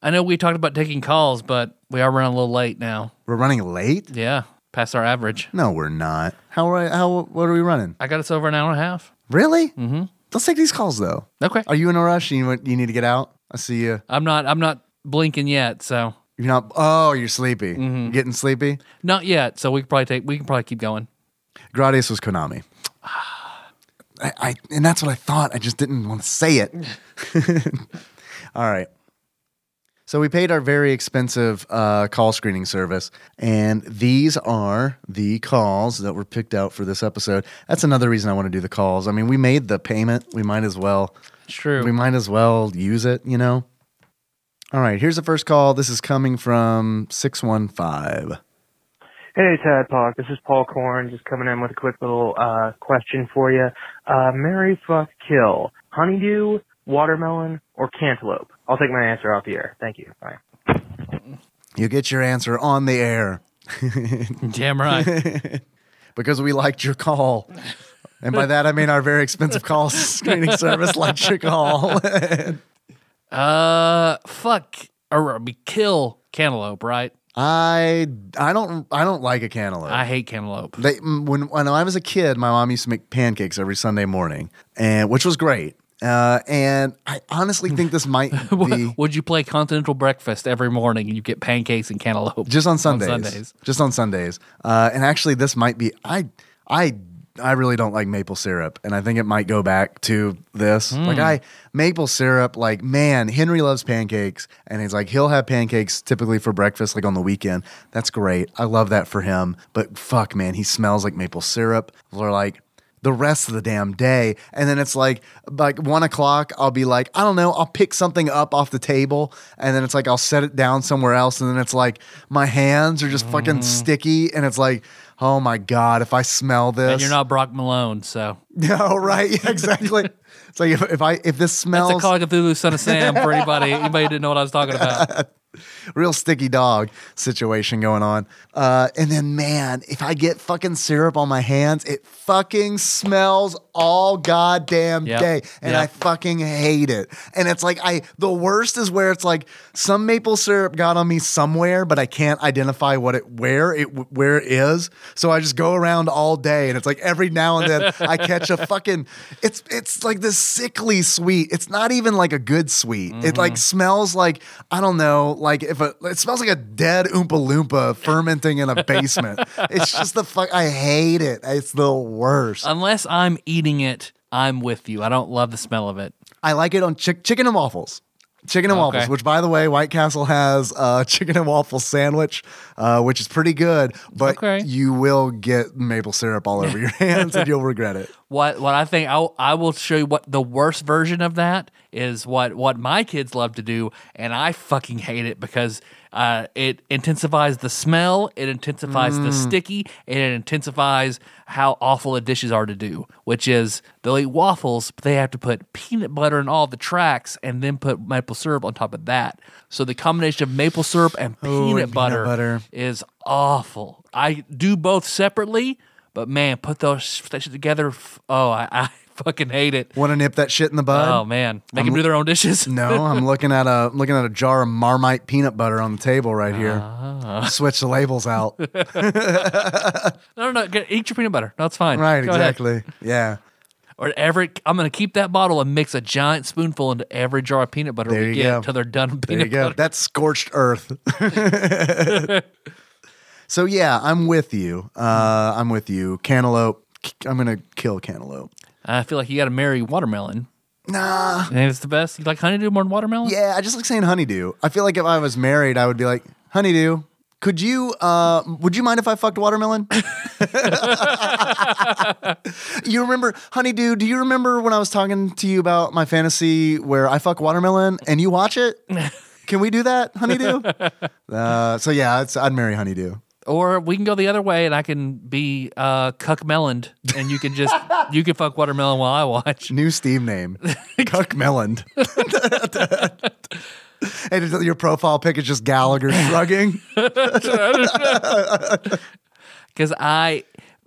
Speaker 1: I know we talked about taking calls, but we are running a little late now.
Speaker 2: We're running late?
Speaker 1: Yeah, past our average.
Speaker 2: No, we're not. How are how what are we running?
Speaker 1: I got us over an hour and a half.
Speaker 2: Really? Mm-hmm. Let's take these calls though.
Speaker 1: Okay,
Speaker 2: Are you in a rush? You you need to get out. I see you.
Speaker 1: I'm not I'm not blinking yet, so
Speaker 2: You're not. Oh, you're sleepy. Getting sleepy.
Speaker 1: not yet. So we can probably take we can probably keep going.
Speaker 2: Gradius was Konami. I, I and that's what I thought. I just didn't want to say it. All right. So we paid our very expensive uh, call screening service, and these are the calls that were picked out for this episode. That's another reason I want to do the calls. I mean, we made the payment. We might as well.
Speaker 1: It's true.
Speaker 2: We might as well use it, you know? All right, here's the first call. This is coming from 615.
Speaker 3: Hey, Tad Talk. This is Paul Korn, just coming in with a quick little uh, question for you. Uh, Mary fuck kill honeydew, watermelon, or cantaloupe? I'll take my answer off the air. Thank you. Bye.
Speaker 2: You get your answer on the air
Speaker 1: Damn right.
Speaker 2: because we liked your call. And by that, I mean our very expensive call screening service liked your call.
Speaker 1: uh, fuck or uh, we kill cantaloupe, right?
Speaker 2: I I don't I don't like a cantaloupe.
Speaker 1: I hate cantaloupe.
Speaker 2: They, mm, when when I was a kid, my mom used to make pancakes every Sunday morning, and which was great. Uh, and I honestly think this might be
Speaker 1: Would you play continental breakfast every morning and you get pancakes and cantaloupe?
Speaker 2: just on Sundays.
Speaker 1: Sundays.
Speaker 2: Just on Sundays. Uh, and actually, this might be I I I really don't like maple syrup, and I think it might go back to this. Like I maple syrup. Like man, Henry loves pancakes, and he's like he'll have pancakes typically for breakfast, like on the weekend. That's great. I love that for him. But fuck, man, he smells like maple syrup. Or like. The rest of the damn day, and then it's like like one o'clock. I'll be like, I don't know. I'll pick something up off the table, and then it's like I'll set it down somewhere else, and then it's like my hands are just
Speaker 1: Mm.
Speaker 2: fucking sticky, and it's like, oh my god, if I smell this,
Speaker 1: And you're not Brock Malone, so
Speaker 2: no, right? Yeah, exactly. it's like if, if I if this
Speaker 1: that's a
Speaker 2: smells
Speaker 1: Call of Cthulhu Son of Sam for anybody. anybody didn't know what I was talking about.
Speaker 2: real sticky dog situation going on. Uh, and then man, if I get fucking syrup on my hands, it fucking smells all goddamn
Speaker 1: Yep.
Speaker 2: day, and I
Speaker 1: Yep.
Speaker 2: fucking hate it. And it's like I the worst is where it's like some maple syrup got on me somewhere, but I can't identify what it where it where it is. So I just go around all day, and it's like every now and then I catch a fucking. It's it's like this sickly sweet. It's not even like a good sweet. It like smells like I don't know, like if a it smells like a dead oompa loompa fermenting in a basement. it's just the fuck. I hate it. It's the worst.
Speaker 1: Unless I'm eating it, I'm with you. I don't love the smell of it.
Speaker 2: I like it on chick- chicken and waffles. Chicken and
Speaker 1: Okay.
Speaker 2: waffles, which by the way, White Castle has a chicken and waffle sandwich, uh, which is pretty good, but
Speaker 1: Okay.
Speaker 2: you will get maple syrup all over your hands and you'll regret it.
Speaker 1: what what I think I I will show you what the worst version of that is what what my kids love to do and I fucking hate it because uh, it intensifies the smell, it intensifies
Speaker 2: Mm.
Speaker 1: the sticky, and it intensifies how awful the dishes are to do, which is they'll eat waffles, but they have to put peanut butter in all the tracks and then put maple syrup on top of that. So the combination of maple syrup and peanut,
Speaker 2: Oh, and peanut
Speaker 1: butter,
Speaker 2: butter.
Speaker 1: is awful. I do both separately, but man, put those that shit together. f- Oh, I, I fucking hate it.
Speaker 2: Want to nip that shit in the bud?
Speaker 1: Oh man, make them do their own dishes.
Speaker 2: No, I'm looking at a I'm looking at a jar of Marmite peanut butter on the table right here.
Speaker 1: Ah.
Speaker 2: Switch the labels out.
Speaker 1: No, no, no. get- Eat your peanut butter. No, it's fine.
Speaker 2: right,
Speaker 1: Go ahead.
Speaker 2: exactly. Yeah.
Speaker 1: Or every, I'm going to keep that bottle and mix a giant spoonful into every jar of peanut butter
Speaker 2: There
Speaker 1: we
Speaker 2: you
Speaker 1: get
Speaker 2: go.
Speaker 1: until they're done with
Speaker 2: There you
Speaker 1: peanut
Speaker 2: go.
Speaker 1: butter.
Speaker 2: That's scorched earth. so yeah, I'm with you. Uh, I'm with you. Cantaloupe. I'm gonna kill cantaloupe.
Speaker 1: I feel like you got to marry watermelon.
Speaker 2: Nah.
Speaker 1: You think it's the best. You like honeydew more than watermelon?
Speaker 2: Yeah, I just like saying honeydew. I feel like if I was married, I would be like, honeydew, could you, uh, would you mind if I fucked watermelon? you remember, honeydew, do you remember when I was talking to you about my fantasy where I fuck watermelon and you watch it? Can we do that, honeydew? uh, so yeah, it's, I'd marry honeydew.
Speaker 1: Or we can go the other way and I can be uh, cuck meloned and you can just, you can fuck watermelon while I watch.
Speaker 2: New Steam name, Cuck Melland. and it's- your profile pic is just Gallagher shrugging.
Speaker 1: Because I,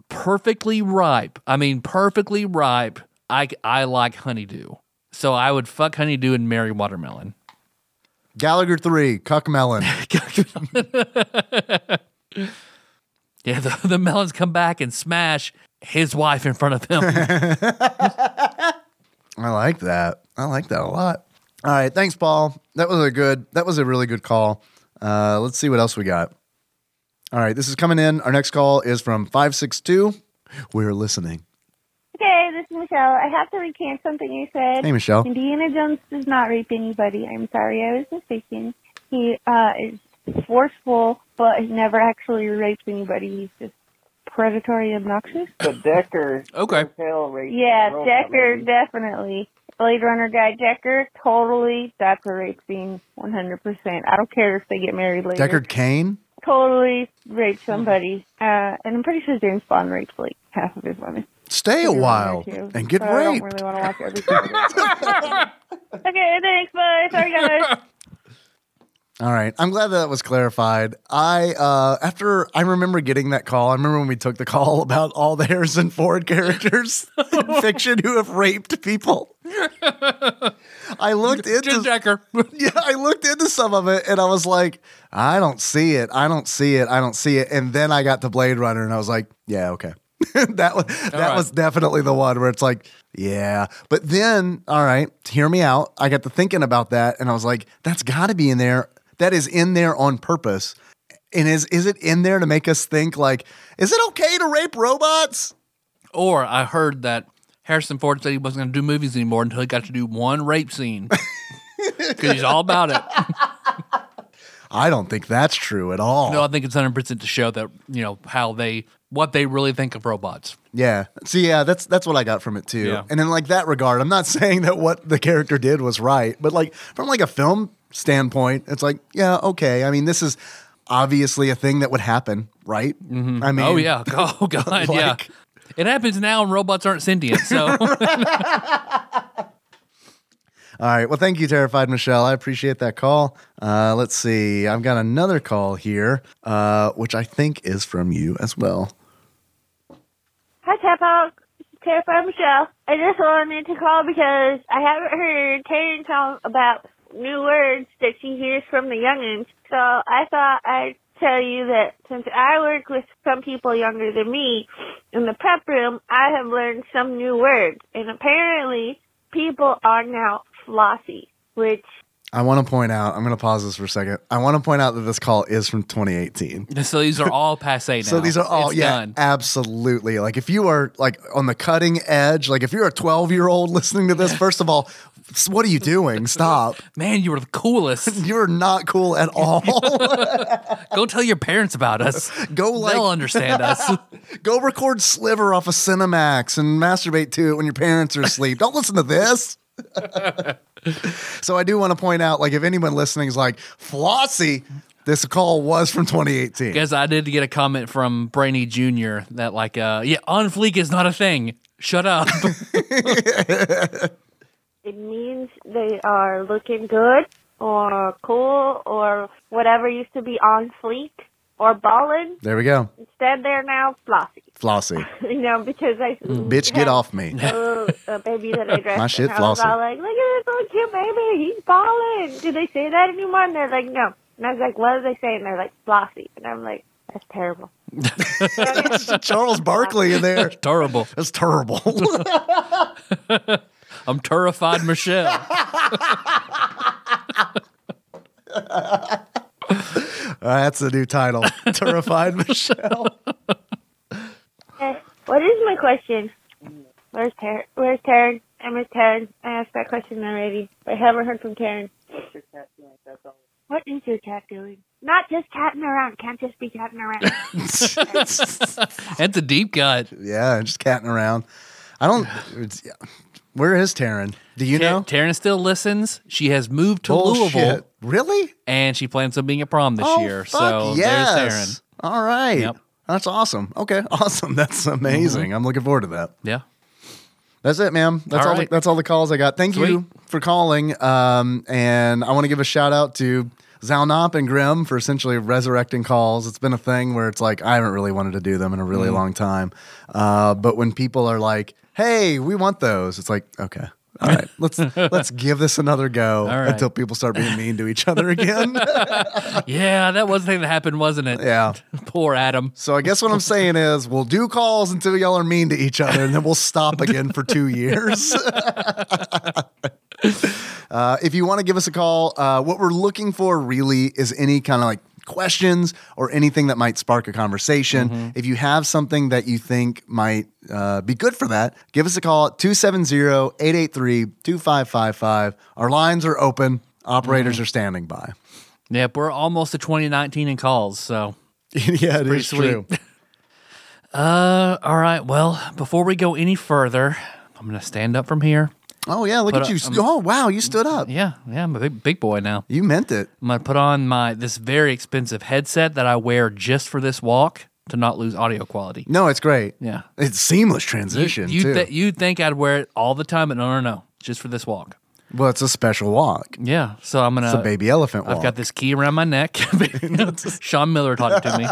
Speaker 1: perfectly ripe, I mean, perfectly ripe, I, I like honeydew. So I would fuck honeydew and marry watermelon.
Speaker 2: Gallagher 3, Cuck Melon.
Speaker 1: Yeah, the, the melons come back and smash his wife in front of him.
Speaker 2: I like that. I like that a lot. All right, thanks, Paul. That was a good. That was a really good call. Uh, let's see what else we got. All right, this is coming in. Our next call is from five six two. We're listening.
Speaker 4: Okay, this is Michelle. I have to recant something you said.
Speaker 2: Hey, Michelle.
Speaker 4: Indiana Jones does not rape anybody. I'm sorry, I was mistaken. He uh, is forceful, but he never actually rapes anybody. He's just predatory, obnoxious.
Speaker 5: But Decker.
Speaker 1: Okay.
Speaker 5: Hell, rape
Speaker 4: Yeah,
Speaker 5: girls,
Speaker 4: Decker
Speaker 5: maybe.
Speaker 4: definitely. Blade Runner guy Decker totally. That's a rape scene, 100%. I don't care if they get married later.
Speaker 2: Deckard Kane.
Speaker 4: totally raped somebody, uh, and I'm pretty sure James Bond raped like half of his women.
Speaker 2: Stay a
Speaker 4: Maybe one
Speaker 2: while
Speaker 4: or two.
Speaker 2: and get
Speaker 4: So I don't
Speaker 2: raped.
Speaker 4: really want to watch every single one. Okay, thanks. Bye. Sorry, guys.
Speaker 2: All right. I'm glad that was clarified. I uh after I remember getting that call. I remember when we took the call about all the Harrison Ford characters in fiction who have raped people. I looked into
Speaker 1: Just Decker.
Speaker 2: yeah, I looked into some of it and I was like, I don't see it. I don't see it. I don't see it. And then I got to Blade Runner and I was like, yeah, okay. that was that
Speaker 1: right.
Speaker 2: was definitely the one where it's like, yeah. But then, all right, hear me out. I got to thinking about that and I was like, that's got to be in there. That is in there on purpose. And is is it in there to make us think like, is it okay to rape robots?
Speaker 1: Or I heard that Harrison Ford said he wasn't going to do movies anymore until he got to do one rape scene. Because he's all about it.
Speaker 2: I don't think that's true at all.
Speaker 1: No, I think it's 100% to show that, you know, how they, what they really think of robots.
Speaker 2: Yeah. So yeah, that's that's what I got from it too.
Speaker 1: Yeah.
Speaker 2: And in like that regard, I'm not saying that what the character did was right, but like from like a film standpoint, it's like, yeah, okay. I mean, this is obviously a thing that would happen, right? I mean,
Speaker 1: Oh, yeah. Oh, God. yeah.
Speaker 2: Like-
Speaker 1: It happens now and robots aren't sentient. So
Speaker 2: All right. Well, thank you, terrified Michelle. I appreciate that call. Uh, let's see. I've got another call here, uh, which I think is from you as well.
Speaker 4: Hi, Tapok. Terrified Michelle. I just wanted to call because I haven't heard Taryn tell about new words that she hears from the youngins. So I thought I'd tell you that since I work with some people younger than me in the prep room, I have learned some new words. And apparently, people are now flossy, which
Speaker 2: I want to point out, I'm going to pause this for a second. I want to point out that this call is from 2018.
Speaker 1: So these are all passe now.
Speaker 2: So these are all
Speaker 1: It's
Speaker 2: yeah,
Speaker 1: done.
Speaker 2: absolutely. Like if you are like on the cutting edge, like if you're a 12 year old listening to this, first of all, s- what are you doing? Stop.
Speaker 1: Man, you were the coolest.
Speaker 2: You're not cool at all.
Speaker 1: Go tell your parents about us.
Speaker 2: Go, like-
Speaker 1: they'll understand us.
Speaker 2: Go record Sliver off of Cinemax and masturbate to it when your parents are asleep. Don't listen to this. so I do want to point out, like if anyone listening is like Flossie, this call was from 2018.
Speaker 1: Guess I did get a comment from Brainy Jr. that like, uh, yeah, on fleek is not a thing. Shut up.
Speaker 4: It means they are looking good or cool or whatever used to be on fleek or ballin'.
Speaker 2: there we go,
Speaker 4: Instead, they're now flossy.
Speaker 2: Flossie.
Speaker 4: You know, because I
Speaker 2: Bitch, get off me.
Speaker 4: Oh, a baby that I dressed.
Speaker 2: My shit
Speaker 4: and I was
Speaker 2: flossy.
Speaker 4: all like, look at this little cute baby. He's balling. Do they say that anymore? And they're like, no. And I was like, what do they say? And they're like, flossy. And I'm like, that's terrible.
Speaker 2: Charles Barkley in there.
Speaker 1: Terrible.
Speaker 2: That's terrible.
Speaker 1: I'm terrified, Michelle.
Speaker 2: Uh, That's the new title. Terrified Michelle.
Speaker 4: Eh, What is my question? Where's Taryn? Where's Taryn? I miss Taryn. I asked that question already. I haven't heard from Taryn. What is your cat doing? Not just catting around. Can't just be catting around.
Speaker 1: That's a deep cut.
Speaker 2: yeah, just catting around. I don't. It's, yeah. Where is Taryn? Do you know?
Speaker 1: Ter- Taryn still listens. She has moved to
Speaker 2: Bullshit.
Speaker 1: Louisville
Speaker 2: Really?
Speaker 1: and she plans on being at prom this
Speaker 2: Oh,
Speaker 1: year.
Speaker 2: fuck
Speaker 1: so there's
Speaker 2: yes.
Speaker 1: Taryn.
Speaker 2: All right.
Speaker 1: Yep. Mm-hmm.
Speaker 2: That's awesome. Okay, awesome. That's amazing. I'm looking forward to that.
Speaker 1: Yeah.
Speaker 2: That's it, ma'am. That's
Speaker 1: All
Speaker 2: all.
Speaker 1: right.
Speaker 2: The, that's all the calls I got. Thank
Speaker 1: Sweet.
Speaker 2: you for calling. Um, and I want to give a shout out to Zalnop and Grim for essentially resurrecting calls. It's been a thing where it's like I haven't really wanted to do them in a
Speaker 1: Mm-hmm.
Speaker 2: really long time. Uh, but when people are like, "Hey, we want those," it's like, okay. All right, let's let's give this another go
Speaker 1: All right.
Speaker 2: until people start being mean to each other again.
Speaker 1: Yeah, that was the thing that happened, wasn't it?
Speaker 2: yeah.
Speaker 1: Poor Adam.
Speaker 2: So I guess what I'm saying is we'll do calls until y'all are mean to each other, and then we'll stop again for two years. uh, if you want to give us a call, uh, what we're looking for really is any kind of like questions or anything that might spark a conversation. If you have something that you think might uh, be good for that, give us a call at 270-883-2555. Our lines are open. Operators are standing by.
Speaker 1: Yep, we're almost to 2019 in calls. So,
Speaker 2: yeah, it is
Speaker 1: sweet. uh, all right. Well, before we go any further, I'm going to stand up from here.
Speaker 2: Oh yeah, look
Speaker 1: But,
Speaker 2: at you.
Speaker 1: um,
Speaker 2: oh wow, you stood up.
Speaker 1: Yeah, yeah, I'm a big, big boy now.
Speaker 2: You meant it.
Speaker 1: I'm going to put on my this very expensive headset that I wear just for this walk to not lose audio quality.
Speaker 2: No, it's great.
Speaker 1: Yeah.
Speaker 2: It's seamless transition
Speaker 1: you
Speaker 2: too.
Speaker 1: thi- you'd think I'd wear it all the time, but no, no, no, just for this walk.
Speaker 2: well, it's a special walk.
Speaker 1: Yeah, so I'm gonna.
Speaker 2: It's a baby elephant walk.
Speaker 1: Uh, I've got this key around my neck. Sean Miller taught it to me.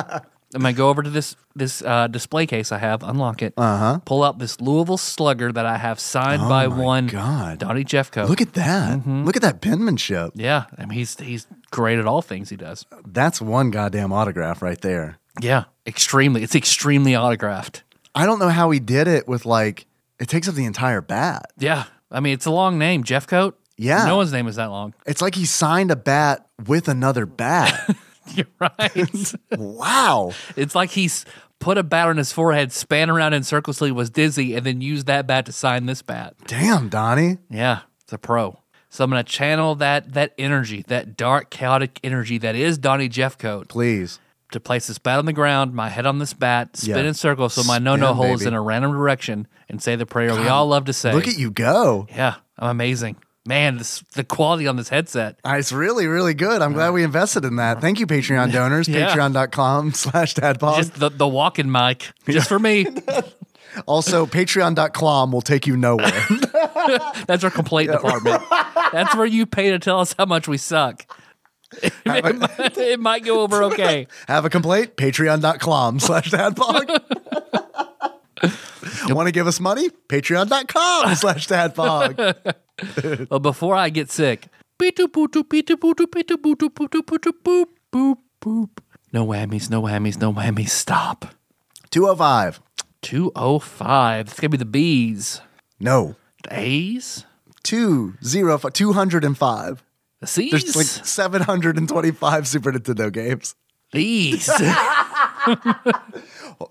Speaker 1: I'm gonna go over to this this uh, display case I have, unlock it, uh-huh. pull out this Louisville Slugger that I have signed by
Speaker 2: Oh my
Speaker 1: one Mm-hmm.
Speaker 2: God.
Speaker 1: Donnie Jeffco.
Speaker 2: Look at that. Look at that penmanship.
Speaker 1: yeah, I mean he's he's great at all things he does.
Speaker 2: That's one goddamn autograph right there.
Speaker 1: Yeah, extremely. It's extremely autographed.
Speaker 2: I don't know how he did it with like it takes up the entire bat.
Speaker 1: Yeah, I mean it's a long name, Jeffcoat.
Speaker 2: Yeah.
Speaker 1: no one's name is that long.
Speaker 2: It's like he signed a bat with another bat.
Speaker 1: You're right.
Speaker 2: wow.
Speaker 1: It's like he's put a bat on his forehead, span around in circles till he was dizzy, and then used that bat to sign this bat.
Speaker 2: Damn, Donnie.
Speaker 1: Yeah, it's a pro. So I'm gonna channel that that energy, that dark chaotic energy that is Donnie Jeffcoat,
Speaker 2: Please.
Speaker 1: to place this bat on the ground, my head on this bat, spin
Speaker 2: Yeah.
Speaker 1: in circles so my no no
Speaker 2: Spin,
Speaker 1: hole is
Speaker 2: baby.
Speaker 1: in a random direction, and say the prayer we all love to say.
Speaker 2: Look at you go.
Speaker 1: Yeah, I'm amazing, man. This, the quality on this headset.
Speaker 2: Uh, It's really, really good. I'm glad we invested in that. Thank you, Patreon donors.
Speaker 1: Yeah.
Speaker 2: Patreon.com slash dadpod.
Speaker 1: Just the, the walking mic, just for me.
Speaker 2: Also, patreon.com will take you nowhere.
Speaker 1: That's our complaint department. That's where you pay to tell us how much we suck. it, might, it might go over okay.
Speaker 2: Have a complaint? Patreon.com slash dadpog. Want to give us money? Patreon.com slash dadpog.
Speaker 1: But before I get sick, beetu bootu, beetu bootu, beetu bootu, bootu bootu, boop, boop, boop. No whammies, no whammies, no whammies. Stop.
Speaker 2: 205.
Speaker 1: 205. It's going to be the B's.
Speaker 2: No.
Speaker 1: The A's?
Speaker 2: Two zero fi- 205.
Speaker 1: The seas.
Speaker 2: There's like 725 Super Nintendo games.
Speaker 1: These.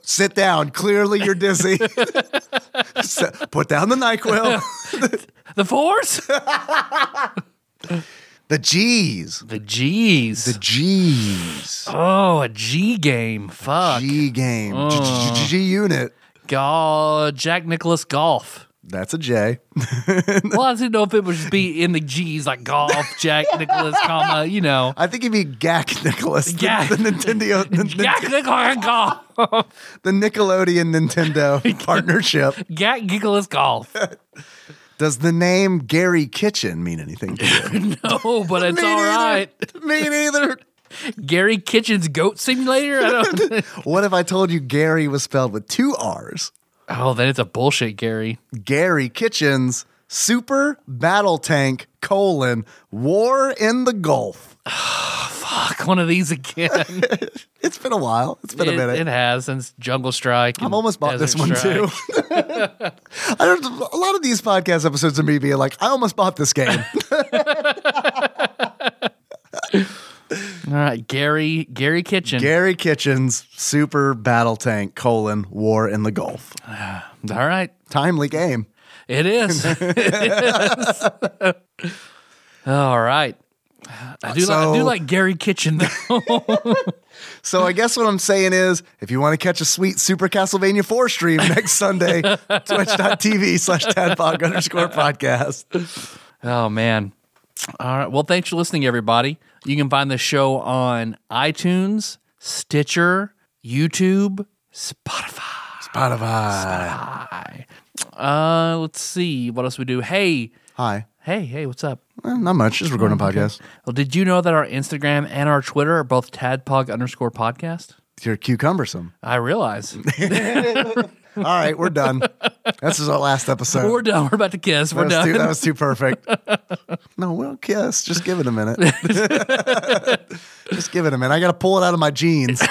Speaker 2: Sit down. Clearly, you're dizzy. So- Put down the NyQuil.
Speaker 1: the fours?
Speaker 2: The G's.
Speaker 1: The G's.
Speaker 2: The G's.
Speaker 1: oh, a G game. Fuck.
Speaker 2: G game. G- G- G- G unit.
Speaker 1: Gol- Jack Nicholas Golf.
Speaker 2: That's a J.
Speaker 1: Well, I didn't know if it would just be in the G's, like golf, Jack Nicholas, comma, you know.
Speaker 2: I think it'd be Gack Nicholas. the-
Speaker 1: Gack.
Speaker 2: The, Nintendo, the, the-
Speaker 1: Jack Nicholas Golf.
Speaker 2: the Nickelodeon Nintendo partnership.
Speaker 1: Jack Nicholas Golf.
Speaker 2: Does the name Gary Kitchen mean anything to you?
Speaker 1: No, but it's all right.
Speaker 2: Me neither.
Speaker 1: Gary Kitchen's Goat Simulator? I don't
Speaker 2: What if I told you Gary was spelled with two R's?
Speaker 1: Oh, then it's a bullshit Gary.
Speaker 2: Gary Kitchen's Super Battle Tank colon War in the Gulf.
Speaker 1: Fuck, one of these again. it,
Speaker 2: It's been a while. It's been a minute.
Speaker 1: it has since Jungle Strike.
Speaker 2: I've almost bought this one too. I don't, a lot of these podcast episodes are me being like, I almost bought this game.
Speaker 1: All right, Gary, Gary Kitchen.
Speaker 2: Gary Kitchen's Super Battle Tank colon War in the Gulf.
Speaker 1: all right.
Speaker 2: Timely game.
Speaker 1: It is. It is. All right. I do, like, I do
Speaker 2: So-
Speaker 1: like Gary Kitchen though.
Speaker 2: So I guess what I'm saying is, if you want to catch a sweet Super Castlevania 4 stream next Sunday, twitch.tv slash tadpog underscore podcast.
Speaker 1: oh man. All right. Well, thanks for listening, everybody. You can find the show on iTunes, Stitcher, YouTube, Spotify.
Speaker 2: Spotify.
Speaker 1: Uh, let's see what else we do. Hey,
Speaker 2: Hi.
Speaker 1: hey, hey, what's up?
Speaker 2: Eh, not much. Just recording a podcast.
Speaker 1: Well, did you know that our Instagram and our Twitter are both tadpog underscore podcast?
Speaker 2: You're cucumbersome.
Speaker 1: I realize
Speaker 2: All right, we're done. this is our last episode.
Speaker 1: we're done. We're about to kiss. We're
Speaker 2: that, was
Speaker 1: done.
Speaker 2: too, that was too perfect. no, we don't kiss. Just give it a minute. Just give it a minute. I got to pull it out of my jeans.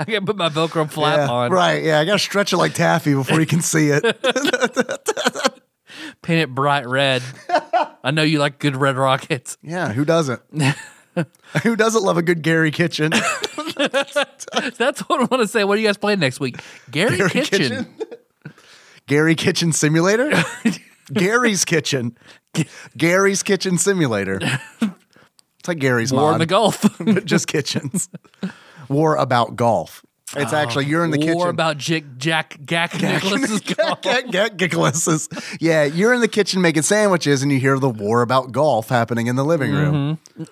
Speaker 1: I can't put my Velcro flap
Speaker 2: Yeah,
Speaker 1: on.
Speaker 2: Right. Yeah. I got to stretch it like taffy before you can see it.
Speaker 1: Paint it bright red. I know you like good red rockets.
Speaker 2: Yeah. Who doesn't? who doesn't love a good Gary Kitchen?
Speaker 1: That's what I want to say. What are you guys playing next week? Gary,
Speaker 2: Gary
Speaker 1: Kitchen.
Speaker 2: Gary Kitchen Simulator? Gary's Kitchen. Gary's Kitchen Simulator. It's like Gary's
Speaker 1: War in
Speaker 2: Mod,
Speaker 1: the Gulf.
Speaker 2: but just kitchens. War about golf. It's actually you're in the
Speaker 1: Oh, War
Speaker 2: kitchen.
Speaker 1: about Jack, Jack Gack Nicholas's
Speaker 2: Get-
Speaker 1: Gulf.
Speaker 2: get- get Nicholas's. Yeah, you're in the kitchen making sandwiches and you hear the war about golf happening in the living
Speaker 1: Mm-hmm.
Speaker 2: room.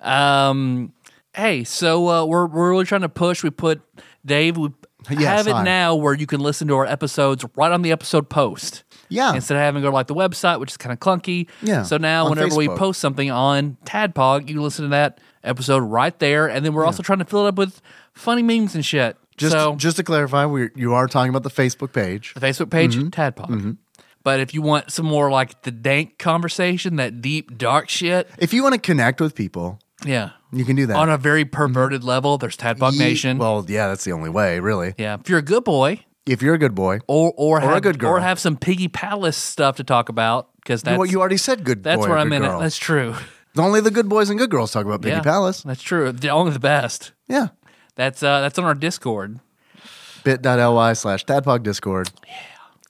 Speaker 1: Um, hey, so uh, we're we're really trying to push. We put Dave. We
Speaker 2: Yes,
Speaker 1: have it
Speaker 2: hi.
Speaker 1: now where you can listen to our episodes right on the episode post.
Speaker 2: Yeah.
Speaker 1: Instead of having to go to like the website, which is kind of clunky.
Speaker 2: Yeah,
Speaker 1: So now,
Speaker 2: on
Speaker 1: whenever we
Speaker 2: Facebook.
Speaker 1: post something on Tadpog, you listen to that episode right there, and then we're also trying to fill it up with funny memes and shit.
Speaker 2: Just
Speaker 1: so
Speaker 2: just to clarify, we you are talking about the Facebook page.
Speaker 1: the Facebook page,
Speaker 2: Mm-hmm.
Speaker 1: Tadpog. But if you want some more like the dank conversation, that deep dark shit,
Speaker 2: If you want to connect with people,
Speaker 1: yeah,
Speaker 2: you can do that.
Speaker 1: on a very perverted level, there's Tadpog
Speaker 2: Mm-hmm. Ye-
Speaker 1: Nation.
Speaker 2: Well, yeah, that's the only way, really.
Speaker 1: Yeah, if you're a good boy,
Speaker 2: If you're a good boy,
Speaker 1: or or, have,
Speaker 2: a good girl.
Speaker 1: or have some piggy palace stuff to talk about because that's
Speaker 2: well, you already said good
Speaker 1: that's
Speaker 2: boy.
Speaker 1: where
Speaker 2: or
Speaker 1: I'm
Speaker 2: good
Speaker 1: in
Speaker 2: girl.
Speaker 1: it. That's true.
Speaker 2: Only the good boys and good girls talk about Piggy
Speaker 1: Yeah,
Speaker 2: Palace.
Speaker 1: That's true. The, only the best.
Speaker 2: Yeah.
Speaker 1: That's uh that's on our Discord.
Speaker 2: Bit.ly slash Tadpog Discord. Yeah.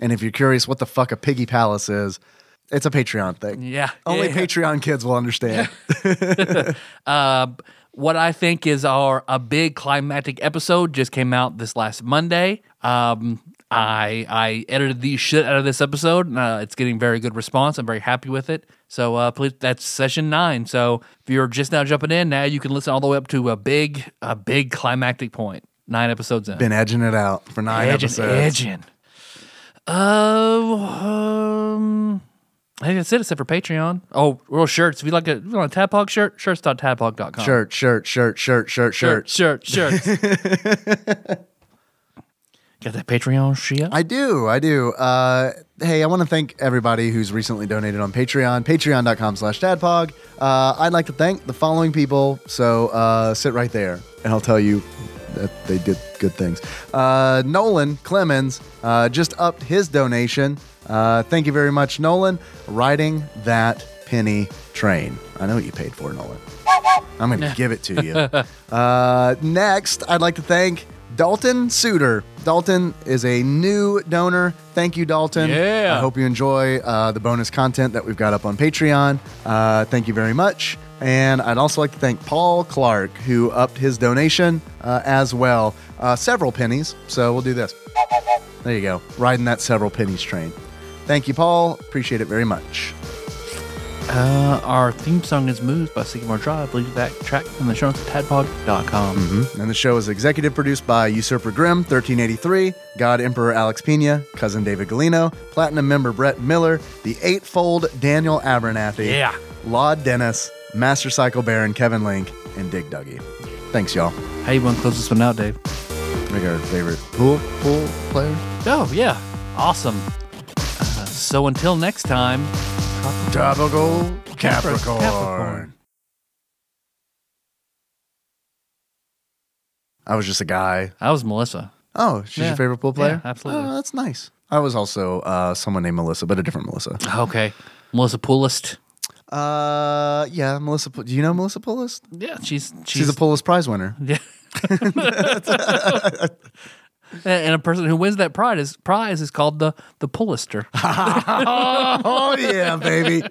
Speaker 2: And if you're curious what the fuck a Piggy Palace is, it's a Patreon thing.
Speaker 1: Yeah.
Speaker 2: Only
Speaker 1: yeah.
Speaker 2: Patreon kids will understand.
Speaker 1: Uh, what I think is our a big climactic episode just came out this last Monday. Um, I I edited the shit out of this episode. And, uh, it's getting very good response. I'm very happy with it. So uh, please, that's session nine. So if you're just now jumping in, now you can listen all the way up to a big a big climactic point. Nine episodes in.
Speaker 2: Been edging it out for nine
Speaker 1: edging,
Speaker 2: episodes.
Speaker 1: edging. Uh, um, I think that's it, except for Patreon. Oh, real shirts. If you like a, if you want a Tadpog shirt, shirts.tadpog.com.
Speaker 2: Shirt, shirt, shirt, shirt, shirt,
Speaker 1: shirt, shirt,
Speaker 2: shirt.
Speaker 1: shirts. Got that Patreon shit?
Speaker 2: I do. I do. Uh, hey, I want to thank everybody who's recently donated on Patreon, patreon.com slash dadpog. Uh, I'd like to thank the following people. So uh, sit right there and I'll tell you that they did good things. Uh, Nolan Clemens uh, just upped his donation. Uh, thank you very much, Nolan. Riding that penny train. I know what you paid for, Nolan. I'm going to give it to you. Uh, next, I'd like to thank Dalton Suter. Dalton is a new donor. Thank you, Dalton.
Speaker 1: Yeah.
Speaker 2: I hope you enjoy uh, the bonus content that we've got up on Patreon. Uh, thank you very much. And I'd also like to thank Paul Clark, who upped his donation uh, as well. Uh, several pennies. So we'll do this. There you go. Riding that several pennies train. Thank you, Paul. Appreciate it very much.
Speaker 1: Uh, our theme song is Moves by Sycamore Drive. Leave that track from the show notes at tadpog.com.
Speaker 2: Mm-hmm. And the show is executive produced by Usurper Grimm, 1383, God Emperor Alex Pena, Cousin David Galino, Platinum member Brett Miller, the eightfold Daniel Abernathy,
Speaker 1: Yeah.
Speaker 2: Laud Dennis, Master Cycle Baron Kevin Link, and Dig Dougie. Thanks, y'all.
Speaker 1: How you want to close this one out, Dave?
Speaker 2: Make our favorite pool pool player.
Speaker 1: Oh, yeah. Awesome. Uh, so until next time.
Speaker 2: Tropical Capricorn.
Speaker 1: Capricorn.
Speaker 2: I was just a guy.
Speaker 1: I was Melissa.
Speaker 2: Oh, she's
Speaker 1: Yeah.
Speaker 2: your favorite pool player?
Speaker 1: Yeah, absolutely.
Speaker 2: Oh, that's nice. I was also uh, someone named Melissa, but a different Melissa.
Speaker 1: Okay. Melissa Poolist.
Speaker 2: Uh, yeah, Melissa. Pu- Do you know Melissa Pullis?
Speaker 1: Yeah, she's
Speaker 2: She's, a Pullis Prize winner.
Speaker 1: Yeah. and a person who wins that prize is prize is called the the Pullister.
Speaker 2: oh yeah, baby.